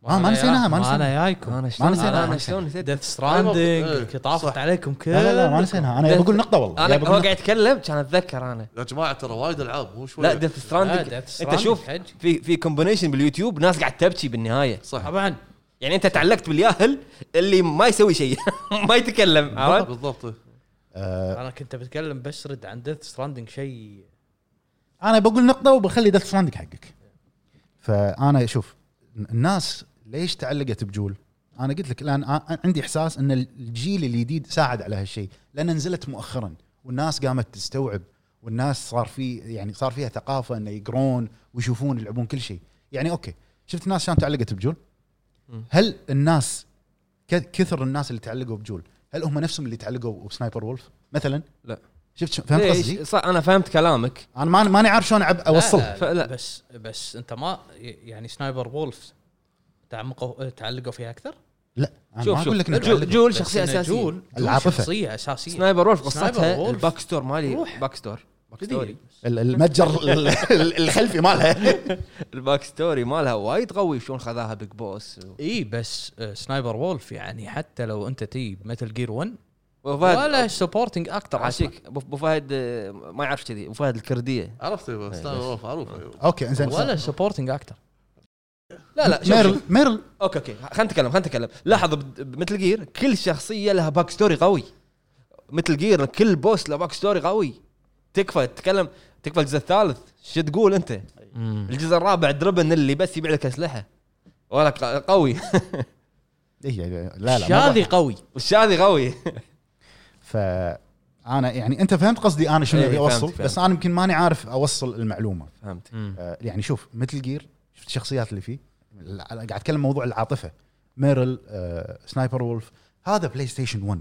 آه، ما نسيناها، ما
أنا-
نسيناها. آه.
انا جايكم
انا شلون
نسيناها.
انا شلون نسيت
ديث
إيه.
ستراندنج طافت
صح.
عليكم كل
لا لا لا ما نسيناها انا بقول نقطه والله
انا
يا بقول
هو
نقطة.
قاعد يتكلم كان اتذكر انا
يا جماعه ترى وايد العاب مو شوي
لا ديث
آه،
ستراندنج انت شوف في في كومبينيشن باليوتيوب ناس قاعد تبكي بالنهايه
صح
طبعا
يعني انت تعلقت بالياهل اللي ما يسوي شيء ما يتكلم عرفت
بالضبط
آه،
انا كنت بتكلم بس رد عن ديث ستراندنج شيء
انا بقول نقطه وبخلي دث ستراندنج حقك فانا شوف الناس ليش تعلقت بجول انا قلت لك الان أ- عندي احساس ان الجيل الجديد ساعد على هالشيء لان نزلت مؤخرا والناس قامت تستوعب والناس صار في يعني صار فيها ثقافه انه يقرون ويشوفون يلعبون كل شيء يعني اوكي شفت ناس شلون تعلقت بجول
مم.
هل الناس ك- كثر الناس اللي تعلقوا بجول هل هم نفسهم اللي تعلقوا بسنايبر وولف مثلا
لا.
شفت شو- فهمت قصدي
ليش؟ صح انا فهمت كلامك
انا ما ماني عارف شلون أعب- اوصلها
لا لا
فلا.
بس بس انت ما يعني سنايبر وولف تعمقوا تعلقوا فيها اكثر
لا انا
شوف
ما
شوف
اقول لك إنه
جو-
تعلق.
جول
بس
شخصيه
إن
اساسيه
جول
العاطفة.
العاطفه شخصيه اساسيه
سنايبر وولف
سنايبر
قصتها
وولف.
الباك ستور مالي
روح.
باك ستور باك ستوري
ال- المتجر ال- ال- الخلفي مالها
الباك ستوري مالها وايد قوي شلون خذاها بيج بوس و-
اي بس آه، سنايبر وولف يعني حتى لو انت تجيب مثل جير 1
أبو فهد-
ولا سبورتنج اكثر اصلا
عاشيك ابو أبو فهد آه، ما يعرف كذي ابو فهد الكرديه
عرفت إيه، بس لا، معروف إيه.
اوكي انزين
ولا سبورتنج اكثر
لا لا شوف
ميرل
شوف.
ميرل
اوكي اوكي خلينا نتكلم خلينا نتكلم لاحظ مثل جير كل شخصيه لها باك ستوري قوي مثل جير كل بوس له باك ستوري قوي تكفى تتكلم تكفى الجزء الثالث شو تقول انت الجزء الرابع دربن اللي بس يبيع لك اسلحه ولا ق- قوي
هي لا إيه، لا ما
شاذي
ضحك.
قوي
الشاذي قوي
فانا يعني انت فهمت قصدي انا شنو
إيه،
ابي
فهمت،
اوصل
فهمت.
بس انا يمكن ماني عارف اوصل المعلومه
فهمت
آه، يعني شوف مثل جير شفت الشخصيات اللي فيه ال- قاعد اتكلم موضوع العاطفه ميرل آه، سنايبر وولف هذا بلاي ستيشن 1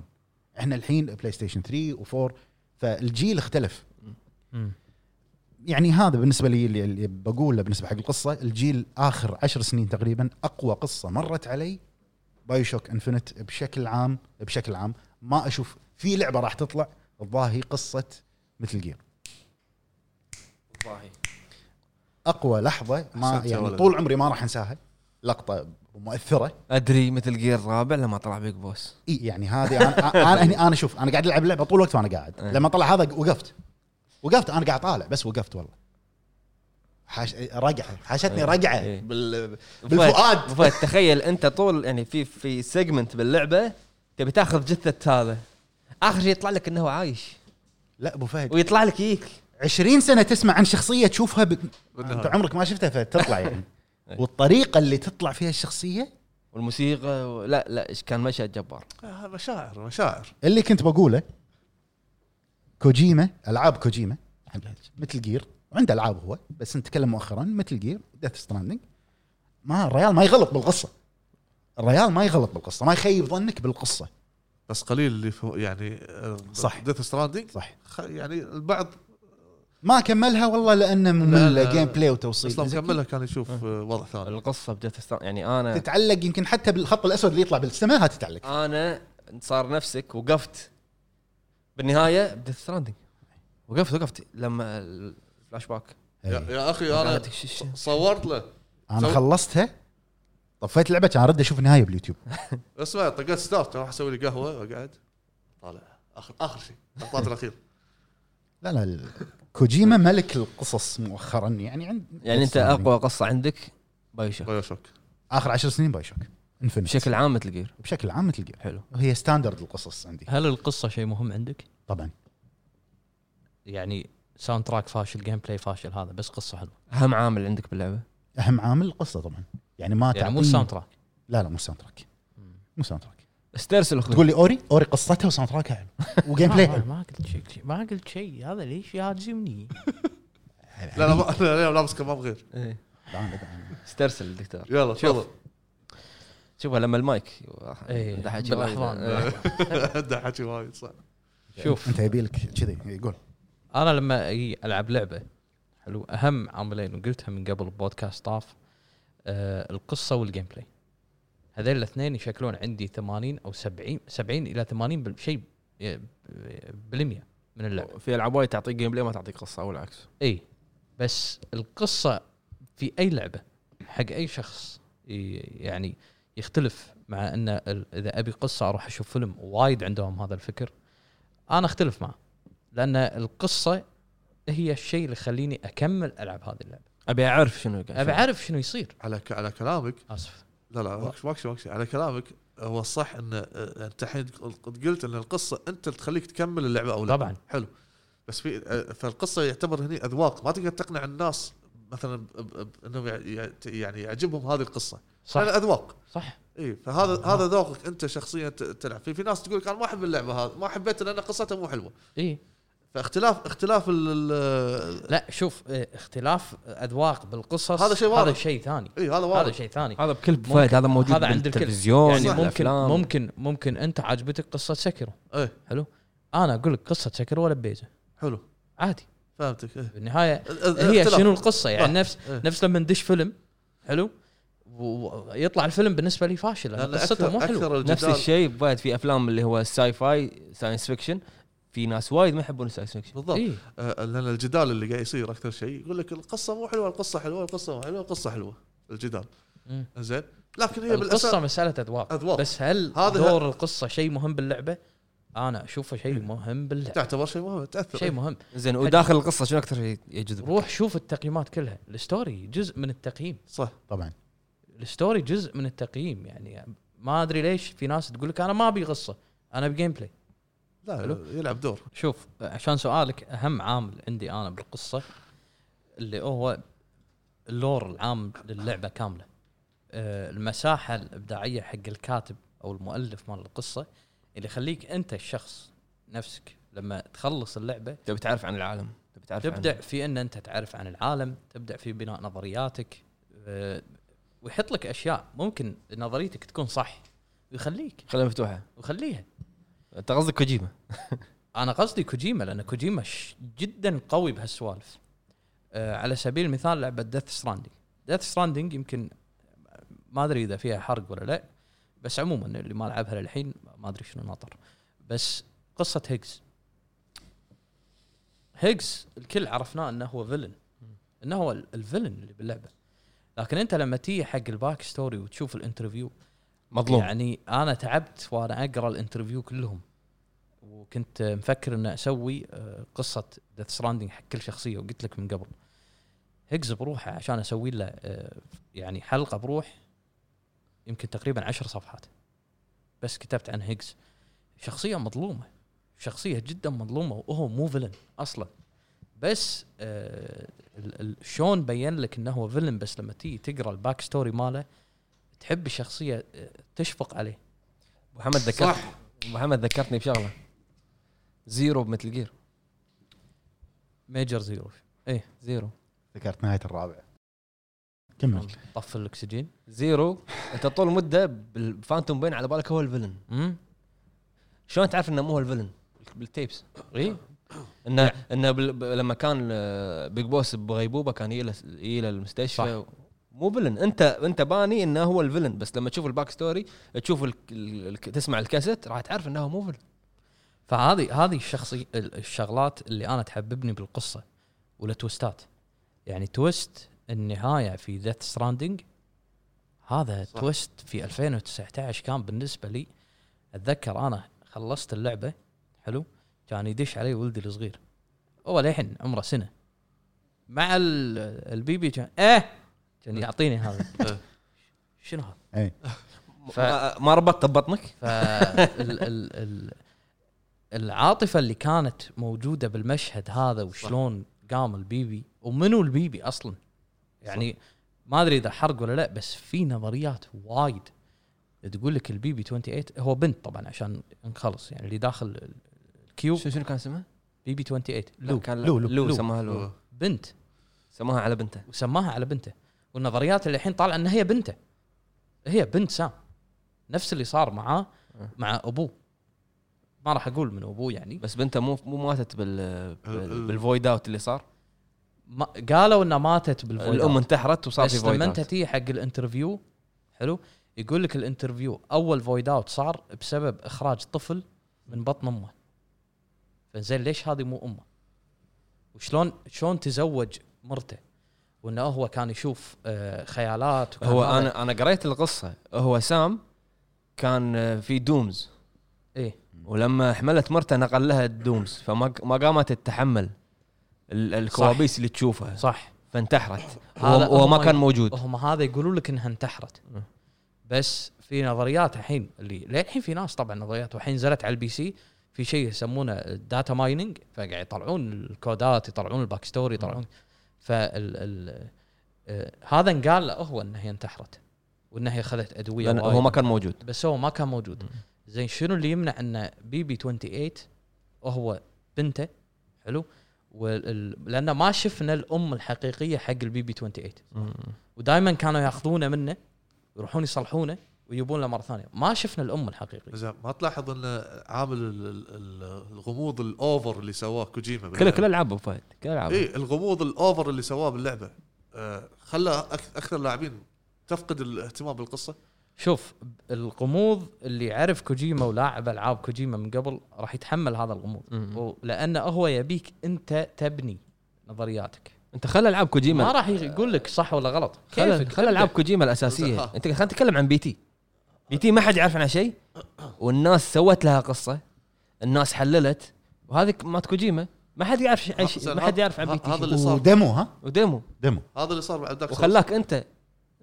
احنا الحين بلاي ستيشن 3 و4 فالجيل اختلف
مم.
يعني هذا بالنسبه لي اللي, اللي بقوله بالنسبه حق القصه الجيل اخر عشر سنين تقريبا اقوى قصه مرت علي بايو شوك انفنت بشكل عام بشكل عام ما اشوف في لعبه راح تطلع تضاهي قصه مثل جير اقوى لحظه ما
أحسنت يا
يعني
ولد.
طول عمري ما راح انساها لقطه مؤثره
ادري مثل جير رابع لما طلع بيج بوس
اي يعني هذه انا انا انا, أنا شوف انا قاعد العب لعبه طول الوقت وانا قاعد
إيه.
لما طلع هذا وقفت وقفت انا قاعد طالع بس وقفت والله حاش... رجعه حاشتني
إيه.
رجعه
إيه.
بال...
فهد-
بالفؤاد
فهد، تخيل انت طول يعني في في سيجمنت باللعبه تبي تاخذ جثه هذا اخر شيء يطلع لك انه هو عايش
لا ابو فهد
ويطلع لك يجيك
20 سنه تسمع عن شخصيه تشوفها ب...
بالنهار.
انت عمرك ما شفتها فتطلع يعني
إيه.
والطريقه اللي تطلع فيها الشخصيه
والموسيقى و... لا لا إيش كان مشهد جبار
آه، مشاعر مشاعر
اللي كنت بقوله كوجيما العاب كوجيما مثل جير وعنده العاب هو بس نتكلم مؤخرا مثل جير ديث ستراندنج ما الريال ما يغلط بالقصه الريال ما يغلط بالقصه ما يخيب ظنك بالقصه
بس قليل اللي فو- يعني
صح.
ديث ستراندنج
صح
يعني البعض
ما كملها والله لانه
لا،
ممل
لا.
جيم بلاي وتوصيل
اصلا مكملها كان يشوف آه، وضع ثاني
القصه بديت أستر... يعني انا
تتعلق يمكن حتى بالخط الاسود اللي يطلع بالسماء ها
آه،
تتعلق
انا صار نفسك وقفت بالنهايه بديت ستراندنج وقفت وقفت لما الفلاش باك
يا,
إيه.
يا اخي انا
قاعد شش-
صورت له
انا
سو-
خلصتها طفيت اللعبه كان ارد اشوف النهايه باليوتيوب
اسمع طقيت ستارت راح اسوي لي قهوه واقعد طالع اخر اخر شيء اللقطات الاخير
لا لا ال- كوجيما ملك القصص مؤخرا يعني عند
يعني انت اقوى قصه عندك بايو شوك
بايو شوك
اخر عشر سنين باي شوك انفنت
بشكل عام مثل جير
بشكل عام مثل جيم
حلو أه.
وهي ستاندرد القصص عندي
هل القصه شيء مهم عندك؟
طبعا
يعني ساوند تراك فاشل جيم بلاي فاشل هذا بس قصه حلوه
اهم عامل عندك باللعبه
اهم عامل القصه طبعا يعني ما
يعني مو
تعطيني-
ساوند تراك
لا لا مو ساوند تراك مو ساوند تراك
ستيرس الاخوي
تقول لي اوري اوري قصتها وساوند تراكها حلو وجيم بلاي
آه.
ما-
حلو
آه، ما قلت شيء ما قلت شيء هذا ليش يهاجمني؟
لا لا ما- لا لا، لابس كمام غير
إيه.
دعنا- دعنا.
ستيرس الدكتور
يلا تفضل
شوفها لما المايك
إيه،
ده حكي
بالأحضان.
وايد. إيه.
عنده حكي وايد صح
شوف
انت يبي لك كذي يقول
انا لما اجي العب لعبه حلو اهم عاملين وقلتها من قبل بودكاست طاف آه القصه والجيم بلاي هذول الاثنين يشكلون عندي 80 او 70 70 الى 80 بال- شيء آه، بالمية من اللعبه
في العاب وايد تعطيك جيم بلاي ما تعطيك قصه او العكس
اي إيه، بس القصه في اي لعبه حق اي شخص ي- يعني يختلف مع ان ال- اذا ابي قصه اروح اشوف فيلم وايد عندهم هذا الفكر انا اختلف معه لان القصه هي الشيء اللي يخليني اكمل العب هذه اللعبه
ابي اعرف شنو
ابي اعرف شنو يصير
على ك- على كلامك
اسف
لا لا ماكش ماكش ماكش على كلامك هو الصح ان آه، انت الحين قد قلت ان القصه انت اللي تخليك تكمل اللعبه او لا
طبعاً.
حلو بس في آه، فالقصه يعتبر هني اذواق ما تقدر تقنع الناس مثلا ب- ب- انهم يع- يعني يعجبهم هذه القصه
صح
لأن اذواق
صح
اي إيه، فهذا هذا ذوقك انت شخصيا ت- تلعب في في ناس تقول لك انا ما احب اللعبه هذا ما حبيتها لان قصتها مو حلوه
اي
فاختلاف اختلاف ال- ال-
إيه. لا شوف آه، اختلاف اذواق بالقصص
هذا شيء
هذا
واضح.
شيء ثاني
اي إيه، هذا
هذا
واضح
شيء ثاني
هذا بكل
ممكن-
فايد هذا موجود
هذا
هذا
عند
عند
الكل.
التلفزيون
يعني ممكن
بالأفلام.
ممكن ممكن انت عاجبتك قصه سكرو
ايه
حلو انا اقول لك قصه سكر ولا بيزه
حلو
عادي
فهمتك ايه
بالنهايه
ال- ال-
هي
اختلاف.
شنو القصه يعني
صح.
نفس
إيه.
نفس لما ندش فيلم حلو و- ويطلع الفيلم بالنسبه لي فاشل لان
لأن
قصته مو
أكثر-
حلوه
أكثر
نفس
الجدال-
الشيء بعد في افلام اللي هو الساي فاي ساينس فيكشن في ناس وايد ما يحبون الساينس فيكشن
بالضبط
إيه.
آه، لان الجدال اللي قاعد يصير اكثر شيء يقول لك القصه مو حلوه القصه حلوه القصه مو حلوه القصه حلوه الجدال
مم.
زين لكن هي بالاساس
القصه مساله اذواق
أذواق.
بس هل
هذا- إيه.
دور القصه شيء مهم باللعبه؟ انا اشوفه شيء مهم باللعبه
تعتبر شيء مهم تاثر
شيء مهم
زين وداخل القصه شنو اكثر شيء يجذب
روح شوف التقييمات كلها الستوري جزء من التقييم
صح
طبعا
الستوري جزء من التقييم يعني ما ادري ليش في ناس تقول لك انا ما ابي قصه انا ابي جيم بلاي
لا
حلو.
يلعب دور
شوف عشان سؤالك اهم عامل عندي انا بالقصه اللي هو اللور العام للعبه كامله آه، المساحه الابداعيه حق الكاتب او المؤلف مال القصه اللي يخليك انت الشخص نفسك لما تخلص اللعبه
تبي تعرف عن العالم تبي تعرف عن-
تبدع في ان انت تعرف عن العالم تبدع في بناء نظرياتك آه، ويحط لك اشياء ممكن نظريتك تكون صح ويخليك
خليها مفتوحه
ويخليها
انت قصدك كوجيما
انا قصدي كوجيما لان كوجيما ش- جدا قوي بهالسوالف آه على سبيل المثال لعبه ديث ستراندنج ديث ستراندنج يمكن ما ادري اذا فيها حرق ولا لا بس عموما اللي ما لعبها للحين ما ادري شنو ناطر بس قصه هيجز هيجز الكل عرفناه انه هو فيلن انه هو ال- الفيلن اللي باللعبه لكن انت لما تيجي حق الباك ستوري وتشوف الانترفيو
مظلوم يعني
يعني انا تعبت وانا اقرا الانترفيو كلهم وكنت مفكر ان اسوي آه، قصه ديث ستراندنج حق كل شخصيه وقلت لك من قبل هيجز بروحه عشان اسوي له آه، يعني حلقه بروح يمكن تقريبا عشر صفحات بس كتبت عن هيجز شخصيه مظلومه شخصيه جدا مظلومه وهو مو فيلن اصلا بس آه، ال- ال- شلون بين لك انه هو فيلن بس لما تيجي تقرا الباك ستوري ماله تحب الشخصيه آه، تشفق عليه
ابو حمد ذكرت
صح
ابو حمد ذكرتني بشغله زيرو بمثل جير
ميجر زيرو
زيرو
ذكرت نهايه الرابع كمل
طف الاكسجين
زيرو انت طول المده بالفانتوم بين على بالك هو الفيلن
امم
شلون تعرف انه مو هو الفيلن بالتيبس
اي
انه انه بال- ب- لما كان آه، بيج بوس بغيبوبه كان يله يله المستشفى مو فيلن انت انت باني انه هو الفيلن بس لما تشوف الباك ستوري تشوف ال... ال... ال- تسمع الكاسيت راح تعرف انه هو مو فيلن
فهذه هذه الشخصي ال- الشغلات اللي انا تحببني بالقصه والتويستات يعني تويست النهايه في ديث ستراندنج هذا
صح.
صح. تويست في 2019 كان بالنسبه لي اتذكر انا خلصت اللعبه حلو كان يدش علي ولدي الصغير هو للحين عمره سنه مع ال- البيبي كان ايه كان يعطيني هذا
إيه.
شنو هذا
اي
ف... ما ما ربطت ببطنك
فال ال ال العاطفه اللي كانت موجوده بالمشهد هذا وشلون قام البيبي ومنو البيبي اصلا يعني ما ادري اذا حرق ولا لا بس في نظريات وايد تقول لك البيبي 28 هو بنت طبعا عشان نخلص يعني اللي داخل ال- الكيو
شو شنو كان اسمه؟
بيبي 28
لا،
لو
كان
لو- لو-
لو
لو.
سماها لو
أوه.
بنت
سماها على بنته
وسماها على بنته والنظريات اللي الحين طالعه ان هي بنته هي بنت سام نفس اللي صار معاه مع ابوه ما راح اقول من ابوه يعني
بس بنته مو مو ماتت بال
ال- ال-
بال- بالفويد اوت اللي صار
ما قالوا انها ماتت بالفويد
الام
أوت.
انتحرت وصار في
بس
فويد
لما انت
اوت
تيجي حق الانترفيو حلو يقول لك الانترفيو اول فويد اوت صار بسبب اخراج طفل من بطن امه فزين ليش هذه مو امه؟ وشلون شلون تزوج مرته؟ وانه هو كان يشوف آه، خيالات وكان
هو
هذا-
انا انا قريت القصه هو سام كان آه، في دومز
ايه
ولما حملت مرته نقل لها الدومز فما ما قامت تتحمل ال- الكوابيس اللي تشوفها
صح
فانتحرت
هذا
وهو وهو ما
هم-
كان موجود
هم هذا يقولون لك انها انتحرت
م.
بس في نظريات الحين اللي للحين في ناس طبعا نظريات والحين نزلت على البي سي في شيء يسمونه داتا مايننج فقاعد يطلعون الكودات يطلعون الباك ستوري يطلعون فال ال آه، هذا انقال له هو انها هي انتحرت وانها هي اخذت ادويه
لأن هو
وايد.
ما كان موجود
بس هو ما كان موجود
مم.
زين شنو اللي يمنع ان بيبي 28 وهو بنته حلو وال... لانه ما شفنا الام الحقيقيه حق البيبي 28 ودائما كانوا ياخذونه منه يروحون يصلحونه ويجيبون له مره ثانيه ما شفنا الام الحقيقيه
زين ما تلاحظ ان عامل ال- ال- ال- الغموض الاوفر اللي سواه كوجيما
كل كل العاب أبو فهد كل العاب
اي الغموض الاوفر اللي سواه باللعبه آه، خلى أك- اكثر لاعبين تفقد الاهتمام بالقصه
شوف الغموض اللي يعرف كوجيما ولاعب العاب كوجيما من قبل راح يتحمل هذا الغموض
مم.
و- لانه هو يبيك انت تبني نظرياتك
انت خلى العاب
ما
كوجيما
راح يقول لك صح ولا غلط
خلى
كيفك،
خلى
ابدأ.
العاب كوجيما الاساسيه
آه.
انت خلينا نتكلم عن بي تي بي تي ما حد يعرف عنها شيء والناس سوت لها قصه الناس حللت وهذه مات كوجيما ما حد يعرف شيء- عن شيء ما حد يعرف عن بي
هذا
تي
اللي صار
وديمو ها
وديمو
ديمو
هذا اللي صار بعد ذاك
وخلاك انت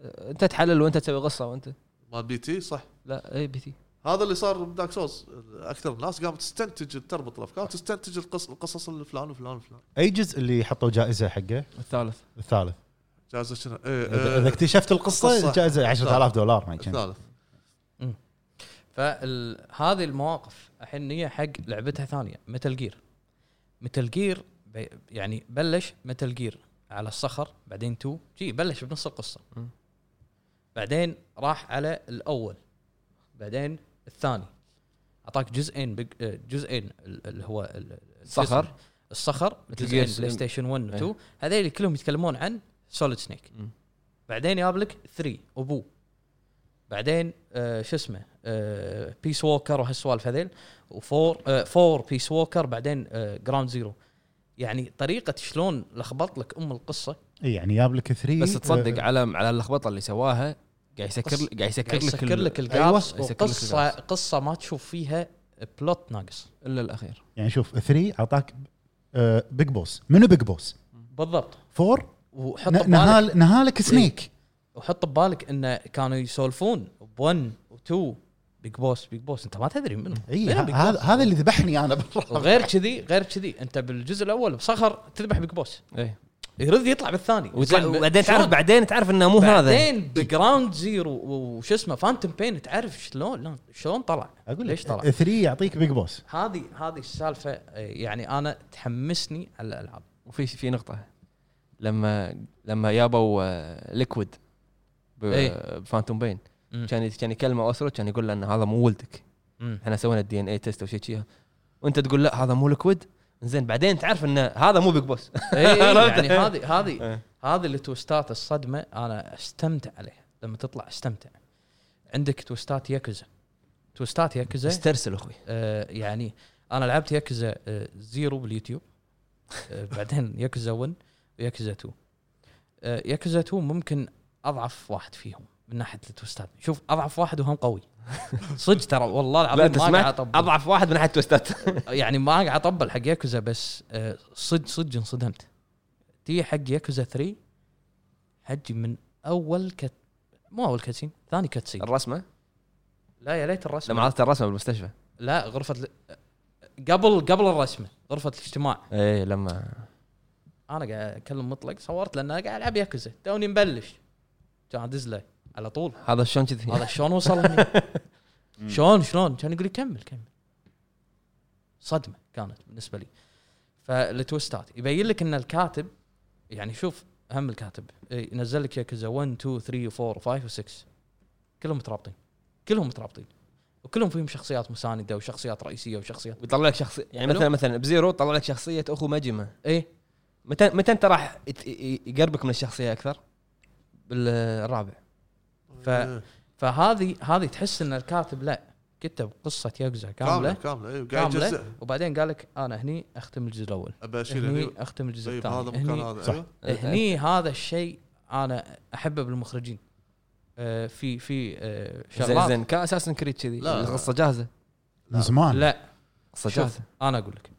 انت تحلل وانت تسوي قصه وانت
مال بي تي صح
لا اي بي تي
هذا اللي صار بدارك سولز اكثر الناس قامت تستنتج تربط الافكار تستنتج القص... القصص الفلان وفلان وفلان
ايجز اللي حطوا جائزه حقه
الثالث
الثالث
جائزه شنو؟ إيه،
اذا
آه،
إذا يعني. اكتشفت القصه
قصة.
جائزه 10000 دولار ما يمكن
الثالث
فهذه المواقف الحين هي حق لعبتها ثانيه متل جير متل جير يعني بلش متل جير على الصخر بعدين تو جي بلش بنص القصه
مم.
بعدين راح على الاول بعدين الثاني اعطاك جزئين بج... آه، جزئين ال- اللي هو ال- الجزء-
الصخر.
الصخر
Metal
جزئين
Gear
بلاي
Slim.
ستيشن 1 و 2
إيه.
هذول كلهم يتكلمون عن سوليد سنيك
مم.
بعدين جاب لك 3 ابو بعدين آه شو اسمه آه بيس ووكر وهالسوالف هذيل وفور آه فور بيس ووكر بعدين آه جراوند زيرو يعني طريقه شلون لخبط لك ام القصه
إي يعني جاب لك 3
بس
إيه.
تصدق على على اللخبطه اللي سواها قاعد يسكر قاعد يسكر
قاعد
لك
يسكر لك
ال-
الجابس
أيوة، يسكر لك
قصه
الجابس.
قصه ما تشوف فيها بلوت ناقص
الا الاخير
يعني شوف 3 اعطاك آه، بيج بوس منو بيج بوس؟
بالضبط
4
وحط
ن-
ببالك
نهال نهالك
إيه.
سنيك
وحط ببالك انه كانوا يسولفون ب 1 و 2 بيج بوس بيج بوس انت ما تدري منو
اي
منو
ه-
Big
إيه، هذا
Boss؟
هذا اللي ذبحني انا بالراحه
وغير كذي غير كذي انت بالجزء الاول بصخر تذبح بيج بوس
ايه
يرد يطلع بالثاني
وتع-
زين،
وبعدين تعرف
شلون؟
بعدين تعرف انه مو هذا
بعدين بجراوند زيرو وش اسمه فانتوم بين تعرف شلون لا، شلون طلع
اقول لك
ليش طلع
3 يعطيك بيج بوس
هذه هذه السالفه آه، يعني انا تحمسني على الالعاب
وفي في نقطه لما لما يابوا آه، ليكويد ب-
إيه.
بفانتوم بين
مم.
كان كان يكلمه اوسرو كان يقول له ان هذا مو ولدك
مم.
احنا سوينا الدي ان اي تيست وشي شي وانت تقول لا هذا مو ليكويد زين بعدين تعرف انه هذا مو بيج بوس
إي، إي، يعني
عرفت؟
هذه هذه
إيه.
هذه التوستات الصدمه انا استمتع عليها لما تطلع استمتع عندك توستات ياكوزا توستات ياكوزا
استرسل اخوي
آه، يعني انا لعبت ياكوزا آه، زيرو باليوتيوب آه، بعدين ياكوزا 1 وياكوزا 2 آه، ياكوزا 2 ممكن اضعف واحد فيهم من ناحيه التوستات شوف اضعف واحد وهم قوي صدق ترى والله
لا انت
العظيم ما قاعد
سمعت
اطبل
اضعف واحد من ناحيه توستات
يعني ما قاعد اطبل حق ياكوزا بس آه، صدق صدق انصدمت تي حق ياكوزا 3 حجي من اول كت مو اول كاتسين ثاني كاتسين
الرسمه
لا يا ليت الرسمه
لما عرفت الرسمه بالمستشفى
لا غرفه ال- قبل قبل الرسمه غرفه الاجتماع
ايه لما
انا قاعد اكلم مطلق صورت لان انا قاعد العب ياكوزا توني مبلش كان ادز له على طول
هذا شلون كذي
هذا شلون وصل هني؟ شلون شلون كان يقول لي كمل كمل صدمه كانت بالنسبه لي فالتويستات يبين لك ان الكاتب يعني شوف هم الكاتب إيه، ينزل لك ياكوزا 1 2 3 4 5 و6 كلهم مترابطين كلهم مترابطين وكلهم فيهم شخصيات مسانده وشخصيات رئيسيه وشخصيات
ويطلع لك شخصيه يعني
حلو.
مثلا مثلا بزيرو طلع لك شخصيه اخو مجمه
ايه
متى متى انت راح يت- ي- يقربك من الشخصيه اكثر؟ بالرابع
ف- فهذه هذه تحس ان الكاتب لا كتب قصه ياكوزا
كامله
كامله
كامله ايوه قاعد
كامله
يجزء
وبعدين قال لك انا هني اختم الجزء الاول
ابى اشيل
هني
هني
اختم الجزء
طيب هذا
الثاني
مكان
هني,
هذا
صح.
أيوة.
إيه،
هني هذا الشيء انا احبه بالمخرجين آه، في في آه،
زين
شغلات
زين كان اساسا كريد كذي
لا.
القصه جاهزه
من زمان
لا
قصه
شوف.
جاهزه
انا اقول لك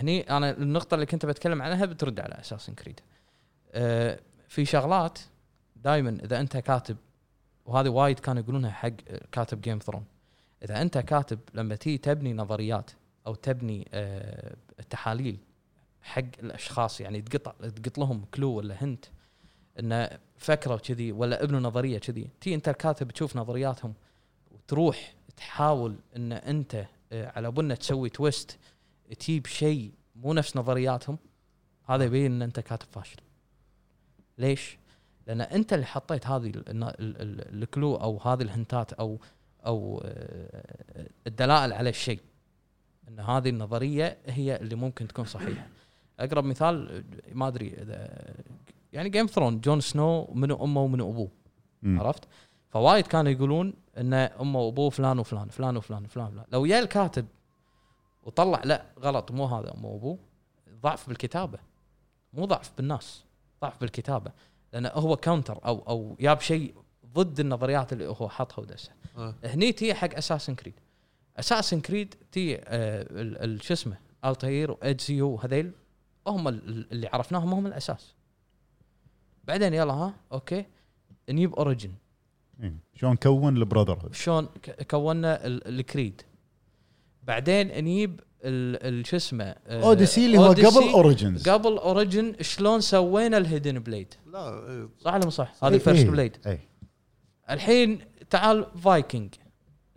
هني انا النقطه اللي كنت بتكلم عنها بترد على اساس كريد آه، في شغلات دائما اذا انت كاتب وهذه وايد كانوا يقولونها حق كاتب جيم ثرون اذا انت كاتب لما تيجي تبني نظريات او تبني آه، تحاليل حق الاشخاص يعني تقطع تقط لهم كلو ولا هنت انه فكروا كذي ولا ابنوا نظريه كذي تي انت الكاتب تشوف نظرياتهم وتروح تحاول ان انت آه، على بنا تسوي تويست تجيب شيء مو نفس نظرياتهم هذا يبين ان انت كاتب فاشل ليش؟ لان انت اللي حطيت هذه ال- النا- ال- ال- الكلو او هذه الهنتات او او آه، الدلائل على الشيء ان هذه النظريه هي اللي ممكن تكون صحيحه اقرب مثال آه، ما ادري اذا يعني جيم ثرون جون سنو منو امه ومنو ابوه
مم.
عرفت؟ فوايد كانوا يقولون ان امه وابوه فلان وفلان فلان وفلان فلان, فلان. لو يا الكاتب وطلع لا غلط مو هذا امه وابوه ضعف بالكتابه مو ضعف بالناس ضعف بالكتابه لانه هو كاونتر او او جاب شيء ضد النظريات اللي هو حطها ودسها
آه.
هني تي حق اساسن كريد اساسن كريد تي آه، ال- ال- شو اسمه التاير وايدزيو وهذيل هم ال- اللي عرفناهم هم الاساس بعدين يلا ها اوكي نجيب اوريجن
إيه. شلون كون البراذر هود
شلون ك- كونا ال- الكريد بعدين نجيب ال- ال- شو اسمه آه،
اوديسي اللي هو
Odyssey
قبل اوريجنز
قبل اوريجن شلون سوينا الهيدن بليد
لا إيه.
صح ولا مو صح؟ هذه فيرست بليد
اي
الحين تعال فايكنج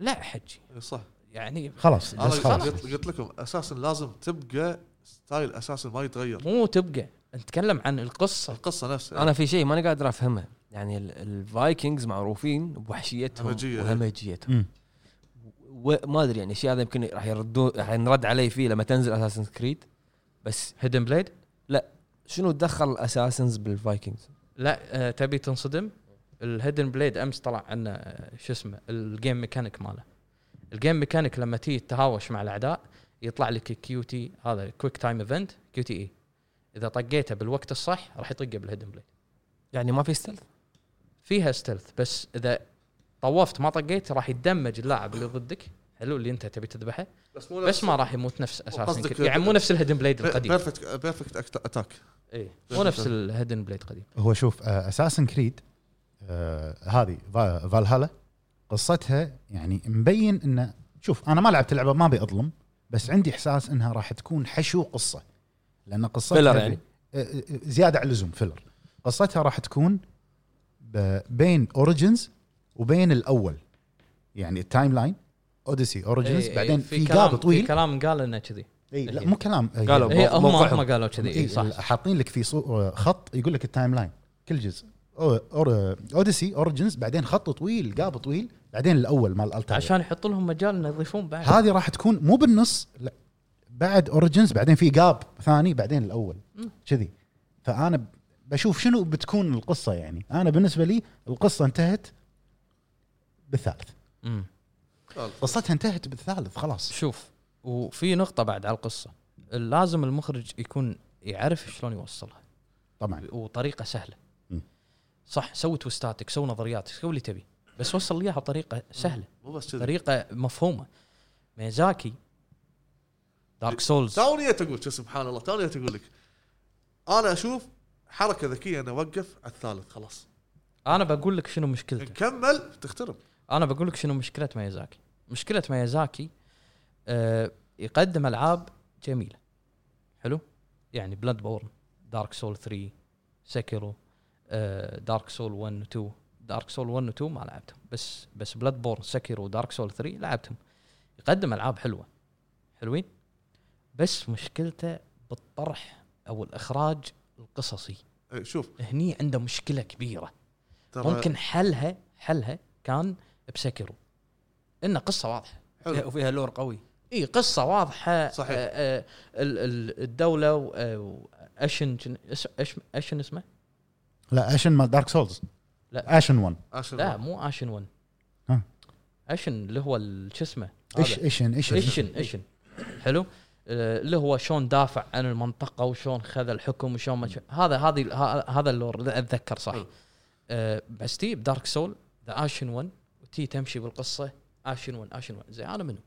لا حجي
إيه، صح
يعني
خلاص
انا
بس خلاص
قلت قلت لكم اساسا لازم تبقى ستايل اساسا ما يتغير
مو تبقى نتكلم عن القصه
القصه نفسها
انا في شيء ماني قادر افهمه يعني ال- الفايكنجز معروفين بوحشيتهم
همجية.
وهمجيتهم
مم.
وما ادري يعني الشيء هذا يمكن راح يردون راح نرد عليه فيه لما تنزل اساسن كريد بس
هيدن بليد
شنو دخل اساسنز بالفايكنجز؟
لا آه تبي تنصدم الهيدن بليد امس طلع عنا آه، شو اسمه الجيم ميكانيك ماله الجيم ميكانيك لما تيجي تتهاوش مع الاعداء يطلع لك كيو تي هذا كويك تايم ايفنت كيو تي اي اذا طقيته بالوقت الصح راح يطقه بالهيدن بليد
يعني ما في ستيلث؟
فيها ستيلث بس اذا طوفت ما طقيت راح يتدمج اللاعب اللي ضدك حلو اللي انت تبي تذبحه
بس مو
بس ما راح يموت نفس اساسا
قصدك-
يعني مو نفس الهيدن بليد القديم
بيرفكت بيرفكت اتاك
اي مو نفس الهيدن بليد القديم
هو شوف آه، اساسن كريد آه، هذه فا- فالهالا قصتها يعني مبين انه شوف انا ما لعبت اللعبه ما ابي اظلم بس عندي احساس انها راح تكون حشو قصه لان قصتها
Filler يعني.
آه، آه، زياده عن اللزوم فيلر قصتها راح تكون ب- بين اوريجنز وبين الاول يعني التايم لاين اوديسي اوريجنز
إي- إي،
بعدين في
كلام-
جاب
إيه، في
طويل
كلام قال انه كذي
إي، لا
هي.
مو كلام آه، يعني هي-
قالوا
هي هم
موقعهم.
هم قالوا كذي يعني.
إيه
إي، صح
حاطين لك في صو- آه، خط يقول لك التايم لاين كل جزء أو أور اوديسي اوريجنز بعدين خط طويل قاب طويل بعدين الاول مال التايم
عشان يحط لهم مجال انه يضيفون بعد
هذه راح تكون مو بالنص لا بعد اوريجنز بعدين في قاب ثاني بعدين الاول
مم.
كذي فانا ب- بشوف شنو بتكون القصه يعني انا بالنسبه لي القصه انتهت بالثالث
مم.
قصتها انتهت بالثالث خلاص
شوف وفي نقطه بعد على القصه لازم المخرج يكون يعرف شلون يوصلها
طبعا
وطريقه سهله
مم.
صح سوي توستاتك سوي نظرياتك سوي اللي تبي بس وصل لي اياها بطريقه سهله
مو بس كذي
طريقه مفهومه ميزاكي دارك
إيه.
سولز
توني تقول شو سبحان الله توني تقول لك انا اشوف حركه ذكيه انه وقف على الثالث خلاص
انا بقول لك شنو مشكلته
نكمل تخترب
انا بقول لك شنو مشكله ميازاكي مشكله ميازاكي آه يقدم العاب جميله حلو يعني بلاد بورن دارك سول 3 سكرو آه دارك سول 1 و 2 دارك سول 1 و 2 ما لعبتهم بس بس بلاد بورن سكرو ودارك سول 3 لعبتهم يقدم العاب حلوه حلوين بس مشكلته بالطرح او الاخراج القصصي
إيه، شوف
هني عنده مشكله كبيره
ترى
ممكن حلها حلها كان بسكرو انه قصه واضحه
حلو
وفيها لور قوي
اي قصه واضحه
صحيح.
آه، آه، ال- ال- الدوله و- آه، واشن جن- إس- إيش- اشن اسمه
لا اشن مال دارك سولز
لا.
اشن 1
عشان
لا مو اشن 1
ها.
اشن اللي هو ال- شو اسمه
ايش
هذا.
اشن اشن
اشن اشن حلو آه، اللي هو شلون دافع عن المنطقه وشلون خذ الحكم وشلون ما شا- هذا هذه ه- هذا اللور إذا اتذكر صح
حلو.
آه، بس تي بدارك سول ذا اشن 1 وتي تمشي بالقصه اشن 1 اشن 1 زين انا منو؟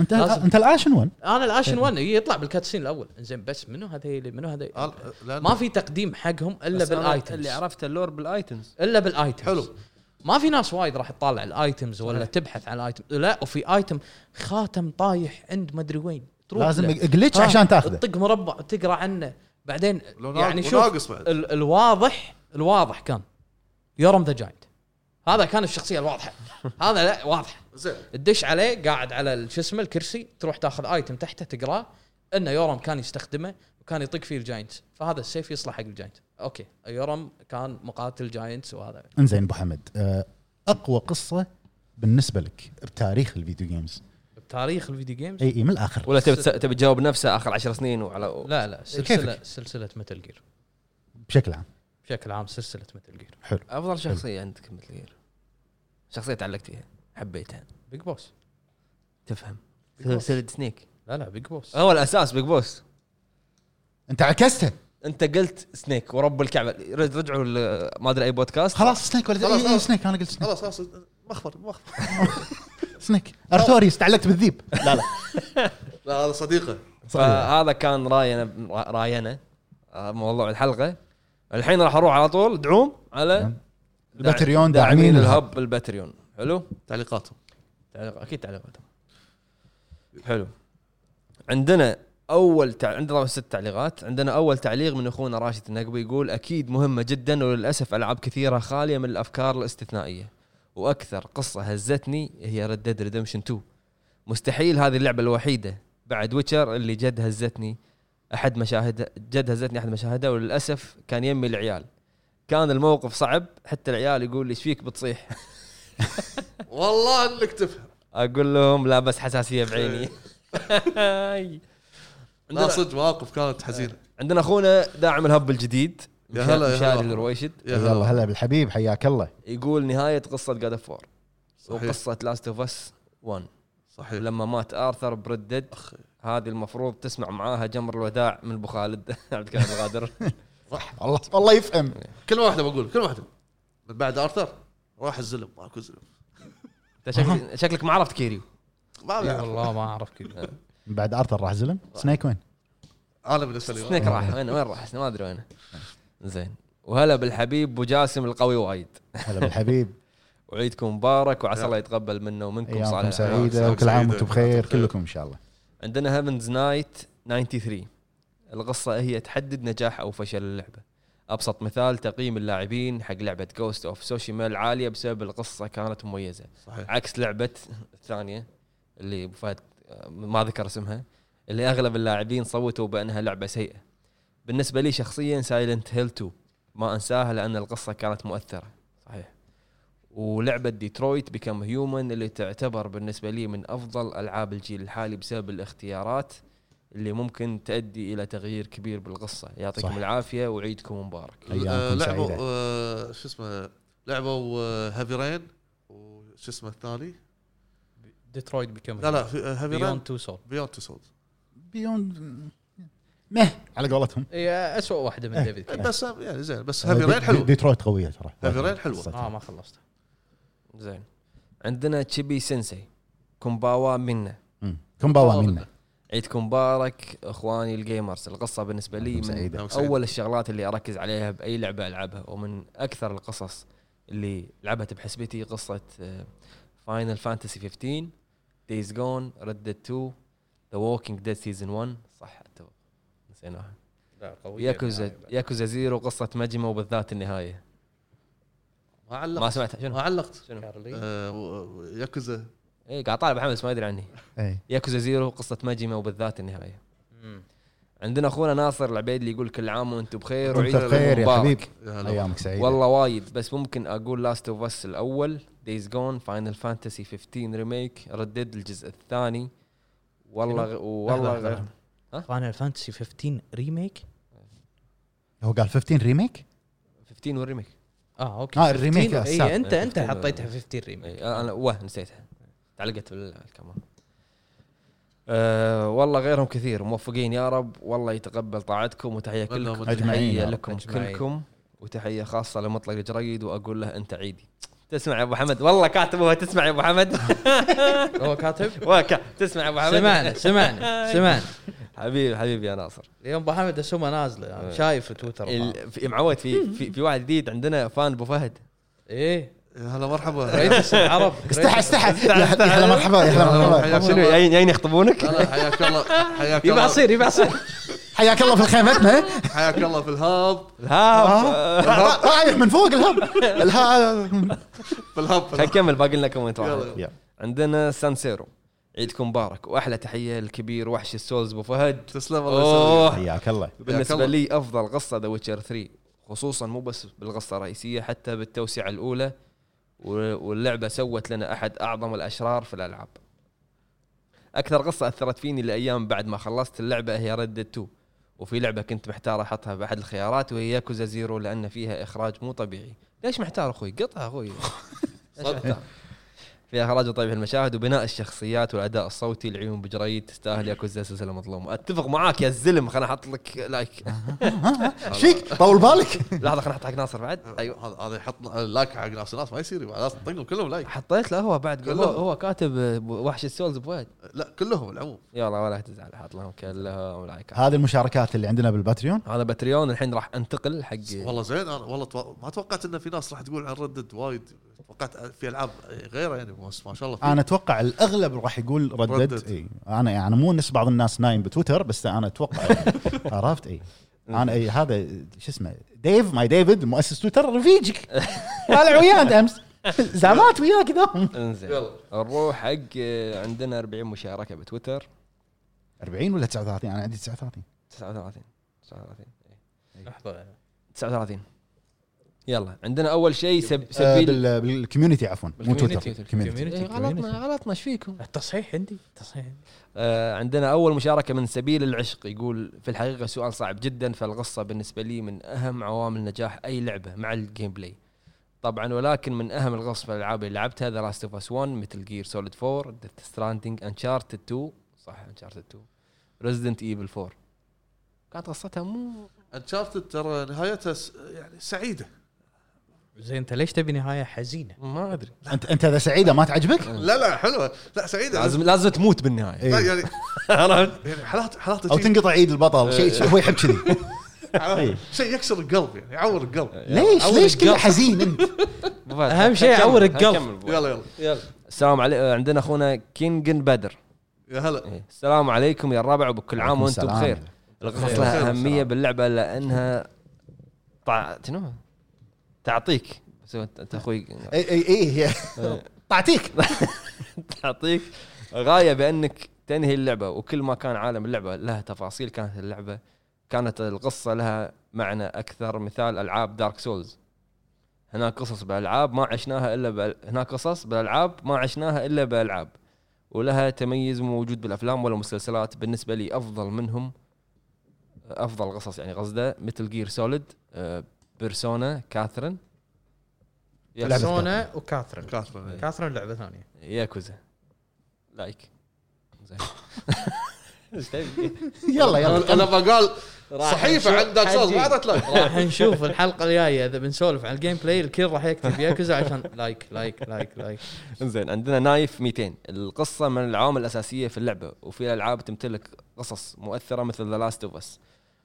انت
لازم.
انت الاشن 1
انا الاشن 1 يطلع بالكاتسين الاول زين بس منو هذيلي منو هذيلي
أنا- لأن-
ما في تقديم حقهم الا
بس أنا
بالايتمز
اللي عرفته اللور بالايتمز
الا بالايتمز
حلو.
ما في ناس وايد راح تطالع الايتمز ولا
صحيح.
تبحث عن الايتم لا وفي ايتم خاتم طايح عند مدري وين تروح
لازم
له.
جلتش
ها،
عشان تاخذه
تطق مربع تقرا عنه بعدين
لو
يعني
ناق-
شوف
وناقص بعد
ال- الواضح الواضح كان يورم ذا جاينت هذا كان الشخصيه الواضحه هذا لا واضحه
زين
تدش عليه قاعد على ال- شو اسمه الكرسي تروح تاخذ ايتم تحته تقراه انه يورم كان يستخدمه وكان يطق فيه الجاينتس فهذا السيف يصلح حق الجاينت اوكي يورم كان مقاتل جاينتس وهذا
انزين ابو حمد آه، اقوى قصه بالنسبه لك بتاريخ الفيديو جيمز
بتاريخ الفيديو جيمز
اي اي من الاخر
ولا تبي تس- تبي تجاوب نفسه اخر عشر سنين وعلى
لا لا سلسله
كيفك.
سلسله متل جير
بشكل عام
بشكل عام سلسله متل جير
افضل شخصيه عندك مثل غير شخصيه تعلقت فيها حبيتها
بيج بوس
تفهم
Big Boss.
سلسله سنيك
لا لا بيج بوس
هو الاساس بيج بوس
انت عكستها
انت قلت سنيك ورب الكعبه رج- رجعوا ل- ما ادري اي بودكاست
خلاص سنيك ولا
خلاص،
إي- إي-
خلاص.
سنيك انا قلت سنيك
خلاص خلاص مخبر مخبر
سنيك ارثوريوس تعلقت بالذيب لا لا
لا هذا صديقه
فهذا كان راينا راينا آه، موضوع الحلقه الحين راح اروح على طول دعوم على
نعم. الباتريون داعمين الهب
الهب الباتريون حلو
تعليقاتهم
تعليق اكيد تعليقات حلو عندنا اول تع... عندنا طبعاً ست تعليقات عندنا اول تعليق من اخونا راشد النقبي يقول اكيد مهمه جدا وللاسف العاب كثيره خاليه من الافكار الاستثنائيه واكثر قصه هزتني هي ردد ريدمشن 2 مستحيل هذه اللعبه الوحيده بعد ويتشر اللي جد هزتني احد مشاهد جد هزتني احد مشاهدها وللاسف كان يمي العيال كان الموقف صعب حتى العيال يقول لي ايش فيك بتصيح
والله انك تفهم
اقول لهم لا بس حساسيه بعيني
لا
إيه. عندنا,
صدق مواقف كانت حزينه
عندنا اخونا داعم الهب الجديد
يا هلا، يا
مشاري
هلا.
الرويشد
يا
يلا
هلا
هلا بالحبيب حياك الله
يقول نهايه قصه جاد اوف وور
صحيح.
وقصه لاست اوف اس 1
صحيح
لما مات ارثر بردد
أخي.
هذه المفروض تسمع معاها جمر الوداع من ابو خالد عبد الكريم الغادر
صح
والله والله يفهم
كلمه واحده بقول كلمه واحده من بعد ارثر راح الزلم ماكو زلم
أنت شكلك- شكلك ما عرفت كيريو
ما
إي
أعرف.
والله ما اعرف كذا
من بعد ارثر راح زلم سنيك وين؟
انا بالنسبه لي
سنيك راح وين وين راح ما ادري وين زين وهلا بالحبيب ابو جاسم القوي وايد
هلا بالحبيب
وعيدكم مبارك وعسى الله يتقبل منا ومنكم
ايامكم
صالح الأعمال.
سعيده
أيام
وكل عام
سعيدة.
وانتم بخير كلكم ان شاء الله
عندنا هيفنز نايت 93 القصة هي تحدد نجاح أو فشل اللعبة أبسط مثال تقييم اللاعبين حق لعبة جوست أوف سوشيما عالية بسبب القصة كانت مميزة
صحيح
عكس لعبة الثانية اللي أبو فهد آه، ما ذكر اسمها اللي أغلب اللاعبين صوتوا بأنها لعبة سيئة بالنسبة لي شخصيا سايلنت هيل 2 ما أنساها لأن القصة كانت مؤثرة صحيح ولعبة ديترويت بيكم هيومن اللي تعتبر بالنسبة لي من أفضل ألعاب الجيل الحالي بسبب الاختيارات اللي ممكن تؤدي إلى تغيير كبير بالقصة يعطيكم
صح.
العافية وعيدكم مبارك
أيامكم
آه، لعبوا
سعيدة.
آه، شو اسمه لعبوا آه، هافي رين وش اسمه الثاني
ديترويت بيكم
لا لا في- آه، هافي رين
بيوند تو سول
بيوند تو سولز
بيوند مه على قولتهم
هي اسوء واحده من ديفيد كيج.
بس آه، يعني زين بس هافي رين حلو
ديترويت قويه ترى
هافي رين حلوة.
اه
قصتها.
ما خلصت
زين عندنا تشيبي سينسي كومباوا منا
مم. كومباوا منا
عيدكم مبارك اخواني الجيمرز القصه بالنسبه لي
أيامكم
من
سعيدة.
نعم،
اول الشغلات اللي اركز عليها باي لعبه العبها ومن اكثر القصص اللي لعبت بحسبتي آه، قصه فاينل فانتسي 15 دايز جون ريد 2 ذا ووكينج ديد سيزون 1 صح تو نسيناها
لا قويه
يعني
ياكوزا ياكوزا زيرو قصه مجمة وبالذات النهايه
ما
ما
علقت
سمعتها
ما
شنو؟
علقت
شنو؟
كارلي
آه، و- و- ياكوزا
اي إيه، قاعد طالب حمس ما يدري عني
إيه.
ياكوزا زيرو قصه مجمة وبالذات النهايه
مم.
عندنا اخونا ناصر العبيد اللي يقول كل عام وانتم بخير
وانت
وعيدكم
بخير يا
مبارك.
حبيب
يا هلا
ايامك سعيده والله
والله وايد بس ممكن اقول لاست اوف اس الاول دايز جون فاينل فانتسي 15 ريميك ردد الجزء الثاني والله غ... والله
لحظة،
غ...
لحظة. فاينل فانتسي 15 ريميك
هو قال 15 ريميك
15 والريميك
اه اوكي
آه، الريميك، آه، السابق.
اي انت انت
15
حطيتها 15 ريميك
إي، انا واه نسيتها تعلقت بالكاميرا أه والله غيرهم كثير موفقين يا رب والله يتقبل طاعتكم وتحيه
والله
كلكم
أجمعين يا
تحيه
رب،
لكم
أجمعين.
كلكم وتحيه خاصه لمطلق جريد واقول له انت عيدي تسمع يا ابو حمد والله كاتبه تسمع يا ابو حمد
هو كاتب
وكا تسمع يا ابو حمد
سمعنا سمعنا سمعنا
حبيبي حبيبي يا ناصر
اليوم ابو حمد اسومه نازله
آه.
أنا شايف تويتر
ال- في معود في في, في واحد جديد عندنا فان ابو فهد
ايه
يا هلا مرحبا
ريتس العرب
استحى استحى يا حبيبي، يا هلا مرحبا يا هلا مرحبا
حياك
شنو
الله
جايين جايين يخطبونك؟
هلا حياك الله حياك
يبي
الله
عصير يبي عصير
حياك الله في إيه؟ خيمتنا
حياك الله في الهاب
آه.
ها
آه.
ر- رايح من فوق الهب الهب
في الهاب
خلينا
في الهاب.
نكمل باقي لنا كومنت
يلا،
واحد
يلا.
عندنا سانسيرو عيدكم مبارك واحلى تحيه للكبير وحش السولز ابو فهد
تسلم الله يسلمك
اوه
حياك الله
بالنسبه لي افضل قصه ذا ويتشر 3 خصوصا مو بس بالقصه الرئيسيه حتى بالتوسعه الاولى و- واللعبه سوت لنا احد اعظم الاشرار في الالعاب اكثر قصه اثرت فيني لايام بعد ما خلصت اللعبه هي ريد 2 وفي لعبه كنت محتار احطها باحد الخيارات وهي ياكوزا زيرو لان فيها اخراج مو طبيعي ليش محتار اخوي قطها اخوي ليش محتار؟ فيها اخراج وطبيعي المشاهد وبناء الشخصيات والاداء الصوتي العيون بجريد تستاهل ياكوزا سلسله مظلومه اتفق معاك يا الزلم خليني احط لك لايك
ايش فيك طول بالك
لحظه خليني احط حق ناصر بعد ايوه
ايوه هذا هذا يحط لايك حق ناس الناس ما يصير يبغى ناس تطقهم كلهم لايك
حطيت له هو بعد هو,
كلهم.
هو كاتب وحش السولز بواد
لا كلهم العموم
يلا ولا تزعل حاط لهم كلهم لايك
هذه المشاركات اللي عندنا بالباتريون
هذا باتريون الحين راح انتقل حق
والله زين انا والله تو... ما توقعت ان في ناس راح تقول عن ردد وايد توقعت في العاب غيره يعني بس ما شاء الله في-
انا اتوقع الاغلب راح يقول ردد
ردد.
اي انا يعني مو نفس بعض الناس نايم بتويتر بس انا اتوقع يعني. عرفت اي انا اي هذا شو اسمه ديف ماي ديفيد مؤسس تويتر رفيجك طالع ويانا امس زعمات وياك ذوم
انزين
يلا
نروح حق آه، عندنا 40 مشاركه بتويتر
40 ولا 39 انا عندي 39
39 39 إيه.
لحظه
39 يلا عندنا اول شيء سب
آه،
سبيل
بال- بالكوميونتي عفوا مو
بالكوميونتي.
تويتر الكوميونتي.
إيه، غلطنا غلطنا ايش فيكم؟
التصحيح عندي التصحيح عندي
آه عندنا اول مشاركه من سبيل العشق يقول في الحقيقه سؤال صعب جدا فالقصه بالنسبه لي من اهم عوامل نجاح اي لعبه مع الجيم بلاي طبعا ولكن من اهم القصص في الالعاب اللي لعبتها ذا لاست اوف اس 1 مثل جير سوليد 4 ديث ستراندنج انشارتد 2 صح انشارتد 2 ريزدنت ايفل 4 كانت قصتها مو
انشارتد ترى نهايتها س- يعني سعيده
زين انت ليش تبي نهايه حزينه؟
ما ادري
انت انت اذا سعيده ما تعجبك
لا لا حلوه لا سعيده
لازم لازم تموت بالنهايه
لا
إيه.
يعني يعني حالات حالات
او
تجي-
تنقطع عيد البطل شيء هو يحب كذي
حالات-
إيه.
شيء يكسر القلب يعني يعور القلب
ليش
أول
ليش كذا
القلب.
حزين انت
أبو فهد،
أهم
خل-
شيء
خل-
عور
كمل.
القلب.
خل- كمل.
يلا يلا
السلام عليكم عندنا اخونا كينجن بدر
يا هلا
إيه. السلام عليكم يا الربع وبكل عام وانتم
السلام.
بخير القصص
بخير.
لها
بخير.
اهميه باللعبه لانها طع... شنو؟ تعطيك بس أنت- انت اخوي
اي اي اي هي طعتيك
تعطيك غايه بانك تنهي اللعبه وكل ما كان عالم اللعبه لها تفاصيل كانت اللعبه كانت القصه لها معنى اكثر مثال العاب دارك سولز هناك قصص بالالعاب ما عشناها الا بال... هناك قصص بالالعاب ما عشناها الا بالالعاب ولها تميز مو موجود بالافلام ولا المسلسلات بالنسبه لي افضل منهم افضل قصص يعني قصده مثل آه، جير سوليد بيرسونا كاثرين
لعبة
سونا وكاثرين
كاثرين
كاثرين لعبه ثانيه
ياكوزا لايك زين ايش تبي؟
يلا
انا أنا
يلا
بقال صحيفه عند دارك سولز ما عادت لايك
راح نشوف الحلقه الجايه اذا بنسولف عن الجيم بلاي الكل راح يكتب ياكوزا عشان لايك لايك لايك لايك
زين عندنا نايف 200 القصه من العوامل الاساسيه في اللعبه وفي العاب تمتلك قصص مؤثره مثل ذا لاست اوف اس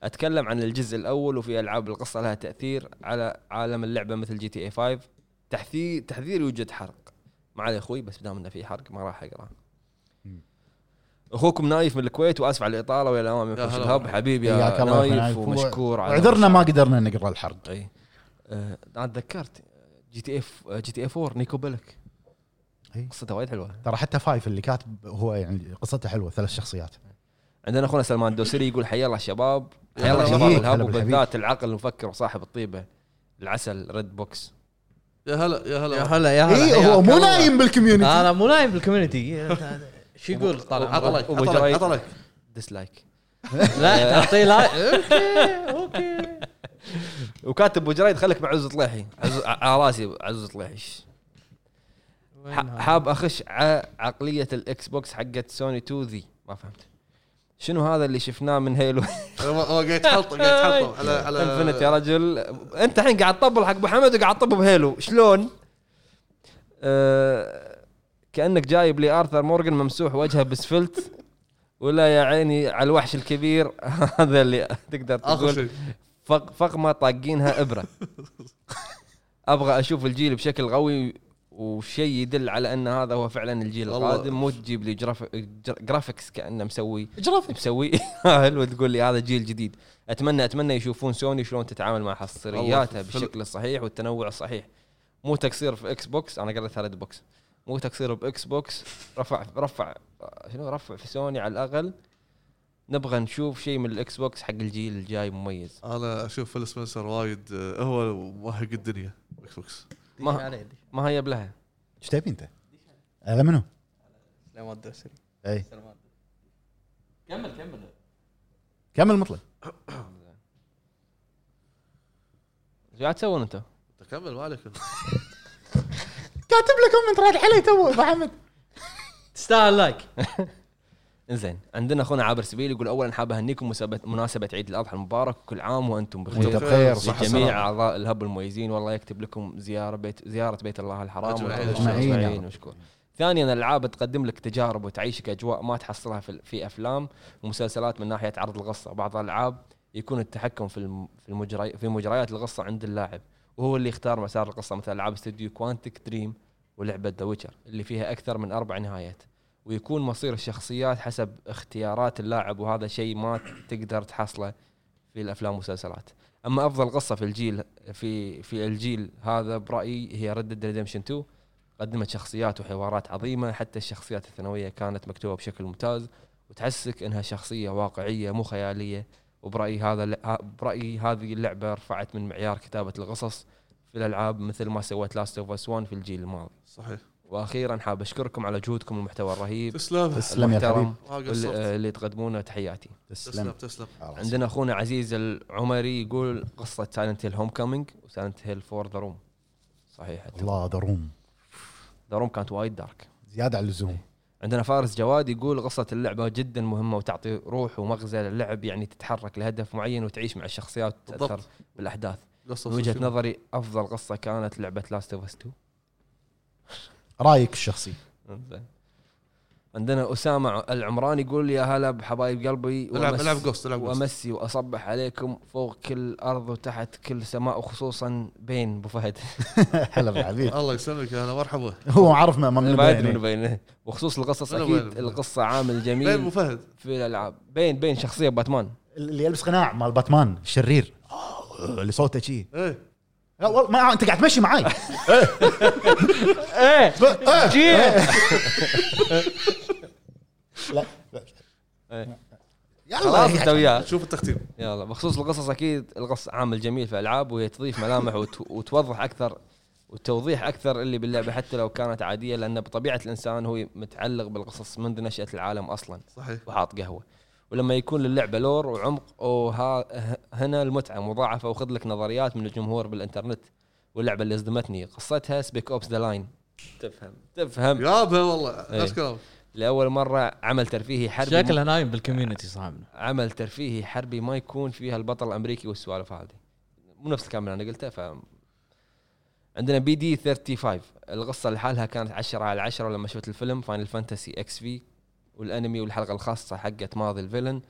اتكلم عن الجزء الاول وفي العاب القصه لها تاثير على عالم اللعبه مثل جي تي اي 5 تحذير تحذير يوجد حرق ما علي اخوي بس دام انه في حرق ما راح اقرا اخوكم نايف من الكويت واسف على الاطاله والى الامام
يا
يخش
هلا
الهب حبيبي
حياك
يا
الله يا
نايف
نايف.
ومشكور على
عذرنا ما قدرنا نقرا الحرق
اي آه، انا تذكرت جي تي اف جي تي اف 4 نيكو بلك
إي.
قصته وايد حلوه
ترى حتى فايف اللي كاتب هو يعني قصته حلوه ثلاث شخصيات
عندنا اخونا سلمان الدوسري يقول حيا الله شباب
يا
حيا الله
هلا
شباب
بالحبيب.
الهب
هلا بالحبيب.
وبالذات العقل المفكر وصاحب الطيبه العسل ريد بوكس
يا هلا يا
يا
هلا
هلا يا هلا
اي
حياك
إيه، هو مو
الله.
نايم بالكوميونتي
انا مو نايم بالكوميونتي شو يقول طال
عطى
عمرك؟
لايك
أبو
عطى لايك
جرايد.
عطى لايك
ديسلايك
لا تعطيه لايك اوكي اوكي
وكاتب ابو جريد خليك مع عزوز طليحي عزوز على راسي عزوز طليحي
وين
ح-
هذا؟
حاب اخش ع عقليه الاكس بوكس حقت سوني 2 ذي ما فهمت شنو هذا اللي شفناه من هيلو
هو هو قاعد يتحلطم قاعد يتحلطم على على
انفنت يا رجل انت الحين قاعد تطبل حق ابو حمد وقاعد تطب بهيلو شلون؟ أه كانك جايب لي ارثر مورجن ممسوح وجهه بسفلت ولا يا عيني على الوحش الكبير هذا اللي تقدر
اخر
تقول
شيء
فق فقمه طاقينها ابره ابغى اشوف الجيل بشكل قوي وشيء يدل على ان هذا هو فعلا الجيل
والله.
القادم مو تجيب لي جراف- جر- جرافيكس كانه مسوي
جرافيكس
مسوي هل وتقول لي هذا جيل جديد اتمنى اتمنى يشوفون سوني شلون تتعامل مع حصرياتها
والله في-
بالشكل الصحيح والتنوع الصحيح مو تقصير في اكس بوكس انا قريتها ريد بوكس مو تقصير باكس بوكس رفع رفع شنو رفع في سوني على الاقل نبغى نشوف شيء من الاكس بوكس حق الجيل الجاي مميز
انا اشوف فيل سبنسر وايد آه، هو موهق الدنيا اكس بوكس
ما ما هي بلها
ايش تبي انت؟ هذا منو؟ إيه.
سليمان الدوسري
اي
سلمان كمل كمل
كمل مطلق
ايش قاعد تسوون انتم؟
تكمل ما عليك
كاتب له كومنت راد علي تو ابو حمد
تستاهل لايك
زين عندنا اخونا عابر سبيل يقول اولا حاب اهنيكم مسابة- مناسبه عيد الاضحى المبارك وكل عام وانتم بخير
وانت بخير صح
لجميع اعضاء الهب المميزين والله يكتب لكم زياره بيت زياره بيت الله الحرام
أجمعين.
أجمعين.
مشكور ثانيا الالعاب تقدم لك تجارب وتعيشك اجواء ما تحصلها في, في افلام ومسلسلات من ناحيه عرض القصه بعض الالعاب يكون التحكم في الم- في المجري في مجريات القصه عند اللاعب وهو اللي اختار مسار القصه مثل العاب استوديو كوانتك دريم ولعبه ذا ويتشر اللي فيها اكثر من اربع نهايات ويكون مصير الشخصيات حسب اختيارات اللاعب وهذا شيء ما تقدر تحصله في الافلام والمسلسلات اما افضل قصه في الجيل في في الجيل هذا برايي هي ردد ريدمشن 2 قدمت شخصيات وحوارات عظيمه حتى الشخصيات الثانويه كانت مكتوبه بشكل ممتاز وتحسك انها شخصيه واقعيه مو خياليه وبرايي هذا ه- برايي هذه اللعبه رفعت من معيار كتابه القصص في الالعاب مثل ما سوت لاست اوف اس 1 في الجيل الماضي
صحيح
واخيرا حاب اشكركم على جودكم المحتوى الرهيب
تسلم
تسلم يا
المحترم
حبيبي
ما
واللي-
قصرت
آه، اللي تقدمونه تحياتي
تسلم
تسلم
تسلم
خلاص.
عندنا اخونا عزيز العمري يقول قصه سايلنت هيل هوم كامينج وسايلنت هيل فور ذا روم صحيح
الله دروم
ذا روم كانت وايد دارك
زياده على اللزوم
عندنا فارس جواد يقول قصة اللعبة جدا مهمة وتعطي روح ومغزى للعب يعني تتحرك لهدف معين وتعيش مع الشخصيات وتتأثر
بالضبط
بالأحداث
قصص
من وجهة
وشي.
نظري أفضل قصة كانت لعبة لاست اوف اس 2
رايك الشخصي
زين. عندنا أسامة العمران يقول يا هلا بحبايب قلبي
العب
وأمس-
العب جوست العب جوست
وامسي واصبح عليكم فوق كل ارض وتحت كل سماء وخصوصا بين ابو فهد
هلا بالعبيد
الله يسلمك يا هلا مرحبا
هو عارف ما من يعني.
بعد
بعيد
من بين وخصوص القصص
بلا
اكيد
بلا.
القصه عامل
بين ابو
جميل
فهد
في الالعاب بين بين شخصيه باتمان
اللي يلبس قناع مال باتمان الشرير آه، اللي صوته شي
ايه
لا والله ما انت قاعد تمشي معاي إيه.
ايه جيه
لا
إيه.
يلا
خلاص
يا
انت وياه
شوف التختيم
يلا بخصوص القصص اكيد القص عامل جميل في الالعاب وهي تضيف ملامح وت- وتوضح اكثر والتوضيح اكثر اللي باللعبه حتى لو كانت عاديه لان بطبيعه الانسان هو متعلق بالقصص منذ نشاه العالم اصلا
صحيح
وحاط قهوه ولما يكون للعبه لور وعمق وها هنا المتعه مضاعفه وخذ لك نظريات من الجمهور بالانترنت واللعبه اللي صدمتني قصتها سبيك اوبس ذا لاين تفهم تفهم
يابا والله
إيه.
نفس كلامك
لاول مره عمل ترفيهي حربي
شكله نايم بالكوميونتي صاحبنا
عمل ترفيهي حربي ما يكون فيها البطل الامريكي والسوالف هذه مو نفس الكلام اللي انا قلته ف عندنا بي دي 35 القصه لحالها كانت 10 على 10 ولما شفت الفيلم فاينل فانتسي اكس في والانمي والحلقه الخاصه حقت ماضي الفيلن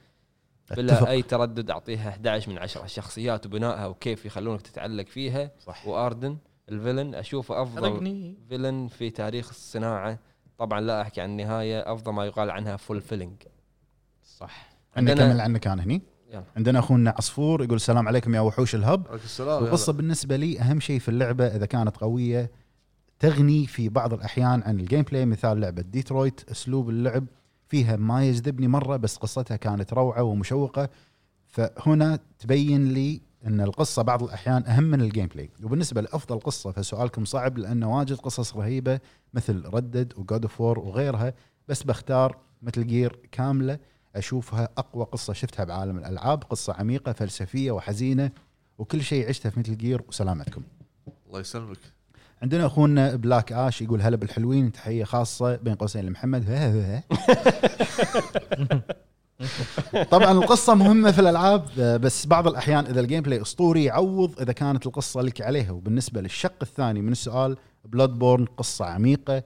بلا
أتفق.
اي تردد اعطيها 11 من 10 الشخصيات وبنائها وكيف يخلونك تتعلق فيها
صح.
واردن الفيلن اشوفه افضل
حرقني
فيلن في تاريخ الصناعه طبعا لا احكي عن النهايه افضل ما يقال عنها فول فيلينج
صح
عندنا
عندنا-
كمل عنك انا هني
يلا.
عندنا اخونا عصفور يقول السلام عليكم يا وحوش الهب
عليك السلام يا
القصه بالنسبه لي اهم شيء في اللعبه اذا كانت قويه تغني في بعض الاحيان عن الجيم بلاي مثال لعبه ديترويت اسلوب اللعب فيها ما يجذبني مره بس قصتها كانت روعه ومشوقه فهنا تبين لي ان القصه بعض الاحيان اهم من الجيم بلاي وبالنسبه لافضل قصه فسؤالكم صعب لان واجد قصص رهيبه مثل ردد وجود اوف وور وغيرها بس بختار مثل جير كامله اشوفها اقوى قصه شفتها بعالم الالعاب قصه عميقه فلسفيه وحزينه وكل شيء عشته في مثل جير وسلامتكم
الله يسلمك
عندنا اخونا بلاك اش يقول هلا بالحلوين تحيه خاصه بين قوسين لمحمد طبعا القصه مهمه في الالعاب آه، بس بعض الاحيان اذا الجيم بلاي اسطوري يعوض اذا كانت القصه لك عليها وبالنسبه للشق الثاني من السؤال بلاد بورن قصه عميقه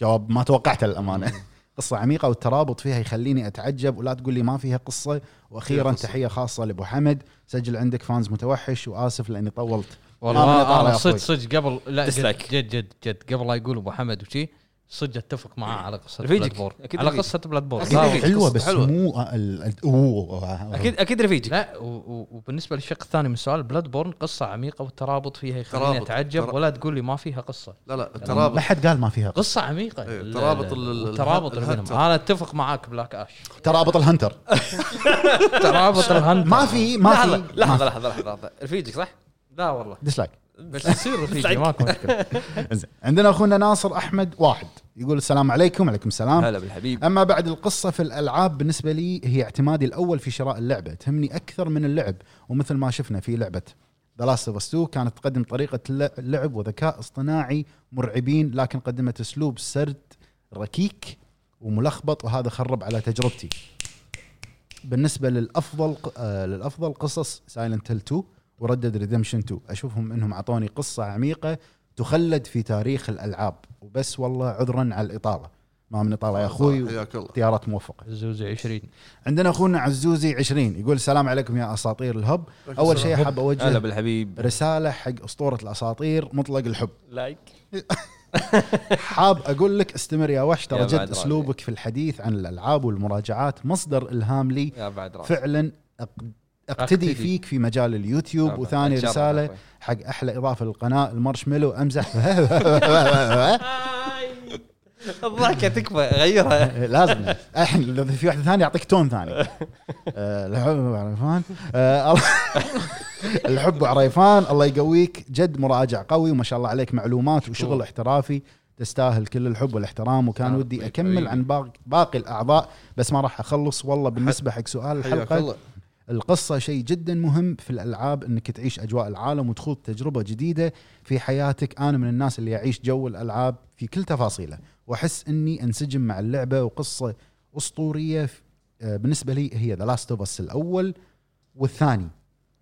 جواب ما توقعته للامانه قصه عميقه والترابط فيها يخليني اتعجب ولا تقول لي ما فيها قصه واخيرا
فيها قصة.
تحيه خاصه لابو حمد سجل عندك فانز متوحش واسف لاني طولت ما بنطالع
والله
يا
انا
آه، أخوي.
صدق صدق قبل لا جد
Dislike.
جد جد, جد قبل لا يقول ابو حمد وشي صدق اتفق معاه على قصه
رفيجك.
بلاد بورن
أكيد
على
رفيجك.
قصه بلاد بورن
أكيد رفيجك.
حلوه
قصة
إيه، بس
حلوة.
مو آه، ال... ال... اوه
اكيد اكيد رفيجك
لا و- و- وبالنسبه للشق الثاني من السؤال بلاد بورن قصه عميقه والترابط فيها يخليني
ترابط.
اتعجب
ترا-
ولا تقول لي ما فيها قصه
لا لا
آه، ما
الترابط
حد قال ما فيها قصة.
قصه عميقه
إيه،
ال-
ترابط
ال-
ال- ال-
الترابط اللي
الهنتر.
بينهم انا اتفق معاك بلاك اش
ترابط الهنتر
ترابط الهنتر
ما في ما في
لحظه لحظه لحظه لحظه لحظه رفيجك صح؟
لا والله
ديسلايك
بس يصير رفيجي ماكو مشكله
إنزين. عندنا اخونا ناصر احمد واحد يقول السلام عليكم وعليكم السلام
هلا بالحبيب
اما بعد القصه في الالعاب بالنسبه لي هي اعتمادي الاول في شراء اللعبه تهمني اكثر من اللعب ومثل ما شفنا في لعبه ذا لاست اوف 2 كانت تقدم طريقه ل- لعب وذكاء اصطناعي مرعبين لكن قدمت اسلوب سرد ركيك وملخبط وهذا خرب على تجربتي بالنسبه للافضل ق- آه، للافضل قصص سايلنت هيل 2 وردد ريدمشن 2 اشوفهم انهم اعطوني قصه عميقه تخلد في تاريخ الالعاب وبس والله عذرا على الاطاله ما من طالع يا اخوي
آه، حياك الله
اختيارات موفقه
زوزي 20
عندنا اخونا عزوزي 20 يقول السلام عليكم يا اساطير الهب اول شيء حاب
هلا
اوجه
بالحبيب
رساله حق اسطوره الاساطير مطلق الحب
لايك
حاب اقول لك استمر يا وحش
يا
ترى
بعد
جد
رأيي.
اسلوبك في الحديث عن الالعاب والمراجعات مصدر الهام لي
يا بعد
طيب.
راسي.
فعلا أق- اقتدي
أقتدي.
فيك في مجال اليوتيوب
طيب،
يا بعد.
وثاني
أتشرف
رساله
أخوي.
حق احلى اضافه للقناه المارشميلو امزح
الضحكه تكفى غيرها
لازم الحين لو في واحد ثاني يعطيك تون ثاني آه، الحب عريفان آه، الله- الحب عريفان الله يقويك جد مراجع قوي وما شاء الله عليك معلومات وشغل احترافي تستاهل كل الحب والاحترام وكان
آه،
ودي
حبيبي.
أيوة.
اكمل عن باق- باقي الاعضاء بس ما راح اخلص والله بالنسبه حق سؤال
حياك
الحلقه
الله
القصة شيء جدا مهم في الألعاب أنك تعيش أجواء العالم وتخوض تجربة جديدة في حياتك أنا من الناس اللي يعيش جو الألعاب في كل تفاصيله وأحس أني أنسجم مع اللعبة وقصة أسطورية ف- آه، بالنسبة لي هي ذا لاست اوف اس الأول والثاني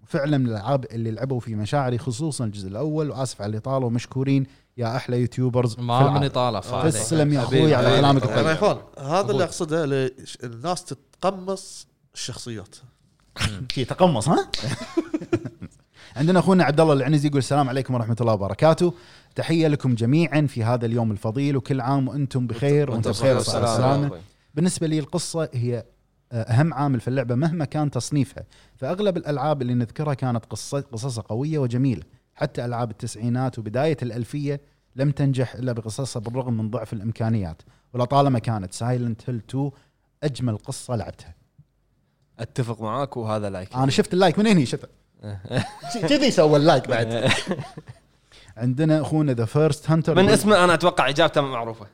فعلا من الألعاب اللي لعبوا في مشاعري خصوصا الجزء الأول وآسف على الإطالة ومشكورين يا أحلى يوتيوبرز في
ما من
العالم.
اطاله فاضي
تسلم يا أخوي
حبيبي،
على
حبيبي.
كلامك
يا
الطيب
ريفان هذا
أبوي.
اللي اقصده ليش الناس تتقمص الشخصيات
شي تقمص ها عندنا اخونا عبد الله العنزي يقول السلام عليكم ورحمه الله وبركاته تحيه لكم جميعا في هذا اليوم الفضيل وكل عام وانتم بخير وانتم بخير
بخير
وصحه
وسلامة.
وسلامه بالنسبه لي القصه هي اهم عامل في اللعبه مهما كان تصنيفها فاغلب الالعاب اللي نذكرها كانت قصة قصصها قويه وجميله حتى العاب التسعينات وبدايه الالفيه لم تنجح الا بقصصها بالرغم من ضعف الامكانيات ولطالما كانت سايلنت هيل 2 اجمل قصه لعبتها
اتفق معاك وهذا لايك
انا شفت اللايك من هنا شفت كذي سوى اللايك بعد عندنا اخونا ذا فيرست هانتر
من اسمه انا اتوقع اجابته معروفه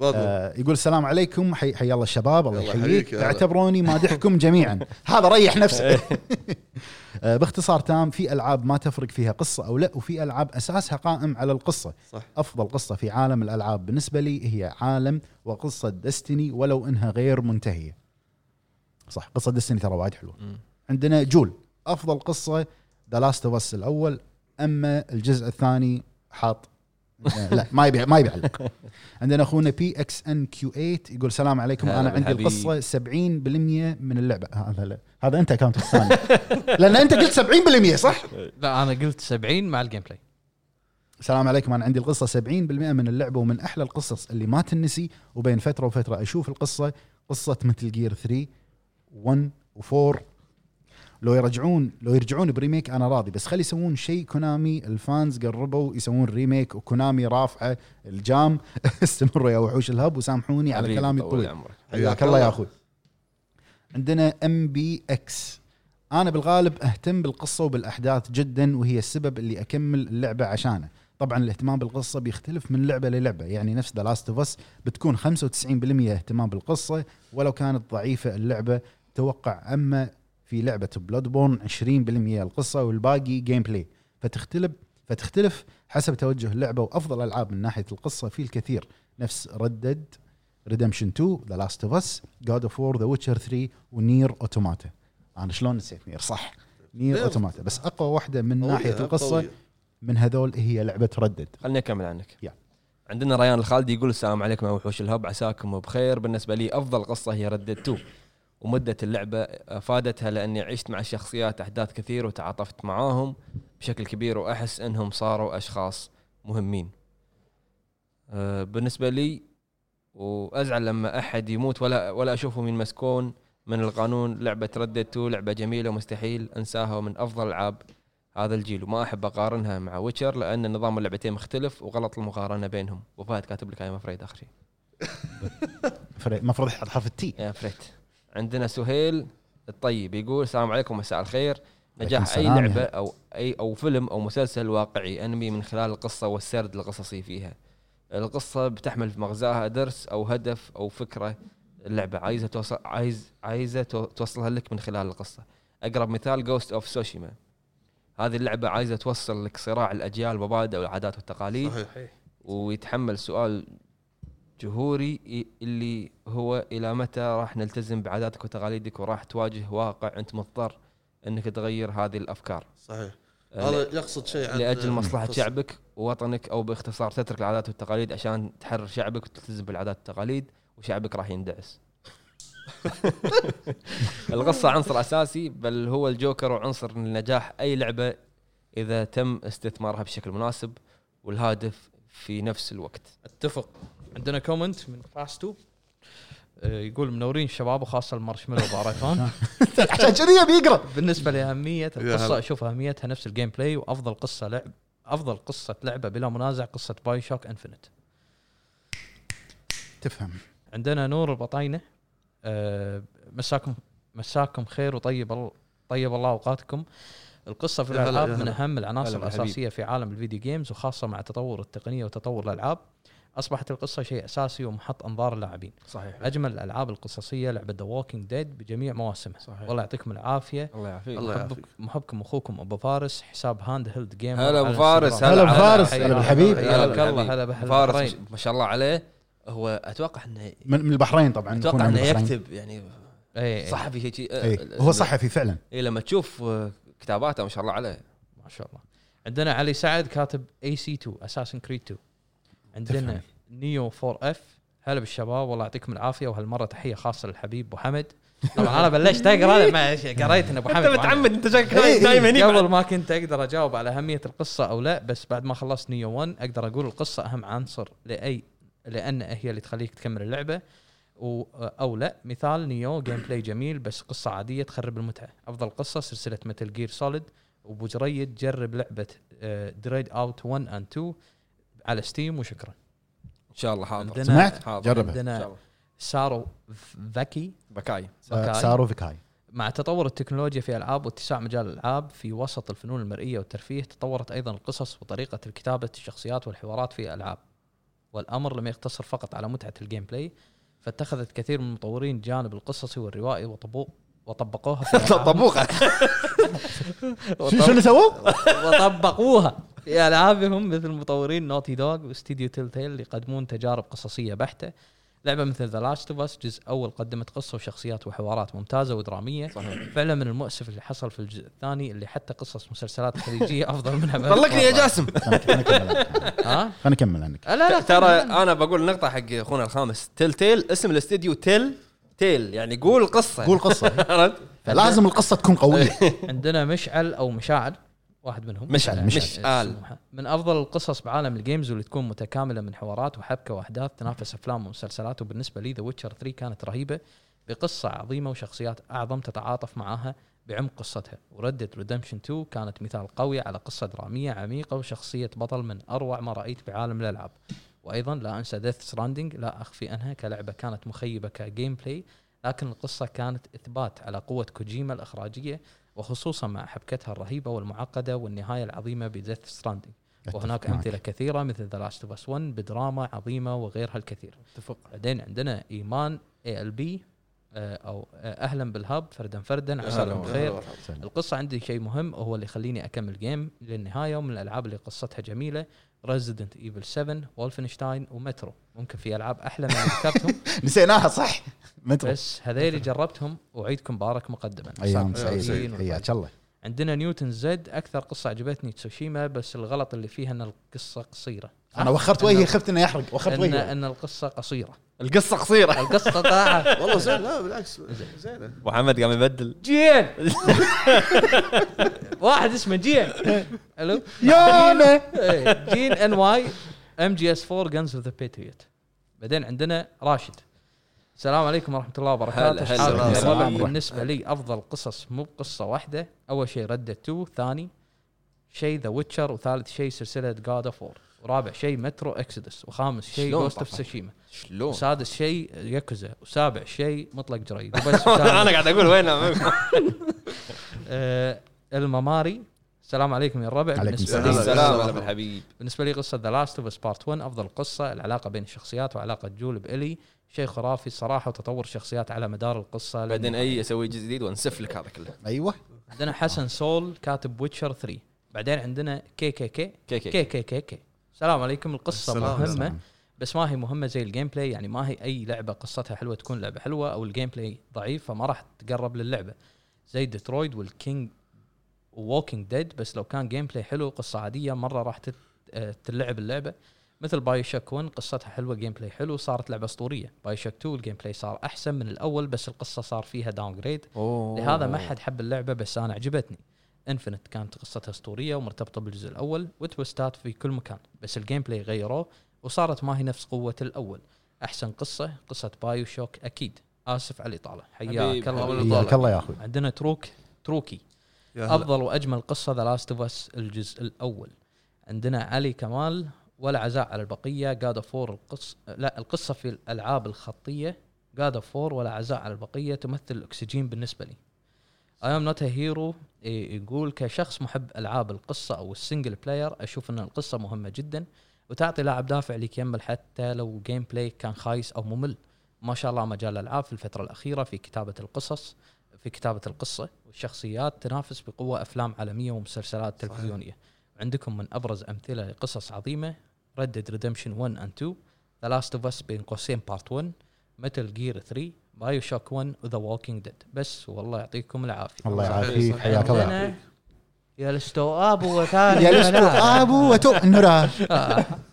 برضو
آه، يقول السلام عليكم حي, حي الله الشباب الله
الله
يحييك
يحييك، يا هلا.
اعتبروني مادحكم جميعا هذا ريح نفسك آه، باختصار تام في العاب ما تفرق فيها قصه او لا وفي العاب اساسها قائم على القصه
صح.
افضل قصه في عالم الالعاب بالنسبه لي هي عالم وقصه دستني ولو انها غير منتهيه صح قصه دستني ترى وايد حلوه
مم.
عندنا جول افضل قصه ذا لاست اوف اس الاول اما الجزء الثاني حاط آه، لا ما يبي ما يبي يعلق عندنا اخونا بي اكس ان كيو 8 يقول السلام عليكم
هلا
انا عندي
بالحبيب.
القصه 70% من اللعبه هذا لا هذا انت اكونت الثاني لان انت قلت 70% صح؟
لا انا قلت 70 مع الجيم بلاي
السلام عليكم انا عندي القصه 70% من اللعبه ومن احلى القصص اللي ما تنسي وبين فتره وفتره اشوف القصه قصه مثل جير 3 1 و4 لو يرجعون لو يرجعون بريميك انا راضي بس خلي يسوون شيء كونامي الفانز قربوا يسوون ريميك وكونامي رافعه الجام استمروا يا وحوش الهب وسامحوني على
حبيبي،
كلامي
طول
الطويل
عمرك.
حياك الله يا اخوي عندنا ام بي اكس انا بالغالب اهتم بالقصه وبالاحداث جدا وهي السبب اللي اكمل اللعبه عشانه طبعا الاهتمام بالقصه بيختلف من لعبه للعبه يعني نفس ذا لاست اوف اس بتكون 95% اهتمام بالقصه ولو كانت ضعيفه اللعبه توقع اما في لعبه بلاد بورن 20% القصه والباقي جيم بلاي فتختلف فتختلف حسب توجه اللعبه وافضل العاب من ناحيه القصه في الكثير نفس ردد ريدمشن 2 ذا لاست اوف اس جاد اوف وور ذا ويتشر 3 ونير اوتوماتا انا شلون نسيت نير صح نير
Nier.
اوتوماتا بس اقوى واحده من ناحيه
قوية،
القصه
قوية.
من هذول هي لعبه ردد
خليني اكمل عنك
يلا.
عندنا ريان الخالدي يقول السلام عليكم يا وحوش الهب عساكم بخير بالنسبه لي افضل قصه هي ردد 2 ومده اللعبه آه، فادتها لاني عشت مع الشخصيات احداث كثير وتعاطفت معاهم بشكل كبير واحس انهم صاروا اشخاص مهمين أه، بالنسبه لي وازعل لما احد يموت ولا ولا اشوفه من مسكون من القانون لعبه ردد 2 لعبه جميله ومستحيل انساها ومن افضل العاب هذا الجيل وما احب اقارنها مع ويتشر لان نظام اللعبتين مختلف وغلط المقارنه بينهم وفهد كاتب لك يا فريد اخر شيء
فري- المفروض يحط حرف التي
يا فريد عندنا سهيل الطيب يقول السلام عليكم مساء الخير نجاح اي
السلام يا
لعبه
هلا.
او اي او فيلم او مسلسل واقعي انمي من خلال القصه والسرد القصصي فيها القصه بتحمل في مغزاها درس او هدف او فكره اللعبه عايزه توصل عايز عايزه تو- توصلها لك من خلال القصه اقرب مثال جوست اوف سوشيما هذه اللعبه عايزه توصل لك صراع الاجيال ومبادئ والعادات والتقاليد
صحيح
ويتحمل سؤال جهوري ي- اللي هو الى متى راح نلتزم بعاداتك وتقاليدك وراح تواجه واقع انت مضطر انك تغير هذه الافكار
صحيح
آه،
هذا يقصد شيء عن
لاجل مصلحه
قصة.
شعبك ووطنك او باختصار تترك العادات والتقاليد عشان تحرر شعبك وتلتزم بالعادات والتقاليد وشعبك راح يندعس. القصه عنصر اساسي بل هو الجوكر وعنصر لنجاح اي لعبه اذا تم استثمارها بشكل مناسب والهادف في نفس الوقت.
اتفق عندنا كومنت من فاستو آه، يقول منورين الشباب وخاصه المارشميلو باريفون
عشان كذي يبي يقرا
بالنسبه لاهميه
يا
القصه
هلا.
اشوف اهميتها نفس الجيم بلاي وافضل قصه لعب افضل قصه لعبه بلا منازع قصه باي شوك انفنت
تفهم
عندنا نور البطاينه آه، مساكم مساكم خير وطيب ال- طيب الله اوقاتكم القصه في
يا هلا، يا
الالعاب من
هلا.
اهم
هلا
العناصر
بالحبيب.
الاساسيه في عالم الفيديو جيمز وخاصه مع تطور التقنيه وتطور الالعاب اصبحت القصه شيء اساسي ومحط انظار اللاعبين
صحيح
اجمل الالعاب القصصيه لعبه ذا ووكينج ديد بجميع مواسمها
صحيح.
والله يعطيكم العافيه
الله يعافيك.
الله
محبك
يعافيك
محبكم اخوكم ابو فارس حساب هاند هيلد جيم
هلا أبو فارس، هلا
أبو فارس، هلا بالحبيب.
حياك الله هلا
فارس
بالحبيب
يعني ما شاء الله عليه هو اتوقع انه
من من البحرين طبعا يكون
اتوقع
عن
انه
البحرين.
يكتب يعني
اي صح
صحفي شيء- شيء
إيه.
آه،
هو صحفي فعلا
اي لما تشوف آه، كتاباته ما شاء الله عليه
ما شاء الله عندنا علي سعد كاتب اي سي 2 اساسن كريد 2 عندنا
تفهم.
نيو 4 اف هلا بالشباب والله يعطيكم العافيه وهالمره تحيه خاصه للحبيب ابو حمد طبعا انا بلشت اقرا ما قريت ان ابو حمد أبو حمد.
انت
إيه،
شكلك
إيه. دايماً
قبل ما كنت اقدر اجاوب على اهميه القصه او لا بس بعد ما خلصت نيو 1 اقدر اقول القصه اهم عنصر لاي لان هي اللي تخليك تكمل اللعبه و او لا مثال نيو جيم بلاي جميل بس قصه عاديه تخرب المتعه افضل قصه سلسله متل جير سوليد وابو جريد جرب آه، لعبه دريد اوت 1 اند 2 على ستيم وشكرا
ان شاء الله حاضر
عندنا
سمعت؟
حاضر.
جربها
ان شاء
عندنا
الله
سارو فاكي
بكاي
آه،
بكاي.
سارو فيكاي
مع تطور التكنولوجيا في العاب واتساع مجال الالعاب في وسط الفنون المرئيه والترفيه تطورت ايضا القصص وطريقه كتابه الشخصيات والحوارات في الالعاب والامر لم يقتصر فقط على متعه الجيم بلاي فاتخذت كثير من المطورين جانب القصصي والروائي وطبوق وطبقوها في ألعابهم-
شنو شنو سووا؟
وطبقوها في العابهم مثل مطورين نوتي دوغ واستديو تيل تيل اللي يقدمون تجارب قصصيه بحته لعبه مثل ذا لاست اوف اس جزء اول قدمت قصه وشخصيات وحوارات ممتازه ودراميه
صحيح.
فعلا من المؤسف اللي حصل في الجزء الثاني اللي حتى قصص مسلسلات خليجيه افضل منها بألف
طلقني يا
مرة.
جاسم
خلنا نكمل
ها
خلنا نكمل عنك
لا لا
ترى انا بقول نقطه حق اخونا الخامس تيل تيل اسم الاستديو تيل تيل يعني قول قصه
قول قصه
عرفت؟
لازم القصه تكون قويه
عندنا مشعل او مشاعل واحد منهم
مشعل
مشعل.
مشعل
سموحة. من افضل القصص بعالم الجيمز واللي تكون متكامله من حوارات وحبكه واحداث تنافس افلام ومسلسلات وبالنسبه لي ذا ويتشر 3 كانت رهيبه بقصه عظيمه وشخصيات اعظم تتعاطف معها بعمق قصتها وردت ريدمشن 2 كانت مثال قوي على قصه دراميه عميقه وشخصيه بطل من اروع ما رايت بعالم الالعاب وايضا لا انسى ديث ستراندنج لا اخفي انها كلعبه كانت مخيبه كجيم بلاي لكن القصه كانت اثبات على قوه كوجيما الاخراجيه وخصوصا مع حبكتها الرهيبه والمعقده والنهايه العظيمه بديث ستراندنج وهناك
أتفق معك.
امثله كثيره مثل ذا لاست اوف اس 1 بدراما عظيمه وغيرها الكثير
اتفق
بعدين عندنا ايمان اي ال بي او آه، اهلا بالهب فردا فردا عساكم بخير القصة عندي شيء مهم وهو اللي يخليني أكمل جيم للنهاية ومن الألعاب اللي قصتها جميلة ريزيدنت ايفل 7 وولفنشتاين ومترو ممكن في ألعاب أحلى من اللي ذكرتهم
نسيناها صح مترو
بس هذيلي جربتهم وأعيدكم مبارك مقدما
ايام
أيام
سعيد
سعيد.
حياك الله
عندنا نيوتن زد أكثر قصة عجبتني تسوشيما بس الغلط اللي فيها أن القصة قصيرة
انا وخرت وجهي خفت انه يحرق وخرت
أن,
وجهي
أن القصة قصيرة
القصه قصيره
القصة طاعة
والله زين لا بالعكس زينه
محمد قام يبدل
جيل واحد اسمه جيل الو
يانا
إيه، جين ان واي ام جي اس 4 جنز اوف ذا باتريوت بعدين عندنا راشد السلام عليكم ورحمه الله وبركاته
هلا،
أصحابي
هلا،
يا
السلام
ربع.
ورحمة
بالنسبه لي افضل قصص مو بقصه واحده اول شيء ردة 2 ثاني شيء ذا ويتشر وثالث شيء سلسله جاد اوف وور ورابع شيء مترو اكسدس وخامس شيء
شلون
جوست اوف
طفى؟
سوشيما
شلون؟
وسادس شيء ياكوزا وسابع شيء مطلق جريد وبس
انا قاعد اقول وين
آه، المماري السلام عليكم يا الربع
عليكم
بالنسبه
السلام.
لي
السلام عليكم الحبيب
بالنسبه لي قصه ذا لاست اوف اس بارت 1 افضل قصه العلاقه بين الشخصيات وعلاقه جول بالي شيء خرافي الصراحه وتطور الشخصيات على مدار القصه
بعدين إيه؟ اي اسوي جزء جديد وانسف لك هذا كله
ايوه
عندنا حسن سول كاتب ويتشر 3 بعدين عندنا كي كي كي
كي
كي
كي
كي كي كي السلام عليكم القصه
السلام.
مهمه
السلام.
بس ما هي مهمه زي الجيم بلاي يعني ما هي اي لعبه قصتها حلوه تكون لعبه حلوه او الجيم بلاي ضعيف فما راح تقرب للعبه زي ديترويد والكينج ووكينج ديد بس لو كان جيم بلاي حلو قصه عاديه مره راح تت- آه، تلعب اللعبه مثل باي شاك 1 قصتها حلوه جيم بلاي حلو صارت لعبه اسطوريه باي شاك 2 الجيم بلاي صار احسن من الاول بس القصه صار فيها داون جريد
اوه
لهذا ما حد حب اللعبه بس انا عجبتني انفنت كانت قصتها اسطوريه ومرتبطه بالجزء الاول وتويستات في كل مكان بس الجيم بلاي غيروه وصارت ما هي نفس قوه الاول احسن قصه قصه بايو شوك اكيد اسف على الاطاله حياك
حبيب،
الله
حبيب.
حياك الله يا اخوي
عندنا تروك تروكي
يا هلا.
افضل واجمل قصه ذا لاست اوف اس الجزء الاول عندنا علي كمال ولا عزاء على البقيه جاد اوف فور القص لا القصه في الالعاب الخطيه جاد اوف فور ولا عزاء على البقيه تمثل الاكسجين بالنسبه لي اي ام نوت هيرو يقول كشخص محب العاب القصه او السنجل بلاير اشوف ان القصه مهمه جدا وتعطي لاعب دافع ليكمل حتى لو جيم بلاي كان خايس او ممل ما شاء الله مجال الالعاب في الفتره الاخيره في كتابه القصص في كتابة القصة والشخصيات تنافس بقوة أفلام عالمية ومسلسلات
صحيح.
تلفزيونية عندكم من أبرز أمثلة لقصص عظيمة ردد ريدمشن 1 and 2 ذا لاست اوف اس بين قوسين بارت 1 متل جير 3 بايو شوك 1 وذا ووكينج ديد بس والله يعطيكم العافية
الله
صحيح،
يعافيك
صحيح.
حياك الله يا
عندنا
أخوي.
يا الاستواب وثاني
يا ليش ابو وتو النرا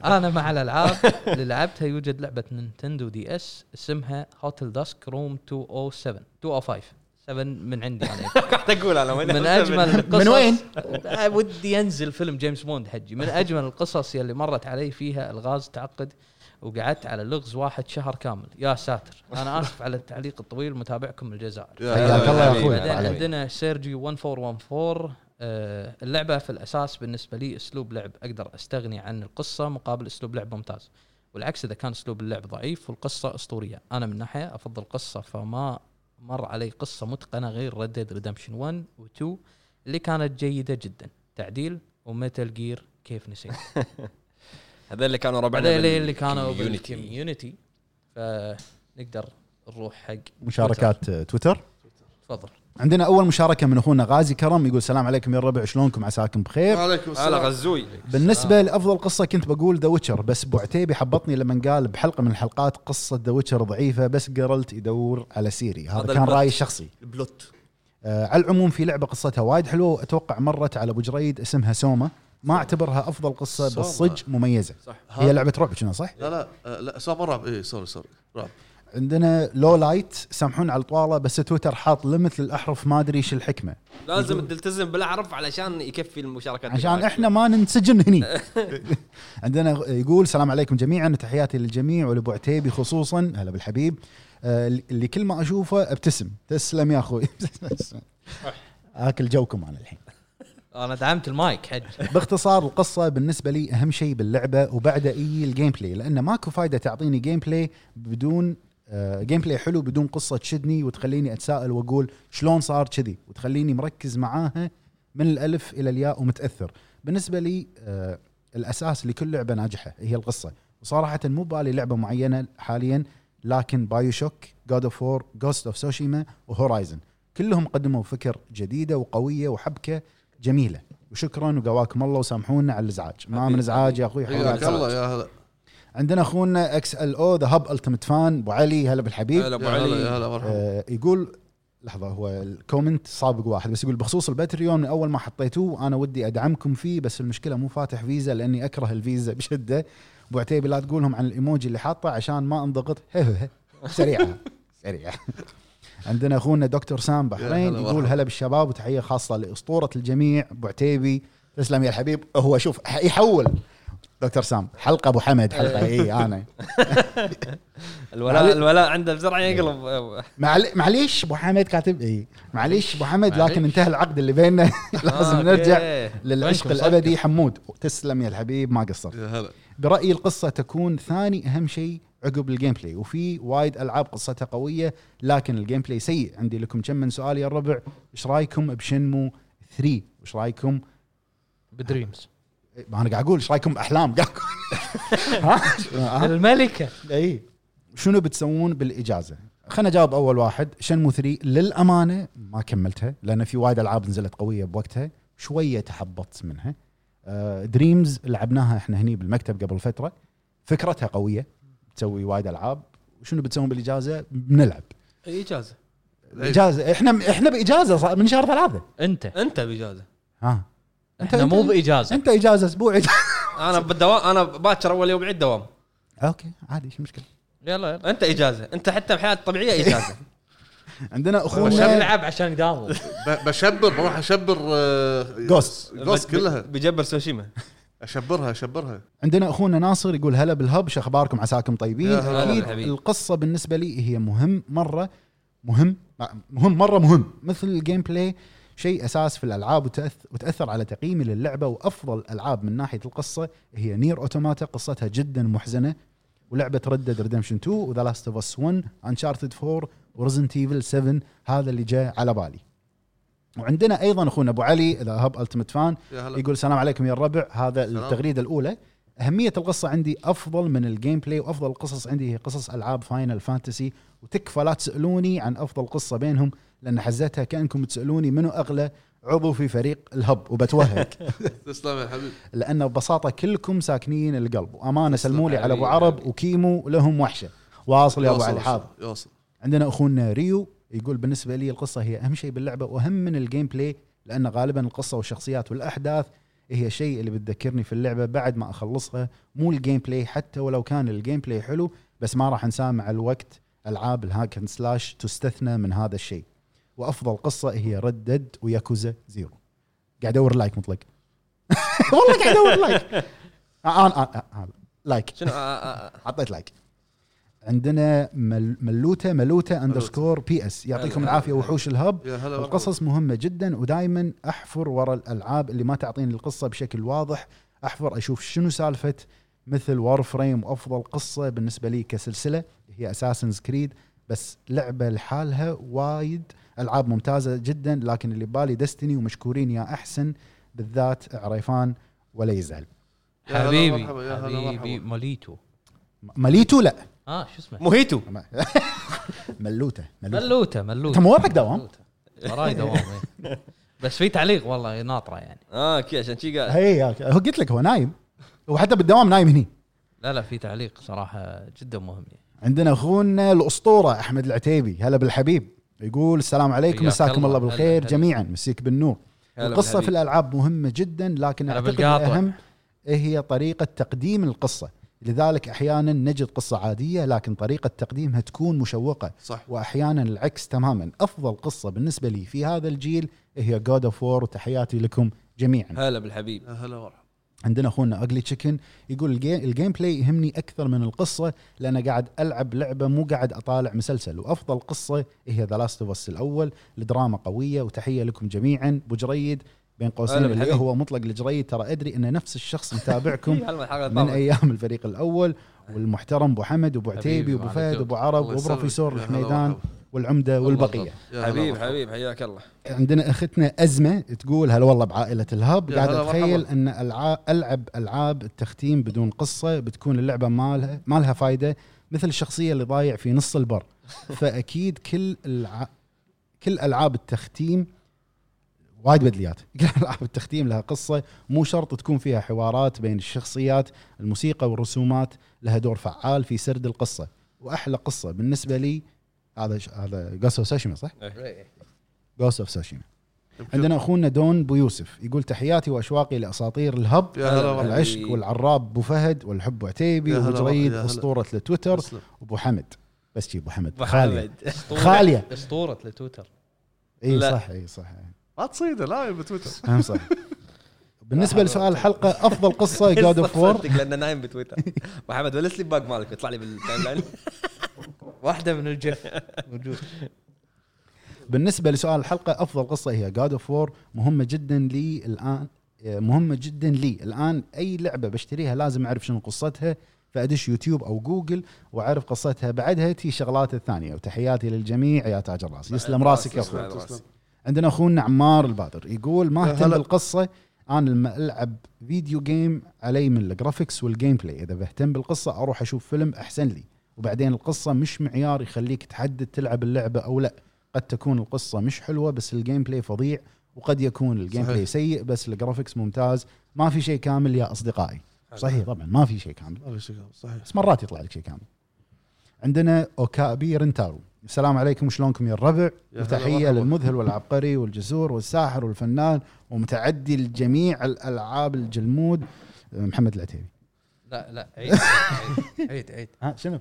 انا آه، مع الالعاب اللي لعبتها يوجد لعبه نينتندو دي اس اسمها هوتل داسك روم 207 205 7 oh من عندي انا
قاعد اقول انا وين
من اجمل القصص
من وين؟
آه، ودي ينزل فيلم جيمس بوند حجي من اجمل القصص يلي مرت علي فيها الغاز تعقد وقعدت على لغز واحد شهر كامل يا ساتر انا اسف على التعليق الطويل متابعكم من الجزائر
يا هلا.
حياك الله يا اخوي
بعدين
الله عليك.
عندنا سيرجي 1414 آه، اللعبه في الاساس بالنسبه لي اسلوب لعب اقدر استغني عن القصه مقابل اسلوب لعب ممتاز والعكس اذا كان اسلوب اللعب ضعيف والقصه اسطوريه انا من ناحيه افضل قصه فما مر علي قصه متقنه غير ردد ريدمشن 1 و2 اللي كانت جيده جدا تعديل وميتال جير كيف نسيت
هذول اللي كانوا ربعنا
بعدين اللي كانوا
بالكوميونتي.
بالكوميونتي فنقدر نروح حق
مشاركات آه، تويتر
تفضل
عندنا اول مشاركه من اخونا غازي كرم يقول السلام عليكم يا الربع شلونكم عساكم بخير
وعليكم
هلا
السلام
غزوي
بالنسبه لافضل قصه كنت بقول ذا ويتشر بس ابو عتيبي حبطني لما قال بحلقه من الحلقات قصه ذا ويتشر ضعيفه بس جرلت يدور على سيري
هذا
هذا كان
البلوت.
رايي الشخصي
البلوت
آه على العموم في لعبه قصتها وايد حلوه واتوقع مرت على ابو جريد اسمها سوما ما اعتبرها افضل قصه
سوما.
بس صج مميزه
صح
هي لعبه رعب كنا صح
لا لا آه، لا سامر رعب اي سوري سوري رعب
عندنا لو لايت سامحون على الطواله بس تويتر حاط ليمت للاحرف ما ادري ايش الحكمه
لازم تلتزم بالاعرف علشان يكفي المشاركات
عشان احنا ما ننسجن هني عندنا يقول السلام عليكم جميعا وتحياتي للجميع ولابو عتيبي خصوصا هلا بالحبيب آه، اللي كل ما اشوفه ابتسم تسلم يا اخوي اكل جوكم انا الحين
انا دعمت المايك حج
باختصار القصه بالنسبه لي اهم شيء باللعبه وبعد اي الجيم بلاي لان ماكو فايده تعطيني جيم بلاي بدون آه، جيم بلاي حلو بدون قصه تشدني وتخليني اتساءل واقول شلون صار كذي وتخليني مركز معاها من الالف الى الياء ومتاثر بالنسبه لي آه، الاساس لكل لعبه ناجحه هي القصه وصراحه مو بالي لعبه معينه حاليا لكن بايو شوك جود اوف وور جوست اوف سوشيما وهورايزن كلهم قدموا فكر جديده وقويه وحبكه جميله وشكرا وقواكم الله وسامحونا على الازعاج ما من ازعاج يا اخوي حياك
حياك
الله.
الله يا هلا
عندنا اخونا اكس ال او ذا هب التيمت فان ابو علي هلا بالحبيب
هلا ابو
يا هلا، يا
علي
هلا مرحبا
آه يقول لحظه هو الكومنت سابق واحد بس يقول بخصوص الباتريون من اول ما حطيتوه انا ودي ادعمكم فيه بس المشكله مو فاتح فيزا لاني اكره الفيزا بشده ابو عتيبي لا تقولهم عن الايموجي اللي حاطه عشان ما انضغط سريعه سريعه عندنا اخونا دكتور سام
يا
بحرين
هلا
يقول
مرحبا.
هلا بالشباب وتحيه خاصه لاسطوره الجميع ابو عتيبي تسلم يا الحبيب هو شوف ح- يحول دكتور سام حلقه ابو حمد إيه، حلقه اي انا
الولاء الولاء عنده بسرعه يقلب
معل- معليش ابو حمد كاتب اي معليش ابو حمد لكن
معليش.
انتهى العقد اللي بيننا لازم نرجع
أوكي.
للعشق
وينكم صدق؟
الابدي حمود تسلم يا الحبيب ما قصرت
يا هلا
برايي القصه تكون ثاني اهم شيء عقب الجيم بلاي وفي وايد العاب قصتها قويه لكن الجيم بلاي سيء عندي لكم كم من سؤال يا الربع ايش رايكم بشنمو 3 ايش رايكم
بدريمز
إيه، ما انا قاعد اقول ايش رايكم باحلام قاعد أقول.
أه؟
ها؟ ها؟
الملكه
اي إيه. شنو بتسوون بالاجازه؟ خلنا اجاوب اول واحد شنمو 3 للامانه ما كملتها لان في وايد العاب نزلت قويه بوقتها شويه تحبطت منها دريمز لعبناها احنا هني بالمكتب قبل فتره فكرتها قويه تسوي وايد العاب شنو بتسوون بالاجازه؟ بنلعب
اجازه
اجازه احنا احنا باجازه صار من شهر ثلاثه
انت
انت باجازه
ها
احنا مو باجازه
انت اجازه اسبوع
انا بالدوام انا باكر اول يوم عيد دوام
اوكي عادي شو المشكله
يلا يلا
انت اجازه انت حتى بحياتك الطبيعيه اجازه
عندنا
عشان
اخونا
نلعب عشان نداوم
ب- بشبر بروح آه، اشبر
جوست.
جوست كلها
بجبر سوشيما
اشبرها اشبرها
عندنا اخونا ناصر يقول هلا بالهب شو اخباركم عساكم طيبين
يا هلا
اكيد
بالحبيب.
القصه بالنسبه لي هي مهم مره مهم مهم مره مهم مثل الجيم بلاي شيء اساس في الالعاب وتأث- وتاثر على تقييمي للعبه وافضل العاب من ناحيه القصه هي نير اوتوماتا قصتها جدا محزنه ولعبه ردد ريدمشن 2 وذا لاست اوف اس 1 انشارتد 4 ورزنت ايفل 7 هذا اللي جاء على بالي وعندنا ايضا اخونا ابو علي ذا هب التيمت فان
يا هلا
يقول السلام عليكم يا الربع هذا
سلام.
التغريده الاولى اهميه القصه عندي افضل من الجيم بلاي وافضل القصص عندي هي قصص العاب فاينل فانتسي وتكفى لا تسالوني عن افضل قصه بينهم لان حزتها كانكم تسالوني منو اغلى عضو في فريق الهب وبتوهق
تسلم يا حبيبي
لان ببساطه كلكم ساكنين القلب وامانه
تسلم
سلموا لي على ابو
حبيبي،
عرب
حبيبي.
وكيمو لهم وحشه واصل يا ابو
يوصل،
علي حاضر
يوصل
عندنا اخونا ريو يقول بالنسبه لي القصه هي اهم شيء باللعبه واهم من الجيم بلاي لان غالبا القصه والشخصيات والاحداث هي الشيء اللي بتذكرني في اللعبه بعد ما اخلصها مو الجيم بلاي حتى ولو كان الجيم بلاي حلو بس ما راح انساه مع الوقت العاب الهاك اند سلاش تستثنى من هذا الشيء وافضل قصه هي ردد وياكوزا زيرو قاعد ادور لايك مطلق والله قاعد ادور لايك آه، آه، آه، آه، لايك
شنو آه، آه، آه.
حطيت لايك عندنا مل ملوته ملوته اندرسكور بي اس يعطيكم
هلا.
العافيه وحوش الهب
يا هلا والله.
القصص مهمه جدا ودائما احفر ورا الالعاب اللي ما تعطيني القصه بشكل واضح احفر اشوف شنو سالفه مثل وار فريم وافضل قصه بالنسبه لي كسلسله هي اساسنز كريد بس لعبه لحالها وايد العاب ممتازه جدا لكن اللي ببالي دستني ومشكورين يا احسن بالذات عريفان ولا يزعل
يا هلا
حبيبي
مرحبا، يا هلا
حبيبي
مرحبا.
موليتو
مليتو لا
اه شو اسمه
موهيتو
ملوته ملوته
ملوته ملوته
انت مو وراك دوام
وراي دوام إيه. بس في تعليق والله ناطره يعني
اه اوكي عشان شي قال
هي هو قلت لك هو نايم وحتى بالدوام نايم هني
لا لا في تعليق صراحه جدا مهم يعني
عندنا اخونا الاسطوره احمد العتيبي هلا بالحبيب يقول السلام عليكم
حياك
مساكم
الله.
الله
هلا
بالخير
هلا.
جميعا مسيك بالنور
هلا
القصه في
بالحبيب.
الالعاب مهمه جدا لكن
هلا
اعتقد
بالقاطع.
الاهم هي طريقه تقديم القصه لذلك احيانا نجد قصه عاديه لكن طريقه تقديمها تكون مشوقه
صح
واحيانا العكس تماما افضل قصه بالنسبه لي في هذا الجيل إيه هي جود اوف وور وتحياتي لكم جميعا
هلا بالحبيب
يا هلا مرحبا
عندنا اخونا اجلي تشيكن يقول الجي- الجيم بلاي يهمني اكثر من القصه لان قاعد العب لعبه مو قاعد اطالع مسلسل وافضل قصه هي ذا لاست اوف اس الاول الدراما قويه وتحيه لكم جميعا بجريد بين قوسين
هلا
اللي
بالحبيب.
هو مطلق الجريد ترى ادري ان نفس الشخص متابعكم
هلا بالحلقة
من
طبعاً.
ايام الفريق الاول والمحترم ابو حمد وابو عتيبي
حبيبي،
وابو
وعلى
فهد
ذوق.
وابو عرب
الله
وبروفيسور
يسلمك. يا هلا
الحميدان
مرحبا.
والعمده والبقيه
يا هلا
حبيب
مرحبا.
حبيب حياك الله
عندنا اختنا ازمه تقول هلا والله بعائله الهب
يا
قاعد
هلا
اتخيل
مرحبا.
ان العاب العب العاب التختيم بدون قصه بتكون اللعبه مالها ما لها فايده مثل الشخصيه اللي ضايع في نص البر فاكيد كل الع... كل العاب التختيم وايد بدليات كل العاب التختيم لها قصه مو شرط تكون فيها حوارات بين الشخصيات الموسيقى والرسومات لها دور فعال في سرد القصه واحلى قصه بالنسبه لي هذا هذا جوست اوف سوشيما صح؟
إيه.
جوست اوف سوشيما عندنا اخونا دون بو يوسف يقول تحياتي واشواقي لاساطير الهب
يا هلا
هلا
والله.
العشق والعراب بو فهد والحب عتيبي
يا هلا
وجريد
والله، يا هلا.
اسطوره التويتر
تسلم.
ابو حمد بس جي ابو حمد
أبو
خاليه
حمد.
خاليه
اسطوره لتويتر
اي
لا.
صح اي صح
ما تصيده لا بتويتر
هم صح بالنسبه لسؤال الحلقه افضل قصه جود اوف وور
صدق لانه نايم بتويتر محمد ولا سليب باج مالك بيطلع لي بالتايم لاين
واحده من الجف موجود
بالنسبه لسؤال الحلقه افضل قصه هي جاد اوف وور مهمه جدا لي الان مهمه جدا لي الان اي لعبه بشتريها لازم اعرف شنو قصتها فادش يوتيوب او جوجل واعرف قصتها بعدها تي شغلات الثانيه وتحياتي للجميع يا تاج الراس يسلم راسك يا
يسلم
اخوي
راسك.
عندنا اخونا عمار البادر يقول ما
يا
اهتم
آه، هلا.
بالقصه انا لما العب فيديو جيم علي من الجرافيكس والجيم بلاي اذا بهتم بالقصه اروح اشوف فيلم احسن لي وبعدين القصه مش معيار يخليك تحدد تلعب اللعبه او لا قد تكون القصه مش حلوه بس الجيم بلاي فظيع وقد يكون الجيم
صحيح.
بلاي سيء بس الجرافيكس ممتاز ما في شيء كامل يا اصدقائي صحيح طبعا ما في شيء كامل
ما في شيء صحيح
بس مرات يطلع لك شيء كامل عندنا اوكابي رنتارو السلام عليكم شلونكم يا الربع
يا هلا
وتحيه
مرحبا.
للمذهل والعبقري والجسور والساحر والفنان ومتعدي الجميع الالعاب الجلمود محمد العتيبي
لا لا عيد عيد عيد, عيد.
ها شنو؟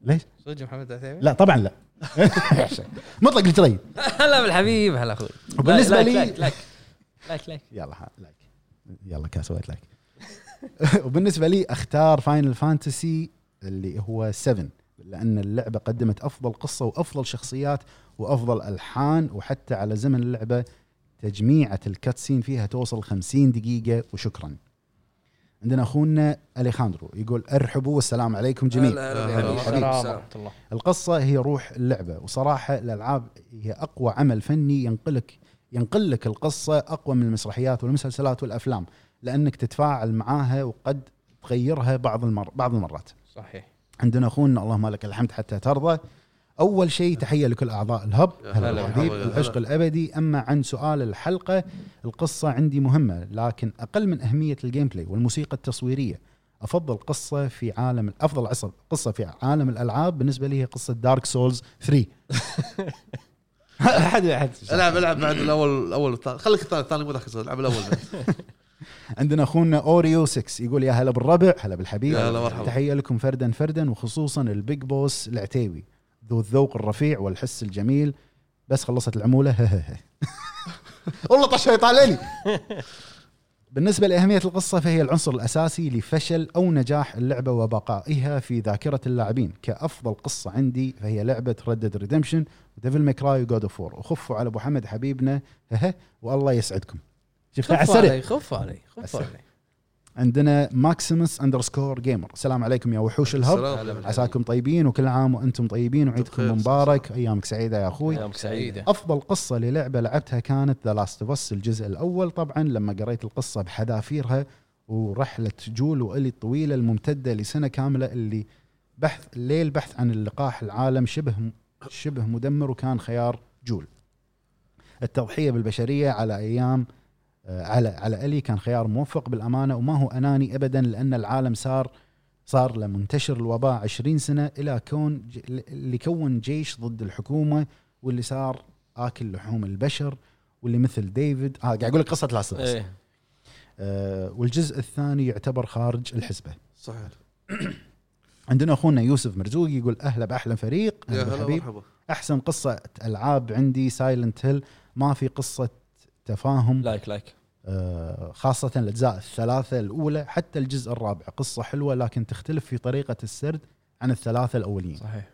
ليش؟
صدق محمد العتيبي؟
لا طبعا لا مطلق الجري
هلا بالحبيب هلا اخوي
وبالنسبة
لايك،
لي-
لايك لايك لايك لايك
يلا ها لايك يلا كا سويت لايك وبالنسبه لي اختار فاينل فانتسي اللي هو 7 لان اللعبه قدمت افضل قصه وافضل شخصيات وافضل الحان وحتى على زمن اللعبه تجميعه الكاتسين فيها توصل 50 دقيقه وشكرا عندنا اخونا اليخاندرو يقول ارحبوا والسلام عليكم جميعا
حبيبي.
السلام ورحمه الله
القصة هي روح اللعبة وصراحة الألعاب هي أقوى عمل فني ينقلك ينقلك القصة أقوى من المسرحيات والمسلسلات والأفلام لأنك تتفاعل معاها وقد تغيرها بعض المر... بعض المرات
صحيح
عندنا أخونا اللهم لك الحمد حتى ترضى أول شيء تحية لكل أعضاء الهب
يا
هلا
هلا
بالحبيب
بالحبيب.
العشق الأبدي أما عن سؤال الحلقة القصة عندي مهمة لكن أقل من أهمية الجيم بلاي والموسيقى التصويرية أفضل قصة في عالم أفضل عصر قصة في عالم الألعاب بالنسبة لي هي قصة دارك سولز 3 أحد أحد
العب العب بعد الاول الاول والثاني. خليك الثاني الثاني مو ذاك الزود، العب الاول بعد.
عندنا اخونا اوريو 6 يقول يا هلا بالربع هلا بالحبيب
يا هلا مرحبا.
تحيه لكم فردا فردا وخصوصا البيج بوس العتيوي ذو الذوق الرفيع والحس الجميل بس خلصت العموله والله طش طالعني بالنسبة لأهمية القصة فهي العنصر الأساسي لفشل أو نجاح اللعبة وبقائها في ذاكرة اللاعبين كأفضل قصة عندي فهي لعبة ردد ريدمشن وديفل ماكراي وجود اوف وور وخفوا على أبو حمد حبيبنا والله يسعدكم شفت على
خف
السريع
علي خف علي خف
عسري.
علي
عندنا ماكسيمس اندرسكور جيمر السلام عليكم يا وحوش الهب
السلام.
عساكم طيبين وكل عام وانتم طيبين وعيدكم
بخير.
مبارك ايامك سعيده يا اخوي
ايامك سعيده
سعيده
افضل قصه للعبه لعبتها كانت ذا لاست اوف اس الجزء الاول طبعا لما قريت القصه بحذافيرها ورحله جول والي الطويله الممتده لسنه كامله اللي بحث ليل بحث عن اللقاح العالم شبه شبه مدمر وكان خيار جول التضحيه بالبشريه على ايام آه، على على الي كان خيار موفق بالامانه وما هو اناني ابدا لان العالم صار صار له منتشر الوباء 20 سنه الى كون ج- اللي كون جيش ضد الحكومه واللي صار اكل لحوم البشر واللي مثل ديفيد اه قاعد اقول لك قصه لاست أوف أس.
ايه
آه والجزء الثاني يعتبر خارج الحسبه
صحيح
عندنا اخونا يوسف مرزوقي يقول اهلا باحلى فريق
يا
أهلا
هلا
بالحبيب.
مرحبا
احسن قصه العاب عندي سايلنت هيل ما في قصه تفاهم
لايك لايك
آه، خاصة الأجزاء الثلاثة الأولى حتى الجزء الرابع قصة حلوة لكن تختلف في طريقة السرد عن الثلاثة الأولين
صحيح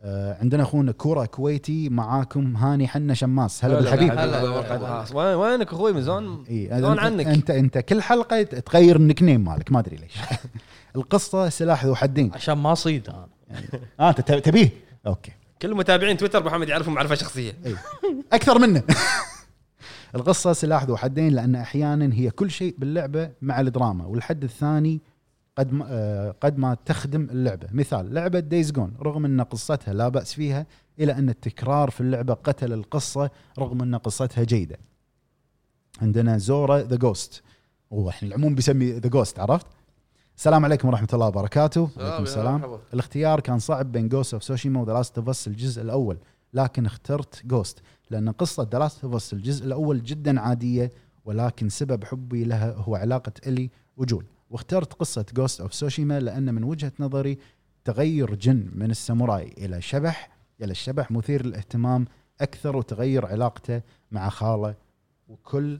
آه، عندنا أخونا كورة كويتي معاكم هاني حنا شماس هلا بالحبيب
هلا.
آه، وين- وينك اخوي من زمان
اي
دون
أنت-
عنك.
انت انت كل حلقه تغير النك نيم مالك ما ادري ليش القصه سلاح ذو حدين
عشان ما اصيد انا
آه،
اه انت تب- تبيه اوكي
كل متابعين تويتر ابو حمد يعرفهم معرفه شخصيه
اكثر منه القصه سلاح ذو حدين لان احيانا هي كل شيء باللعبه مع الدراما والحد الثاني قد ما آه، قد ما تخدم اللعبه مثال لعبه دايز جون رغم ان قصتها لا باس فيها الا ان التكرار في اللعبه قتل القصه رغم ان قصتها جيده عندنا زورا ذا جوست واحنا العموم بيسمي ذا جوست عرفت السلام عليكم ورحمه الله وبركاته
سلام، يا مرحبا.
الاختيار كان صعب بين جوست اوف سوشيما وذا لاست اوف اس الجزء الاول لكن اخترت جوست لان قصه ذا لاست اوف اس الجزء الاول جدا عاديه ولكن سبب حبي لها هو علاقه الي وجول واخترت قصه جوست اوف سوشيما لان من وجهه نظري تغير جن من الساموراي الى شبح الى الشبح مثير للاهتمام اكثر وتغير علاقته مع خاله وكل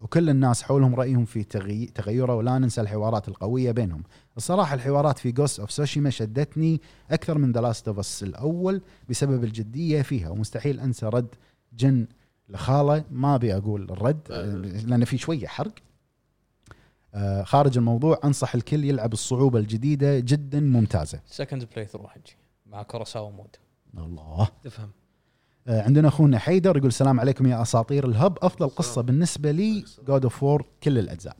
وكل الناس حولهم رايهم في تغي... تغيره ولا ننسى الحوارات القويه بينهم. الصراحه الحوارات في جوست اوف سوشيما شدتني اكثر من ذا لاست اوف اس الاول بسبب الجديه فيها ومستحيل انسى رد جن لخاله ما ابي اقول الرد آه، لان في شويه حرق. آه، خارج الموضوع انصح الكل يلعب الصعوبه الجديده جدا ممتازه.
سكند بلاي ثرو حجي مع كوراساوا مود
الله
تفهم
آه، عندنا اخونا حيدر يقول السلام عليكم يا اساطير الهب افضل قصه
السلام.
بالنسبه لي جود اوف وور كل الاجزاء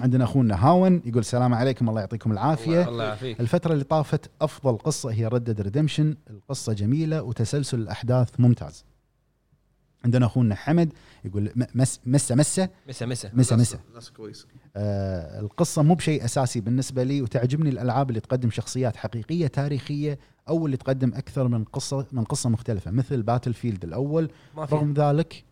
عندنا اخونا هاون يقول السلام عليكم الله يعطيكم العافيه
الله يعافيك
الفتره اللي طافت افضل قصه هي ردد ريدمشن القصه جميله وتسلسل الاحداث ممتاز عندنا اخونا حمد يقول م- مس مسه مسه
مسا مسا
مسه مسه
ناس كويسه
آه، القصة مو بشيء أساسي بالنسبة لي وتعجبني الألعاب اللي تقدم شخصيات حقيقية تاريخية أو اللي تقدم أكثر من قصة من قصة مختلفة مثل باتل فيلد الأول
ما في
رغم ذلك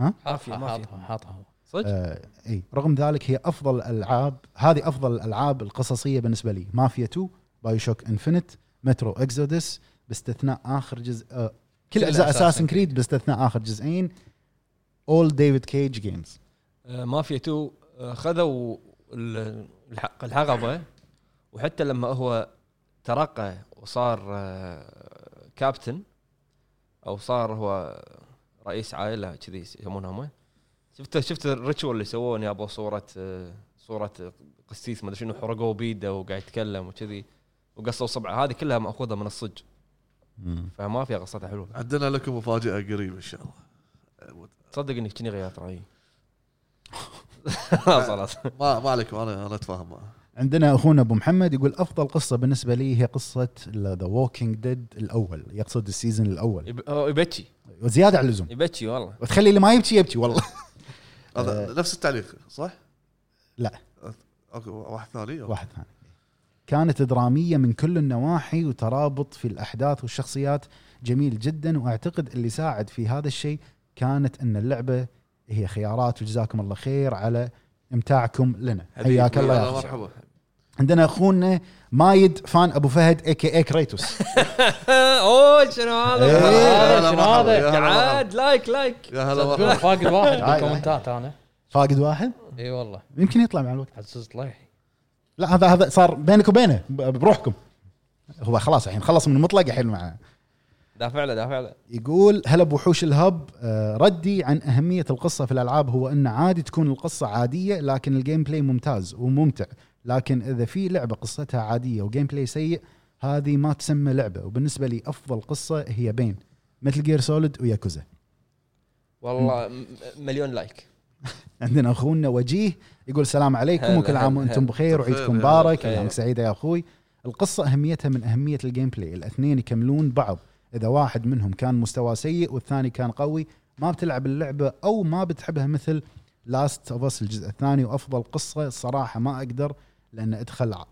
عافية،
حاطها
ما في.
حاطها حاطها هو.
صدق
آه أي رغم ذلك هي أفضل الألعاب هذه أفضل الألعاب القصصية بالنسبة لي مافيا 2 بايو شوك إنفنت مترو إكزودس باستثناء آخر جزء آه كل
كل
أجزاء
أساسن
أساسن كريد باستثناء آخر جزئين أول ديفيد كيج جيمز
آه، مافيا 2 آه، خذوا ال- الح- الحقبه وحتى لما هو ترقى وصار آه، كابتن او صار هو رئيس عائله كذي يسمونها هم شفت شفت الريتشوال اللي سووه إن يابوا صوره آه، صوره قسيس ما ادري شنو حرقوه بيده وقاعد يتكلم وكذي وقصوا صبعه هذه كلها ماخوذه من الصج فما فيها قصتها حلوه
عندنا لكم مفاجاه قريبه ان شاء الله
تصدق اني كني غيرت رايي خلاص خلاص
ما ما عليكم انا انا اتفاهم معه
عندنا اخونا ابو محمد يقول افضل قصه بالنسبه لي هي قصه ذا ووكينج ديد الاول يقصد السيزون الاول
يب- هو يبكي
وزياده على اللزوم
يبكي والله
وتخلي اللي ما يبكي يبكي والله
هذا نفس التعليق صح؟
آه. لا.
اوكي واحد ثاني أوكي.
واحد ثاني كانت دراميه من كل النواحي وترابط في الاحداث والشخصيات جميل جدا واعتقد اللي ساعد في هذا الشيء كانت ان اللعبه هي خيارات وجزاكم الله خير على امتاعكم لنا حياك الله يا
يلا
أخي.
مرحبا
عندنا اخونا مايد فان ابو فهد اي كي اي كريتوس
اوه شنو
إيه.
يا
هذا
هلا
شنو
مرحبا، يا
هذا؟
هلا مرحبا.
عاد لايك لايك
يا هلا
صدقون
مرحبا
فاقد واحد
عادي.
بالكومنتات انا
فاقد واحد
اي والله
يمكن يطلع مع الوقت
عززت لي
لا هذا هذا صار بينك وبينه ب- بروحكم هو خلاص الحين خلص من المطلق الحين معه
دافع له دافع له
يقول هلا بوحوش الهب آه، ردي عن اهميه القصه في الالعاب هو ان عادي تكون القصه عاديه لكن الجيم بلاي ممتاز وممتع لكن اذا في لعبه قصتها عاديه وجيم بلاي سيء هذه ما تسمى لعبه وبالنسبه لي افضل قصه هي بين مثل جير سوليد وياكوزا
والله م- مليون لايك
عندنا اخونا وجيه يقول السلام عليكم
هلا،
وكل
هلا، طيب،
عام وانتم
هلا.
بخير
بخير،
وعيدكم
يا
مبارك
بخير.
ايامك سعيده يا اخوي القصه اهميتها من اهميه الجيم بلاي الاثنين يكملون بعض اذا واحد منهم كان مستوى سيء والثاني كان قوي ما بتلعب اللعبه او ما بتحبها مثل لاست اوف اس الجزء الثاني وافضل قصه الصراحه ما اقدر لان ادخل ع-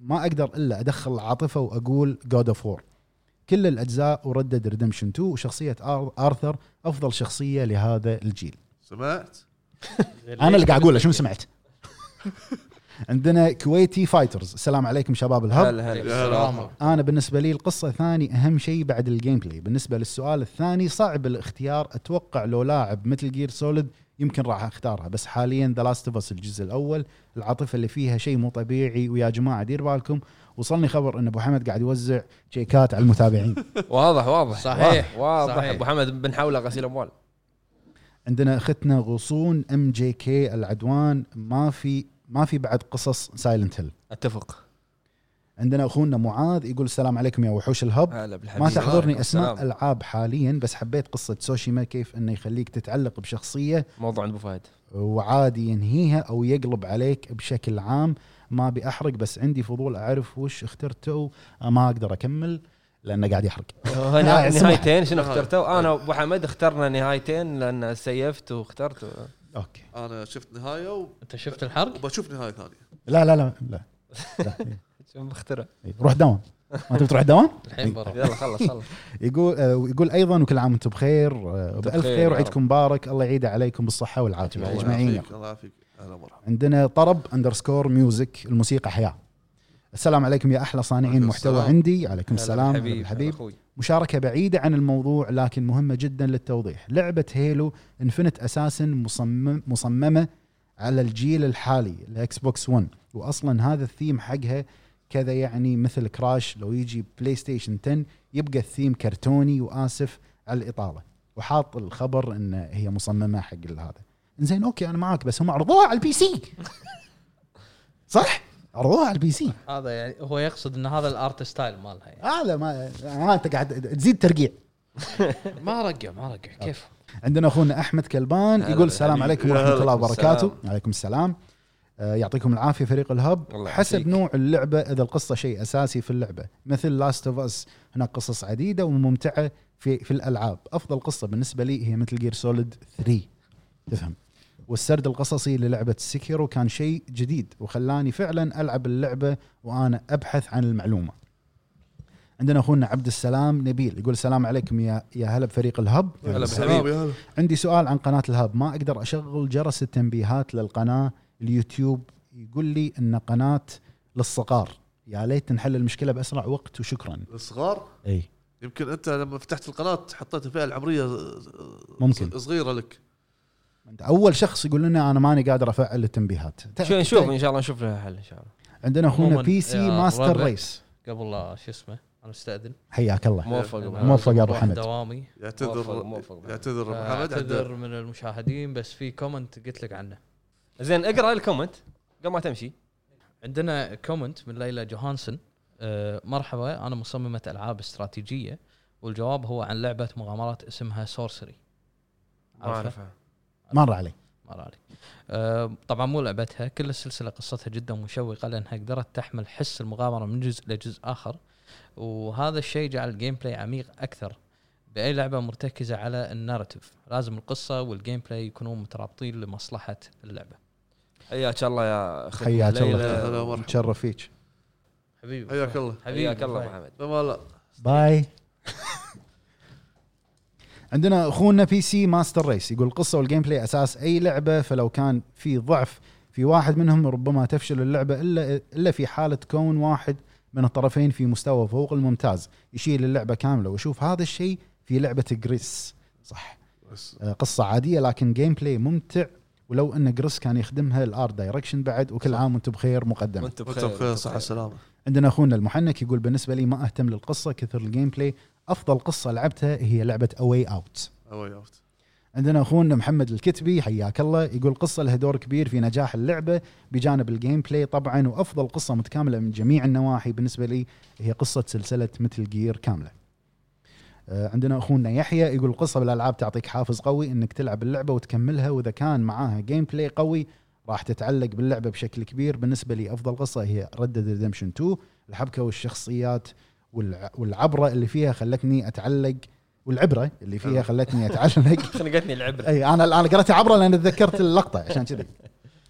ما اقدر الا ادخل العاطفه واقول جود اوف وور كل الاجزاء وردد ريدمشن 2 وشخصيه آر- ارثر افضل شخصيه لهذا الجيل
سمعت؟
انا اللي قاعد اقوله شنو سمعت عندنا كويتي فايترز السلام عليكم شباب الهب
هلا هلا
يا هلا مرحبا.
انا بالنسبه لي القصه ثاني اهم شيء بعد الجيم بلاي بالنسبه للسؤال الثاني صعب الاختيار اتوقع لو لاعب مثل جير سوليد يمكن راح اختارها بس حاليا ذا لاست اوف الجزء الاول العاطفه اللي فيها شيء مو طبيعي ويا جماعه دير بالكم وصلني خبر ان ابو حمد قاعد يوزع شيكات على المتابعين
واضح واضح
صحيح،
واضح
صحيح.
ابو حمد بنحاوله غسيل اموال
عندنا اختنا غصون ام جي كي العدوان ما في ما في بعد قصص سايلنت هيل
اتفق
عندنا اخونا معاذ يقول السلام عليكم يا وحوش الهب
هلا بالحبيب
ما تحضرني
وعليكم
اسماء
السلام.
العاب حاليا بس حبيت قصه سوشيما كيف انه يخليك تتعلق بشخصيه
موضوع عند ابو فهد
وعادي ينهيها او يقلب عليك بشكل عام ما بيحرق بس عندي فضول اعرف وش اخترته ما اقدر اكمل لانه قاعد يحرق
هنا
اسمع.
نهايتين شنو اخترتوا انا وابو حمد اخترنا نهايتين لان سيفت واخترت
اوكي
انا شفت نهايه و-
انت شفت الحرق؟
وبشوف نهايه ثانيه
لا لا لا لا, لا.
شو بخترع
روح دوام ما تبي تروح دوام
الحين برا
طيب، يلا خلص خلص
يقول آه، يقول ايضا وكل عام وانتم بخير آه،
وأنتم
بالف
بخير
خير
يا
وعيدكم مبارك الله يعيده عليكم بالصحه والعافيه
الله
الله
اجمعين يا
يعافيك، الله يعافيك هلا مرحبا
عندنا طرب اندرسكور ميوزك الموسيقى حياه السلام عليكم يا احلى صانعين
عليكم
محتوى
السلام.
عندي عليكم السلام
هلا
حبيب
بالحبيب
الحبيب
هلا أخوي.
مشاركه بعيده عن الموضوع لكن مهمه جدا للتوضيح لعبه هيلو انفنت اساسا مصمم مصممه على الجيل الحالي الاكس بوكس 1 واصلا هذا الثيم حقها كذا يعني مثل كراش لو يجي بلاي ستيشن 10 يبقى الثيم كرتوني واسف على الاطاله وحاط الخبر ان هي مصممه حق هذا زين اوكي انا معاك بس هم عرضوها على البي سي صح عرضوها على البي سي
هذا يعني هو يقصد ان هذا الارت ستايل مالها يعني
هذا ما ما انت قاعد تزيد ترقيع
ما رقع ما رقع
آه.
كيف
عندنا اخونا احمد كلبان
هلا
يقول السلام
بالحبيب.
عليكم
يا
ورحمه
هلا.
الله وبركاته
السلام.
وعليكم السلام آه، يعطيكم العافيه فريق الهب
الله
حسب
يعافيك.
نوع اللعبه اذا القصه شيء اساسي في اللعبه مثل لاست اوف اس هناك قصص عديده وممتعه في في الالعاب افضل قصه بالنسبه لي هي مثل جير سوليد 3 تفهم والسرد القصصي للعبه سكيرو كان شيء جديد وخلاني فعلا العب اللعبه وانا ابحث عن المعلومه عندنا اخونا عبد السلام نبيل يقول السلام عليكم يا يا هلا بفريق الهب
هلا بالحبيب.
سلام يا هلا.
عندي سؤال عن قناة الهاب ما أقدر أشغل جرس التنبيهات للقناة اليوتيوب يقول لي أن قناة للصغار يا ليت نحل المشكلة بأسرع وقت وشكرا
الصغار
أي
يمكن انت لما فتحت القناه حطيت الفئه العمريه آه،
ممكن.
صغيره لك
أنت أول شخص يقول لنا أنا ماني قادر أفعل التنبيهات
شو- نشوف ان شاء الله نشوف لها حل ان شاء الله
عندنا أخونا
عموماً
بي سي
يا
ماستر
ربع.
ريس
قبل لا شو اسمه انا مستاذن
حياك الله
موفق أبو
أنا
حمد.
موفق يا أبو
راح
حمد.
دوامي
موفق-
يعتذر
موفق بعد.
يعتذر ابو حمد
اعتذر
عنده-
من المشاهدين بس في كومنت قلت لك عنه
زين اقرا الكومنت قبل ما تمشي
عندنا كومنت من ليلى جوهانسن أه مرحبا انا مصممه العاب استراتيجيه والجواب هو عن لعبه مغامرات اسمها سورسري
ما اعرفها
مر علي
مر علي أه طبعا مو لعبتها كل السلسله قصتها جدا مشوقه لانها قدرت تحمل حس المغامره من جزء لجزء اخر وهذا الشيء جعل الجيم بلاي عميق اكثر باي لعبه مرتكزه على النارتيف لازم القصه والجيم بلاي يكونون مترابطين لمصلحه اللعبه
حياك الله يا اخي
حياك الله.
ليلى.
هلا مرحبا
نتشرف فيك
حبيبي
حياك الله
حبيبي
حياك الله
فهد.
ابو حمد
لا ما لا
باي عندنا اخونا بي سي ماستر ريس يقول القصه والجيم بلاي اساس اي لعبه فلو كان في ضعف في واحد منهم ربما تفشل اللعبه الا الا في حاله كون واحد من الطرفين في مستوى فوق الممتاز يشيل اللعبه كامله واشوف هذا الشيء في لعبه جريس صح
بس
آه، قصه عاديه لكن جيم بلاي ممتع ولو ان جريس كان يخدمها الار دايركشن بعد وكل عام وانتم بخير مقدما
وانت
وانت بخير صحه سلامه
عندنا اخونا المحنك يقول بالنسبه لي ما اهتم للقصه كثر الجيم بلاي افضل قصه لعبتها هي لعبه اواي اوت
اواي اوت
عندنا اخونا محمد الكتبي حياك الله يقول قصه لها دور كبير في نجاح اللعبه بجانب الجيم بلاي طبعا وافضل قصه متكامله من جميع النواحي بالنسبه لي هي قصه سلسله مثل جير كامله آه، عندنا اخونا يحيى يقول القصه بالالعاب تعطيك حافز قوي انك تلعب اللعبه وتكملها واذا كان معاها جيم بلاي قوي راح تتعلق باللعبه بشكل كبير بالنسبه لي افضل قصه هي ردد ريدمشن 2 الحبكه والشخصيات والع- والعبره اللي فيها خلتني اتعلق والعبره اللي فيها خلتني اتعلق
خنقتني العبره
اي انا انا قرأتها عبره لان تذكرت اللقطه عشان كذي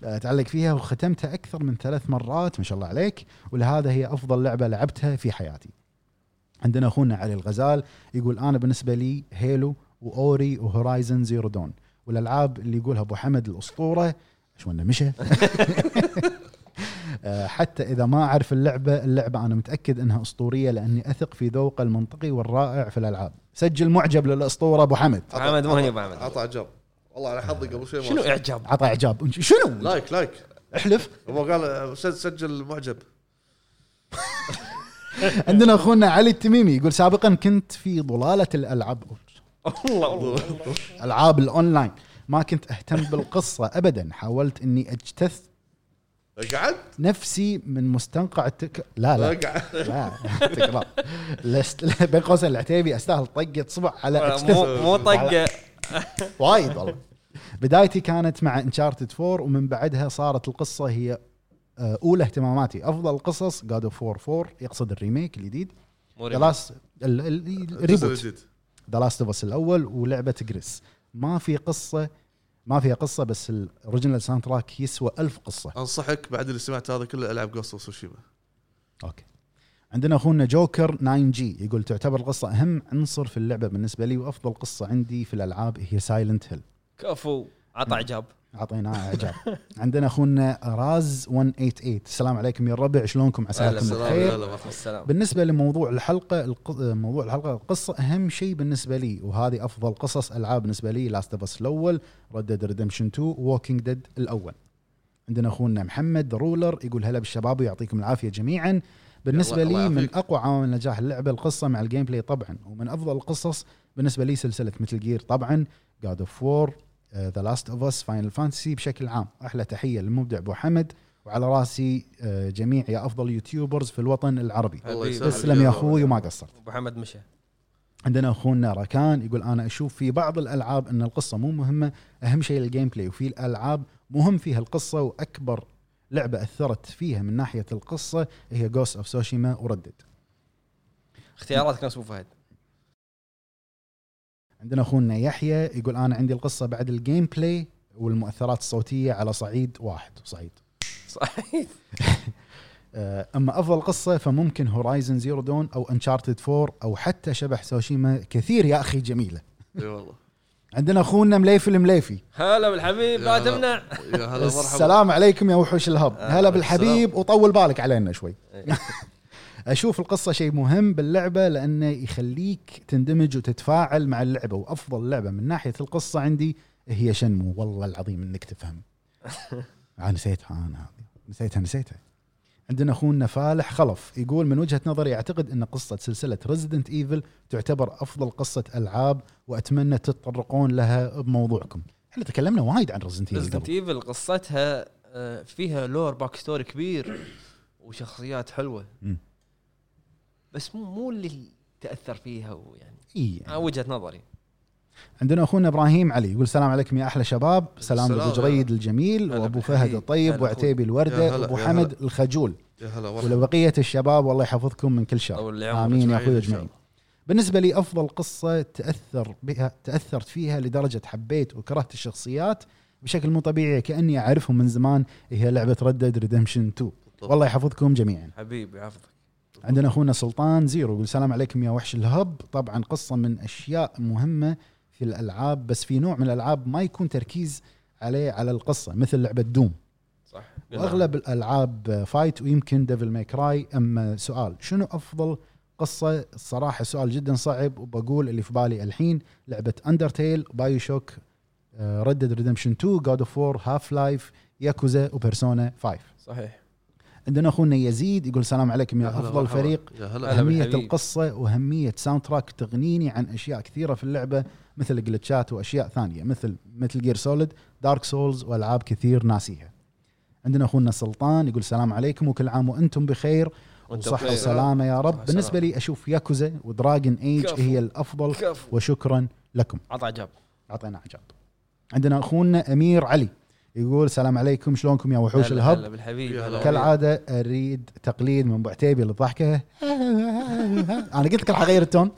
اتعلق فيها وختمتها اكثر من ثلاث مرات ما شاء الله عليك ولهذا هي افضل لعبه لعبتها في حياتي. عندنا اخونا علي الغزال يقول انا بالنسبه لي هيلو واوري وهورايزن زيرو دون والالعاب اللي يقولها ابو حمد الاسطوره شو انه مشى آه، حتى اذا ما اعرف اللعبه اللعبه انا متاكد انها اسطوريه لاني اثق في ذوقه المنطقي والرائع في الالعاب سجل معجب للاسطوره ابو حمد
حمد مهني ابو حمد
عطى اعجاب والله انا حظي قبل شوي ما
شنو
أصدق.
اعجاب؟
عطى اعجاب شنو
لايك لايك
احلف
هو قال سج- سجل معجب
عندنا اخونا علي التميمي يقول سابقا كنت في ضلاله الالعاب
والله والله
العاب الاونلاين ما كنت اهتم بالقصه ابدا حاولت اني اجتث
اقعد
نفسي من مستنقع التك... لا لا
اقعد
لا تكرار لست... لا، بين قوسين العتيبي استاهل طقه صبع على
مو
اجتث
مو طقه
وايد والله بدايتي كانت مع انشارتد 4 ومن بعدها صارت القصه هي آه، اولى اهتماماتي افضل قصص جاد اوف 4 4 يقصد الريميك الجديد
مو ريميك.
خلاص ال- ال-
الجزء
الريبوت
الجديد
ذا لاست اوف اس الاول ولعبه جريس ما في قصه ما فيها قصه بس الاوريجنال ساوند تراك يسوى ألف قصه
آه. انصحك بعد اللي سمعت هذا كله العب جوست اوف سوشيما
اوكي عندنا اخونا جوكر 9 جي يقول تعتبر القصه اهم عنصر في اللعبه بالنسبه لي وافضل قصه عندي في الالعاب هي سايلنت هيل
كفو عطى اعجاب
اعطيناه اعجاب عندنا اخونا راز 188 السلام عليكم يا الربع شلونكم
هلا
عساكم
بالسلام.
بخير
هلا مرحبا.
السلام
بالنسبه لموضوع الحلقه الق... موضوع الحلقه القصه اهم شيء بالنسبه لي وهذه افضل قصص العاب بالنسبه لي لاست اوف اس الاول ردد ريدمشن 2 ووكينج ديد الاول عندنا اخونا محمد رولر يقول هلا بالشباب ويعطيكم العافيه جميعا بالنسبه
الله- الله
لي من
يعافيك.
اقوى عوامل نجاح اللعبه القصه مع الجيم بلاي طبعا ومن افضل القصص بالنسبه لي سلسله مثل جير طبعا جاد اوف وور ذا لاست اوف اس فاينل فانتسي بشكل عام احلى تحيه للمبدع ابو حمد وعلى راسي آه، جميع يا افضل يوتيوبرز في الوطن العربي
الله يسلمك.
تسلم يا اخوي وما قصرت
ابو حمد مشى
عندنا اخونا ركان يقول انا اشوف في بعض الالعاب ان القصه مو مهمه اهم شيء الجيم بلاي وفي الالعاب مهم فيها القصه واكبر لعبه اثرت فيها من ناحيه القصه هي جوست اوف سوشيما وردد
اختياراتك نفس ابو فهد
عندنا اخونا يحيى يقول انا عندي القصه بعد الجيم بلاي والمؤثرات الصوتيه على صعيد واحد صعيد
صحيح
آه، اما افضل قصه فممكن هورايزن زيرو دون او انشارتد 4 او حتى شبح سوشيما كثير يا اخي جميله
اي والله
عندنا اخونا مليفي المليفي
هلا بالحبيب لا
يا
تمنع
يا هلا مرحبا
السلام عليكم يا وحوش الهب
آه،
هلا بالحبيب وطول بالك علينا شوي
إيه.
اشوف القصه شيء مهم باللعبه لانه يخليك تندمج وتتفاعل مع اللعبه وافضل لعبه من ناحيه القصه عندي هي شنمو والله العظيم انك تفهم انا نسيتها انا هذه. نسيتها نسيتها عندنا اخونا فالح خلف يقول من وجهه نظري اعتقد ان قصه سلسله ريزدنت ايفل تعتبر افضل قصه العاب واتمنى تتطرقون لها بموضوعكم احنا تكلمنا وايد عن ريزدنت ايفل
ريزدنت ايفل قصتها آه، فيها لور باك ستوري كبير وشخصيات حلوه
مم.
بس مو مو اللي تاثر فيها ويعني
اي
آه، وجهه نظري
عندنا اخونا ابراهيم علي يقول السلام عليكم يا احلى شباب سلام
السلام.
لابو جريد الجميل
هلا
وابو
بالحبيب.
فهد الطيب
هلا
وعتيبي
يا
الورده
هلا،
وابو
يا
حمد الخجول
يا هلا مرحبا
ولبقيه الشباب والله يحفظكم من كل شر
طول لي عمرك.
امين يا اخوي
أجمعين إن شاء
اجمعين
الله.
بالنسبه لي افضل قصه تاثر بها تاثرت فيها لدرجه حبيت وكرهت الشخصيات بشكل مو طبيعي كاني اعرفهم من زمان إيه، هي لعبه ردد ريدمشن 2 والله يحفظكم جميعا
حبيبي يحفظك
عندنا اخونا سلطان زيرو يقول السلام عليكم يا وحش الهب طبعا قصه من اشياء مهمه في الالعاب بس في نوع من الالعاب ما يكون تركيز عليه على القصه مثل لعبه دوم
صح
واغلب الالعاب فايت ويمكن ديفل ماي كراي اما سؤال شنو افضل قصه الصراحه سؤال جدا صعب وبقول اللي في بالي الحين لعبه اندرتيل بايو شوك ردد ريدمشن 2 جاد اوف وور هاف لايف ياكوزا وبيرسونا 5
صحيح
عندنا اخونا يزيد يقول السلام عليكم يا
هلا
افضل
مرحبا.
فريق
يا هلا
هلا.
أهمية
بالحبيب.
القصة وأهمية ساوند تراك تغنيني عن أشياء كثيرة في اللعبة مثل جلتشات وأشياء ثانية مثل مثل جير سوليد دارك سولز وألعاب كثير ناسيها عندنا أخونا سلطان يقول السلام عليكم وكل عام وأنتم بخير
وأنت
وصحة
بخير.
وسلامة يا
صحة
رب بالنسبة لي أشوف ياكوزا ودراجن ايج
كفو.
هي الأفضل
كفو
وشكرا لكم
عطى جاب
أعطينا عجاب عندنا أخونا أمير علي يقول السلام عليكم شلونكم يا وحوش
هلا-
الهب
هلا بالحبيب
يا هلا.
كالعاده اريد تقليد من ابو عتيبي للضحكه انا قلت لك راح اغير التون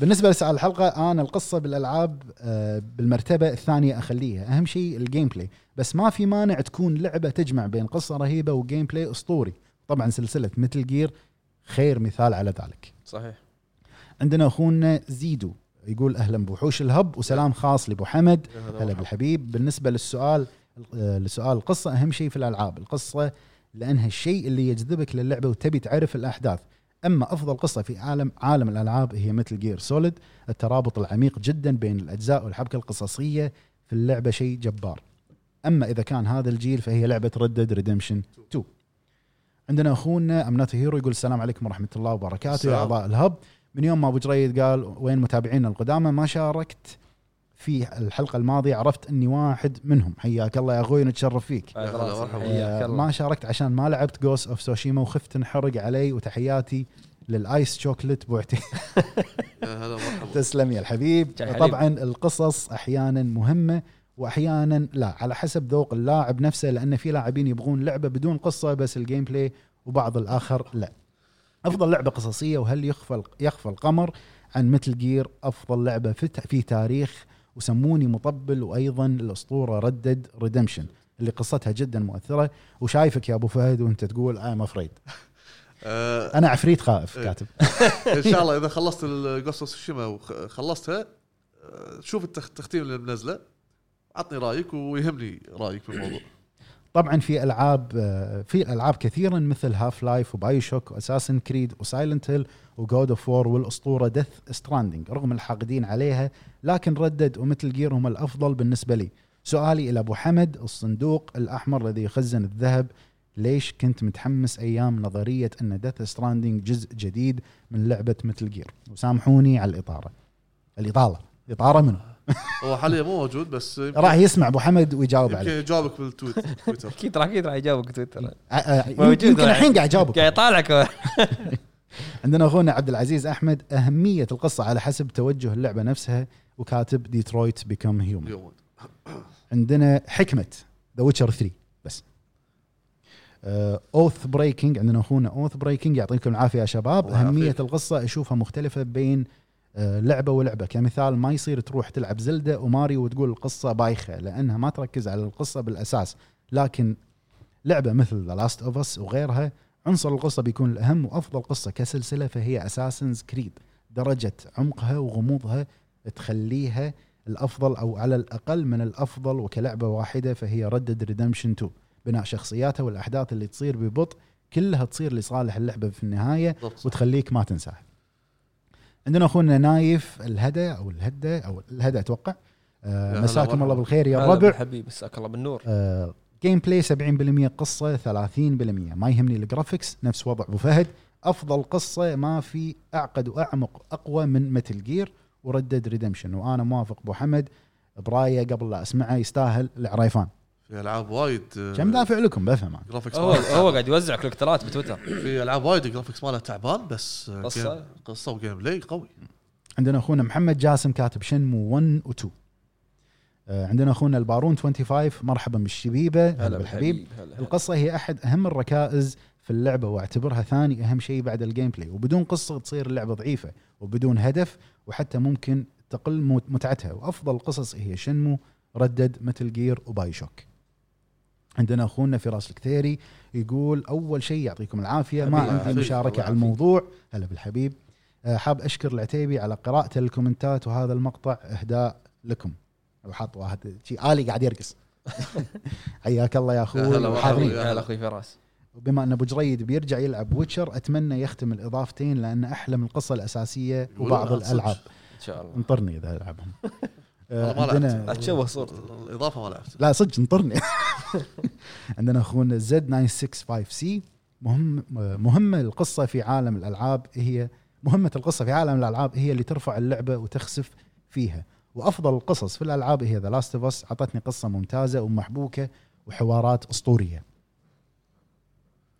بالنسبه لسؤال الحلقه انا القصه بالالعاب آه، بالمرتبه الثانيه اخليها اهم شيء الجيم بلاي بس ما في مانع تكون لعبه تجمع بين قصه رهيبه وجيم بلاي اسطوري طبعا سلسله متل جير خير مثال على ذلك
صحيح
عندنا اخونا زيدو يقول اهلا بوحوش الهب وسلام خاص لابو حمد
يا هلا
هلا
مرحبا.
بالحبيب بالنسبه للسؤال آه، لسؤال القصه اهم شيء في الالعاب القصه لانها الشيء اللي يجذبك للعبه وتبي تعرف الاحداث اما افضل قصه في عالم عالم الالعاب هي مثل جير سوليد الترابط العميق جدا بين الاجزاء والحبكه القصصيه في اللعبه شيء جبار اما اذا كان هذا الجيل فهي لعبه ردد ريدمشن 2 عندنا اخونا امنات هيرو يقول السلام عليكم ورحمه الله وبركاته يا
السلام.
اعضاء الهب من يوم ما ابو جريد قال وين متابعينا القدامى ما شاركت في الحلقه الماضيه عرفت اني واحد منهم حياك الله يا اخوي نتشرف فيك
هلا
هلا،
خلاص.
مرحبا.
حياك
آه،
الله.
ما شاركت عشان ما لعبت جوست اوف سوشيما وخفت انحرق علي وتحياتي للايس شوكلت بوعتي
يا هلا مرحبا
تسلم يا الحبيب
يا حبيب.
طبعا القصص احيانا مهمه واحيانا لا على حسب ذوق اللاعب نفسه لان في لاعبين يبغون لعبه بدون قصه بس الجيم بلاي وبعض الاخر لا افضل لعبه قصصيه وهل يخفى يخفى القمر عن مثل جير افضل لعبه في, ت- في تاريخ وسموني مطبل وايضا الاسطوره ردد ريدمشن اللي قصتها جدا مؤثره وشايفك يا ابو فهد وانت تقول ايم افريد
آه،
انا عفريت خائف
إيه.
كاتب
ان شاء الله اذا خلصت الجوست اوف سوشيما وخلصتها آه، شوف التخ- التختيم اللي منزله عطني رايك ويهمني رايك في الموضوع
طبعا في العاب آه، في العاب كثيرا مثل هاف لايف وبايو شوك واساسن كريد وسايلنت هيل وجود اوف وور والاسطوره ديث ستراندنج رغم الحاقدين عليها لكن ردد ومثل جير هم الافضل بالنسبه لي. سؤالي الى ابو حمد الصندوق الاحمر الذي يخزن الذهب ليش كنت متحمس ايام نظريه ان ديث ستراندنج جزء جديد من لعبه مثل جير وسامحوني على الاطاره. الاطاله اطاره منه
هو حاليا مو موجود بس يمكن-
راح يسمع ابو حمد ويجاوب
يمكن
عليه.
يجاوبك بالتويت تويتر
اكيد راح اكيد راح يجاوبك تويتر
آه، آه،
موجود
يمكن
راح.
الحين قاعد اجاوبك
قاعد يطالعك هو.
عندنا اخونا عبد العزيز احمد اهميه القصه على حسب توجه اللعبه نفسها وكاتب ديترويت بيكم هيومن
اليوم
عندنا حكمه ذا ويتشر 3 بس اوث بريكنج عندنا اخونا اوث بريكنج يعطيكم العافيه يا شباب
الله يعافيك.
اهميه القصه اشوفها مختلفه بين آه، لعبه ولعبه كمثال ما يصير تروح تلعب زلدة وماري وتقول القصه بايخه لانها ما تركز على القصه بالاساس لكن لعبه مثل ذا لاست اوف اس وغيرها عنصر القصه بيكون الاهم وافضل قصه كسلسله فهي اساسنز كريد درجه عمقها وغموضها تخليها الافضل او على الاقل من الافضل وكلعبه واحده فهي ردد ريدمشن 2 بناء شخصياتها والاحداث اللي تصير ببطء كلها تصير لصالح اللعبه في النهايه
بالضبط
وتخليك ما تنساه عندنا اخونا نايف الهدى او الهدى او الهدى اتوقع آه
هلا
مساكم
والله.
الله بالخير يا
هلا
الربع
حبيبي مساك الله بالنور
آه جيم بلاي 70% قصه 30% ما يهمني الجرافكس نفس وضع ابو فهد افضل قصه ما في اعقد واعمق اقوى من متل جير وردد ريدمشن وانا موافق ابو حمد برايه قبل لا اسمعه يستاهل العريفان
في العاب وايد آه،
كم دافع لكم بفهم أنا.
جرافيكس
هو
مالها
هو قاعد يوزع كولكترات بتويتر
في العاب وايد الجرافيكس مالها تعبان بس آه،
قصة؟
جيم- قصه وجيم بلاي قوي
عندنا اخونا محمد جاسم كاتب شنمو 1 و 2 آه، عندنا اخونا البارون 25 مرحبا بالشبيبه هلا بالحبيب
هلا هلا.
القصه هي احد اهم الركائز في اللعبه واعتبرها ثاني اهم شيء بعد الجيم بلاي وبدون قصه تصير اللعبه ضعيفه وبدون هدف وحتى ممكن تقل مت- متعتها وافضل قصص هي شنمو ردد متل جير وباي شوك عندنا اخونا فراس الكثيري يقول اول شيء يعطيكم العافيه ما
حبيبي،
عندي
حبيبي،
مشاركه
الله
على
يعافيك.
الموضوع هلا بالحبيب آه، حاب اشكر العتيبي على قراءته للكومنتات وهذا المقطع اهداء لكم وحط واحد شي الي قاعد يرقص حياك الله يا اخوي
هلا
وحاضرين
هلا.
هلا اخوي فراس
وبما ان ابو جريد بيرجع يلعب ويتشر اتمنى يختم الاضافتين لان احلى من القصه الاساسيه
يقولون
وبعض
عاد صدق.
الالعاب
ان شاء الله
انطرني اذا العبهم آه،
والله ما
عندنا-
لا تشوه صورته
الاضافه ما لعبت
لا صدق انطرني عندنا اخونا زد 965 سي مهم مهمه القصه في عالم الالعاب هي مهمه القصه في عالم الالعاب هي اللي ترفع اللعبه وتخسف فيها وافضل القصص في الالعاب هي ذا لاست اوف اس اعطتني قصه ممتازه ومحبوكه وحوارات اسطوريه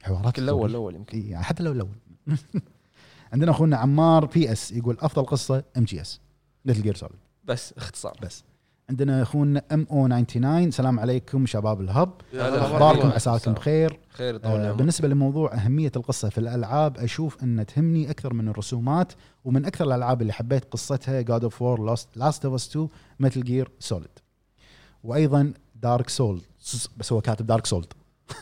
حوارات
يمكن الاول
أسطورية.
الاول يمكن
إي، يعني حتى لو الاول عندنا اخونا عمار بي اس يقول افضل قصه ام جي اس مثل جير سوليد
بس اختصار
بس عندنا اخونا ام او 99 السلام عليكم شباب الهب
يا
هلا.
هلا.
اخباركم
والله.
عساكم بخير
خير يطول
آه
العمر
بالنسبه لموضوع اهميه القصه في الالعاب اشوف ان تهمني اكثر من الرسومات ومن اكثر الالعاب اللي حبيت قصتها جاد اوف وور لاست اوف اس 2 متل جير سوليد وايضا دارك سولد بس هو كاتب دارك سولد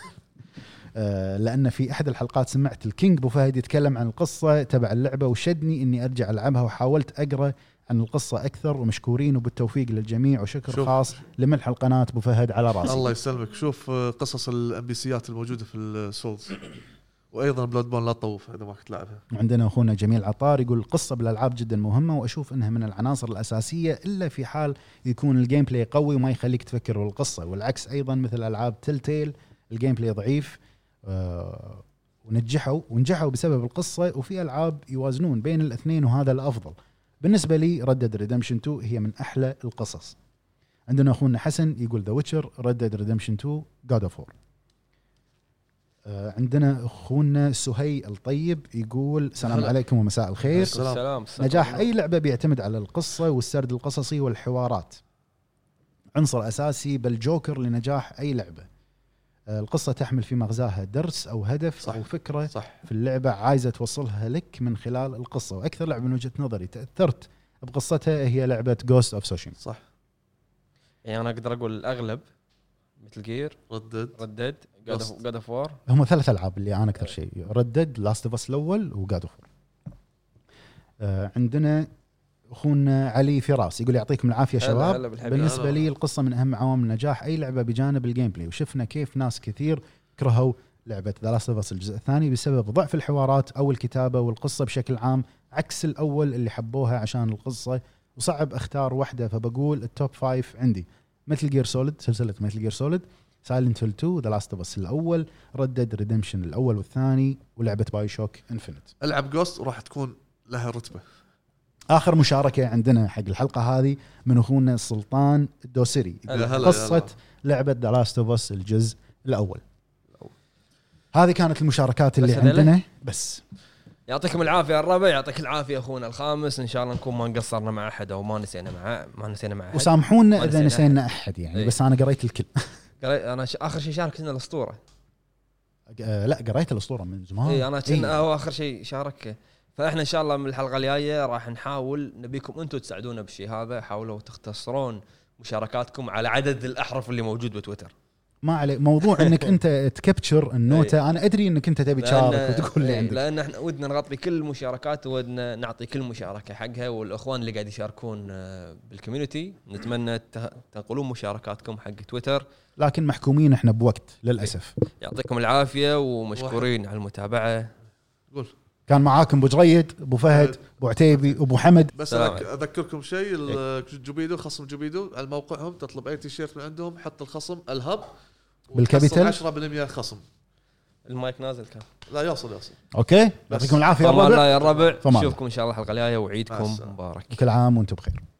آه، لان في احد الحلقات سمعت الكينج بو فهد يتكلم عن القصه تبع اللعبه وشدني اني ارجع العبها وحاولت اقرا عن القصه اكثر ومشكورين وبالتوفيق للجميع وشكر
شوف.
خاص لملح القناه بو فهد على راسي
الله يسلمك شوف آه، قصص الامبيسيات الموجوده في السولز وايضا بلاد بون لا تطوف اذا ما كنت لعبها
وعندنا اخونا جميل عطار يقول القصه بالالعاب جدا مهمه واشوف انها من العناصر الاساسيه الا في حال يكون الجيم بلاي قوي وما يخليك تفكر بالقصه والعكس ايضا مثل العاب تل تيل الجيم بلاي ضعيف آه، ونجحوا ونجحوا بسبب القصه وفي العاب يوازنون بين الاثنين وهذا الافضل بالنسبه لي ردد ريدمشن 2 هي من احلى القصص عندنا اخونا حسن يقول ذا ويتشر ردد ريدمشن 2 جاد اوف آه، عندنا اخونا سهي الطيب يقول السلام
هلا.
عليكم ومساء الخير
السلام.
السلام السلام.
نجاح اي لعبه بيعتمد على القصه والسرد القصصي والحوارات عنصر اساسي بل جوكر لنجاح اي لعبه آه، القصه تحمل في مغزاها درس او هدف
صح.
صح. او فكره
صح
في اللعبه عايزه توصلها لك من خلال القصه واكثر لعبه من وجهه نظري تاثرت بقصتها هي لعبه جوست اوف سوشيما
صح
يعني انا اقدر اقول الاغلب مثل جير
ردد
ردد
Lost.
جاد اوف وور
هم ثلاث العاب اللي انا اكثر شيء ردد لاست اوف اس الاول وجاد اوف آه، عندنا اخونا علي فراس يقول يعطيكم العافيه
هلا-
شباب
هلا بالحبيب.
بالنسبه
هلا.
لي القصه من اهم عوامل نجاح اي لعبه بجانب الجيم بلاي وشفنا كيف ناس كثير كرهوا لعبه ذا لاست اوف اس الجزء الثاني بسبب ضعف الحوارات او الكتابه والقصه بشكل عام عكس الاول اللي حبوها عشان القصه وصعب اختار واحده فبقول التوب فايف عندي مثل جير سوليد سلسله مثل جير سوليد سايلنت هيل 2 ذا لاست اوف اس الاول ردد ريدمشن الاول والثاني ولعبه باي شوك انفنت
العب جوست وراح تكون لها رتبه
اخر مشاركه عندنا حق الحلقه هذه من اخونا سلطان الدوسري
هلا
هلا يا
قصه
هلا.
لعبه ذا لاست اوف اس الجزء الاول هذه كانت المشاركات اللي
بس هذيلا؟
عندنا بس
يعطيكم العافيه يا الربع يعطيك العافيه اخونا الخامس ان شاء الله نكون ما قصرنا مع احد او ما نسينا مع ما نسينا مع احد
وسامحونا
ما
اذا
نسينا
نسينا احد يعني
إيه.
بس انا قريت الكل
قال- انا ش... اخر شيء شارك لنا الاسطوره
آه، لا قريت الاسطوره من زمان
اي انا كان
إيه.
هو اخر شيء شارك فاحنا ان شاء الله من الحلقه الجايه راح نحاول نبيكم انتم تساعدونا بالشيء هذا حاولوا تختصرون مشاركاتكم على عدد الاحرف اللي موجود بتويتر
ما عليه موضوع انك انت تكبتشر النوته انا ادري انك انت تبي تشارك
إيه. لأن-
وتقول لي
إيه،
عندك
لان احنا ودنا نغطي كل المشاركات ودنا نعطي كل مشاركه حقها والاخوان اللي قاعد يشاركون آه، بالكوميونتي نتمنى ت- تنقلون مشاركاتكم حق تويتر
لكن محكومين احنا بوقت للاسف
يعطيكم العافيه ومشكورين على المتابعه
قول
كان معاكم ابو جريد ابو
إيه.
فهد ابو عتيبي ابو حمد
بس
سلام
أذك- اذكركم شيء ال- جوبيدو خصم جوبيدو على موقعهم تطلب اي تيشيرت من عندهم حط الخصم الهب
بالكابيتال؟
وتحصل 10% خصم
المايك نازل كان
لا يوصل يوصل
اوكي يعطيكم العافيه يا
فمان
الربع
الله يا الربع
فمان.
نشوفكم ان شاء الله الحلقه الجايه وعيدكم
السلامة.
مبارك
كل عام وانتم بخير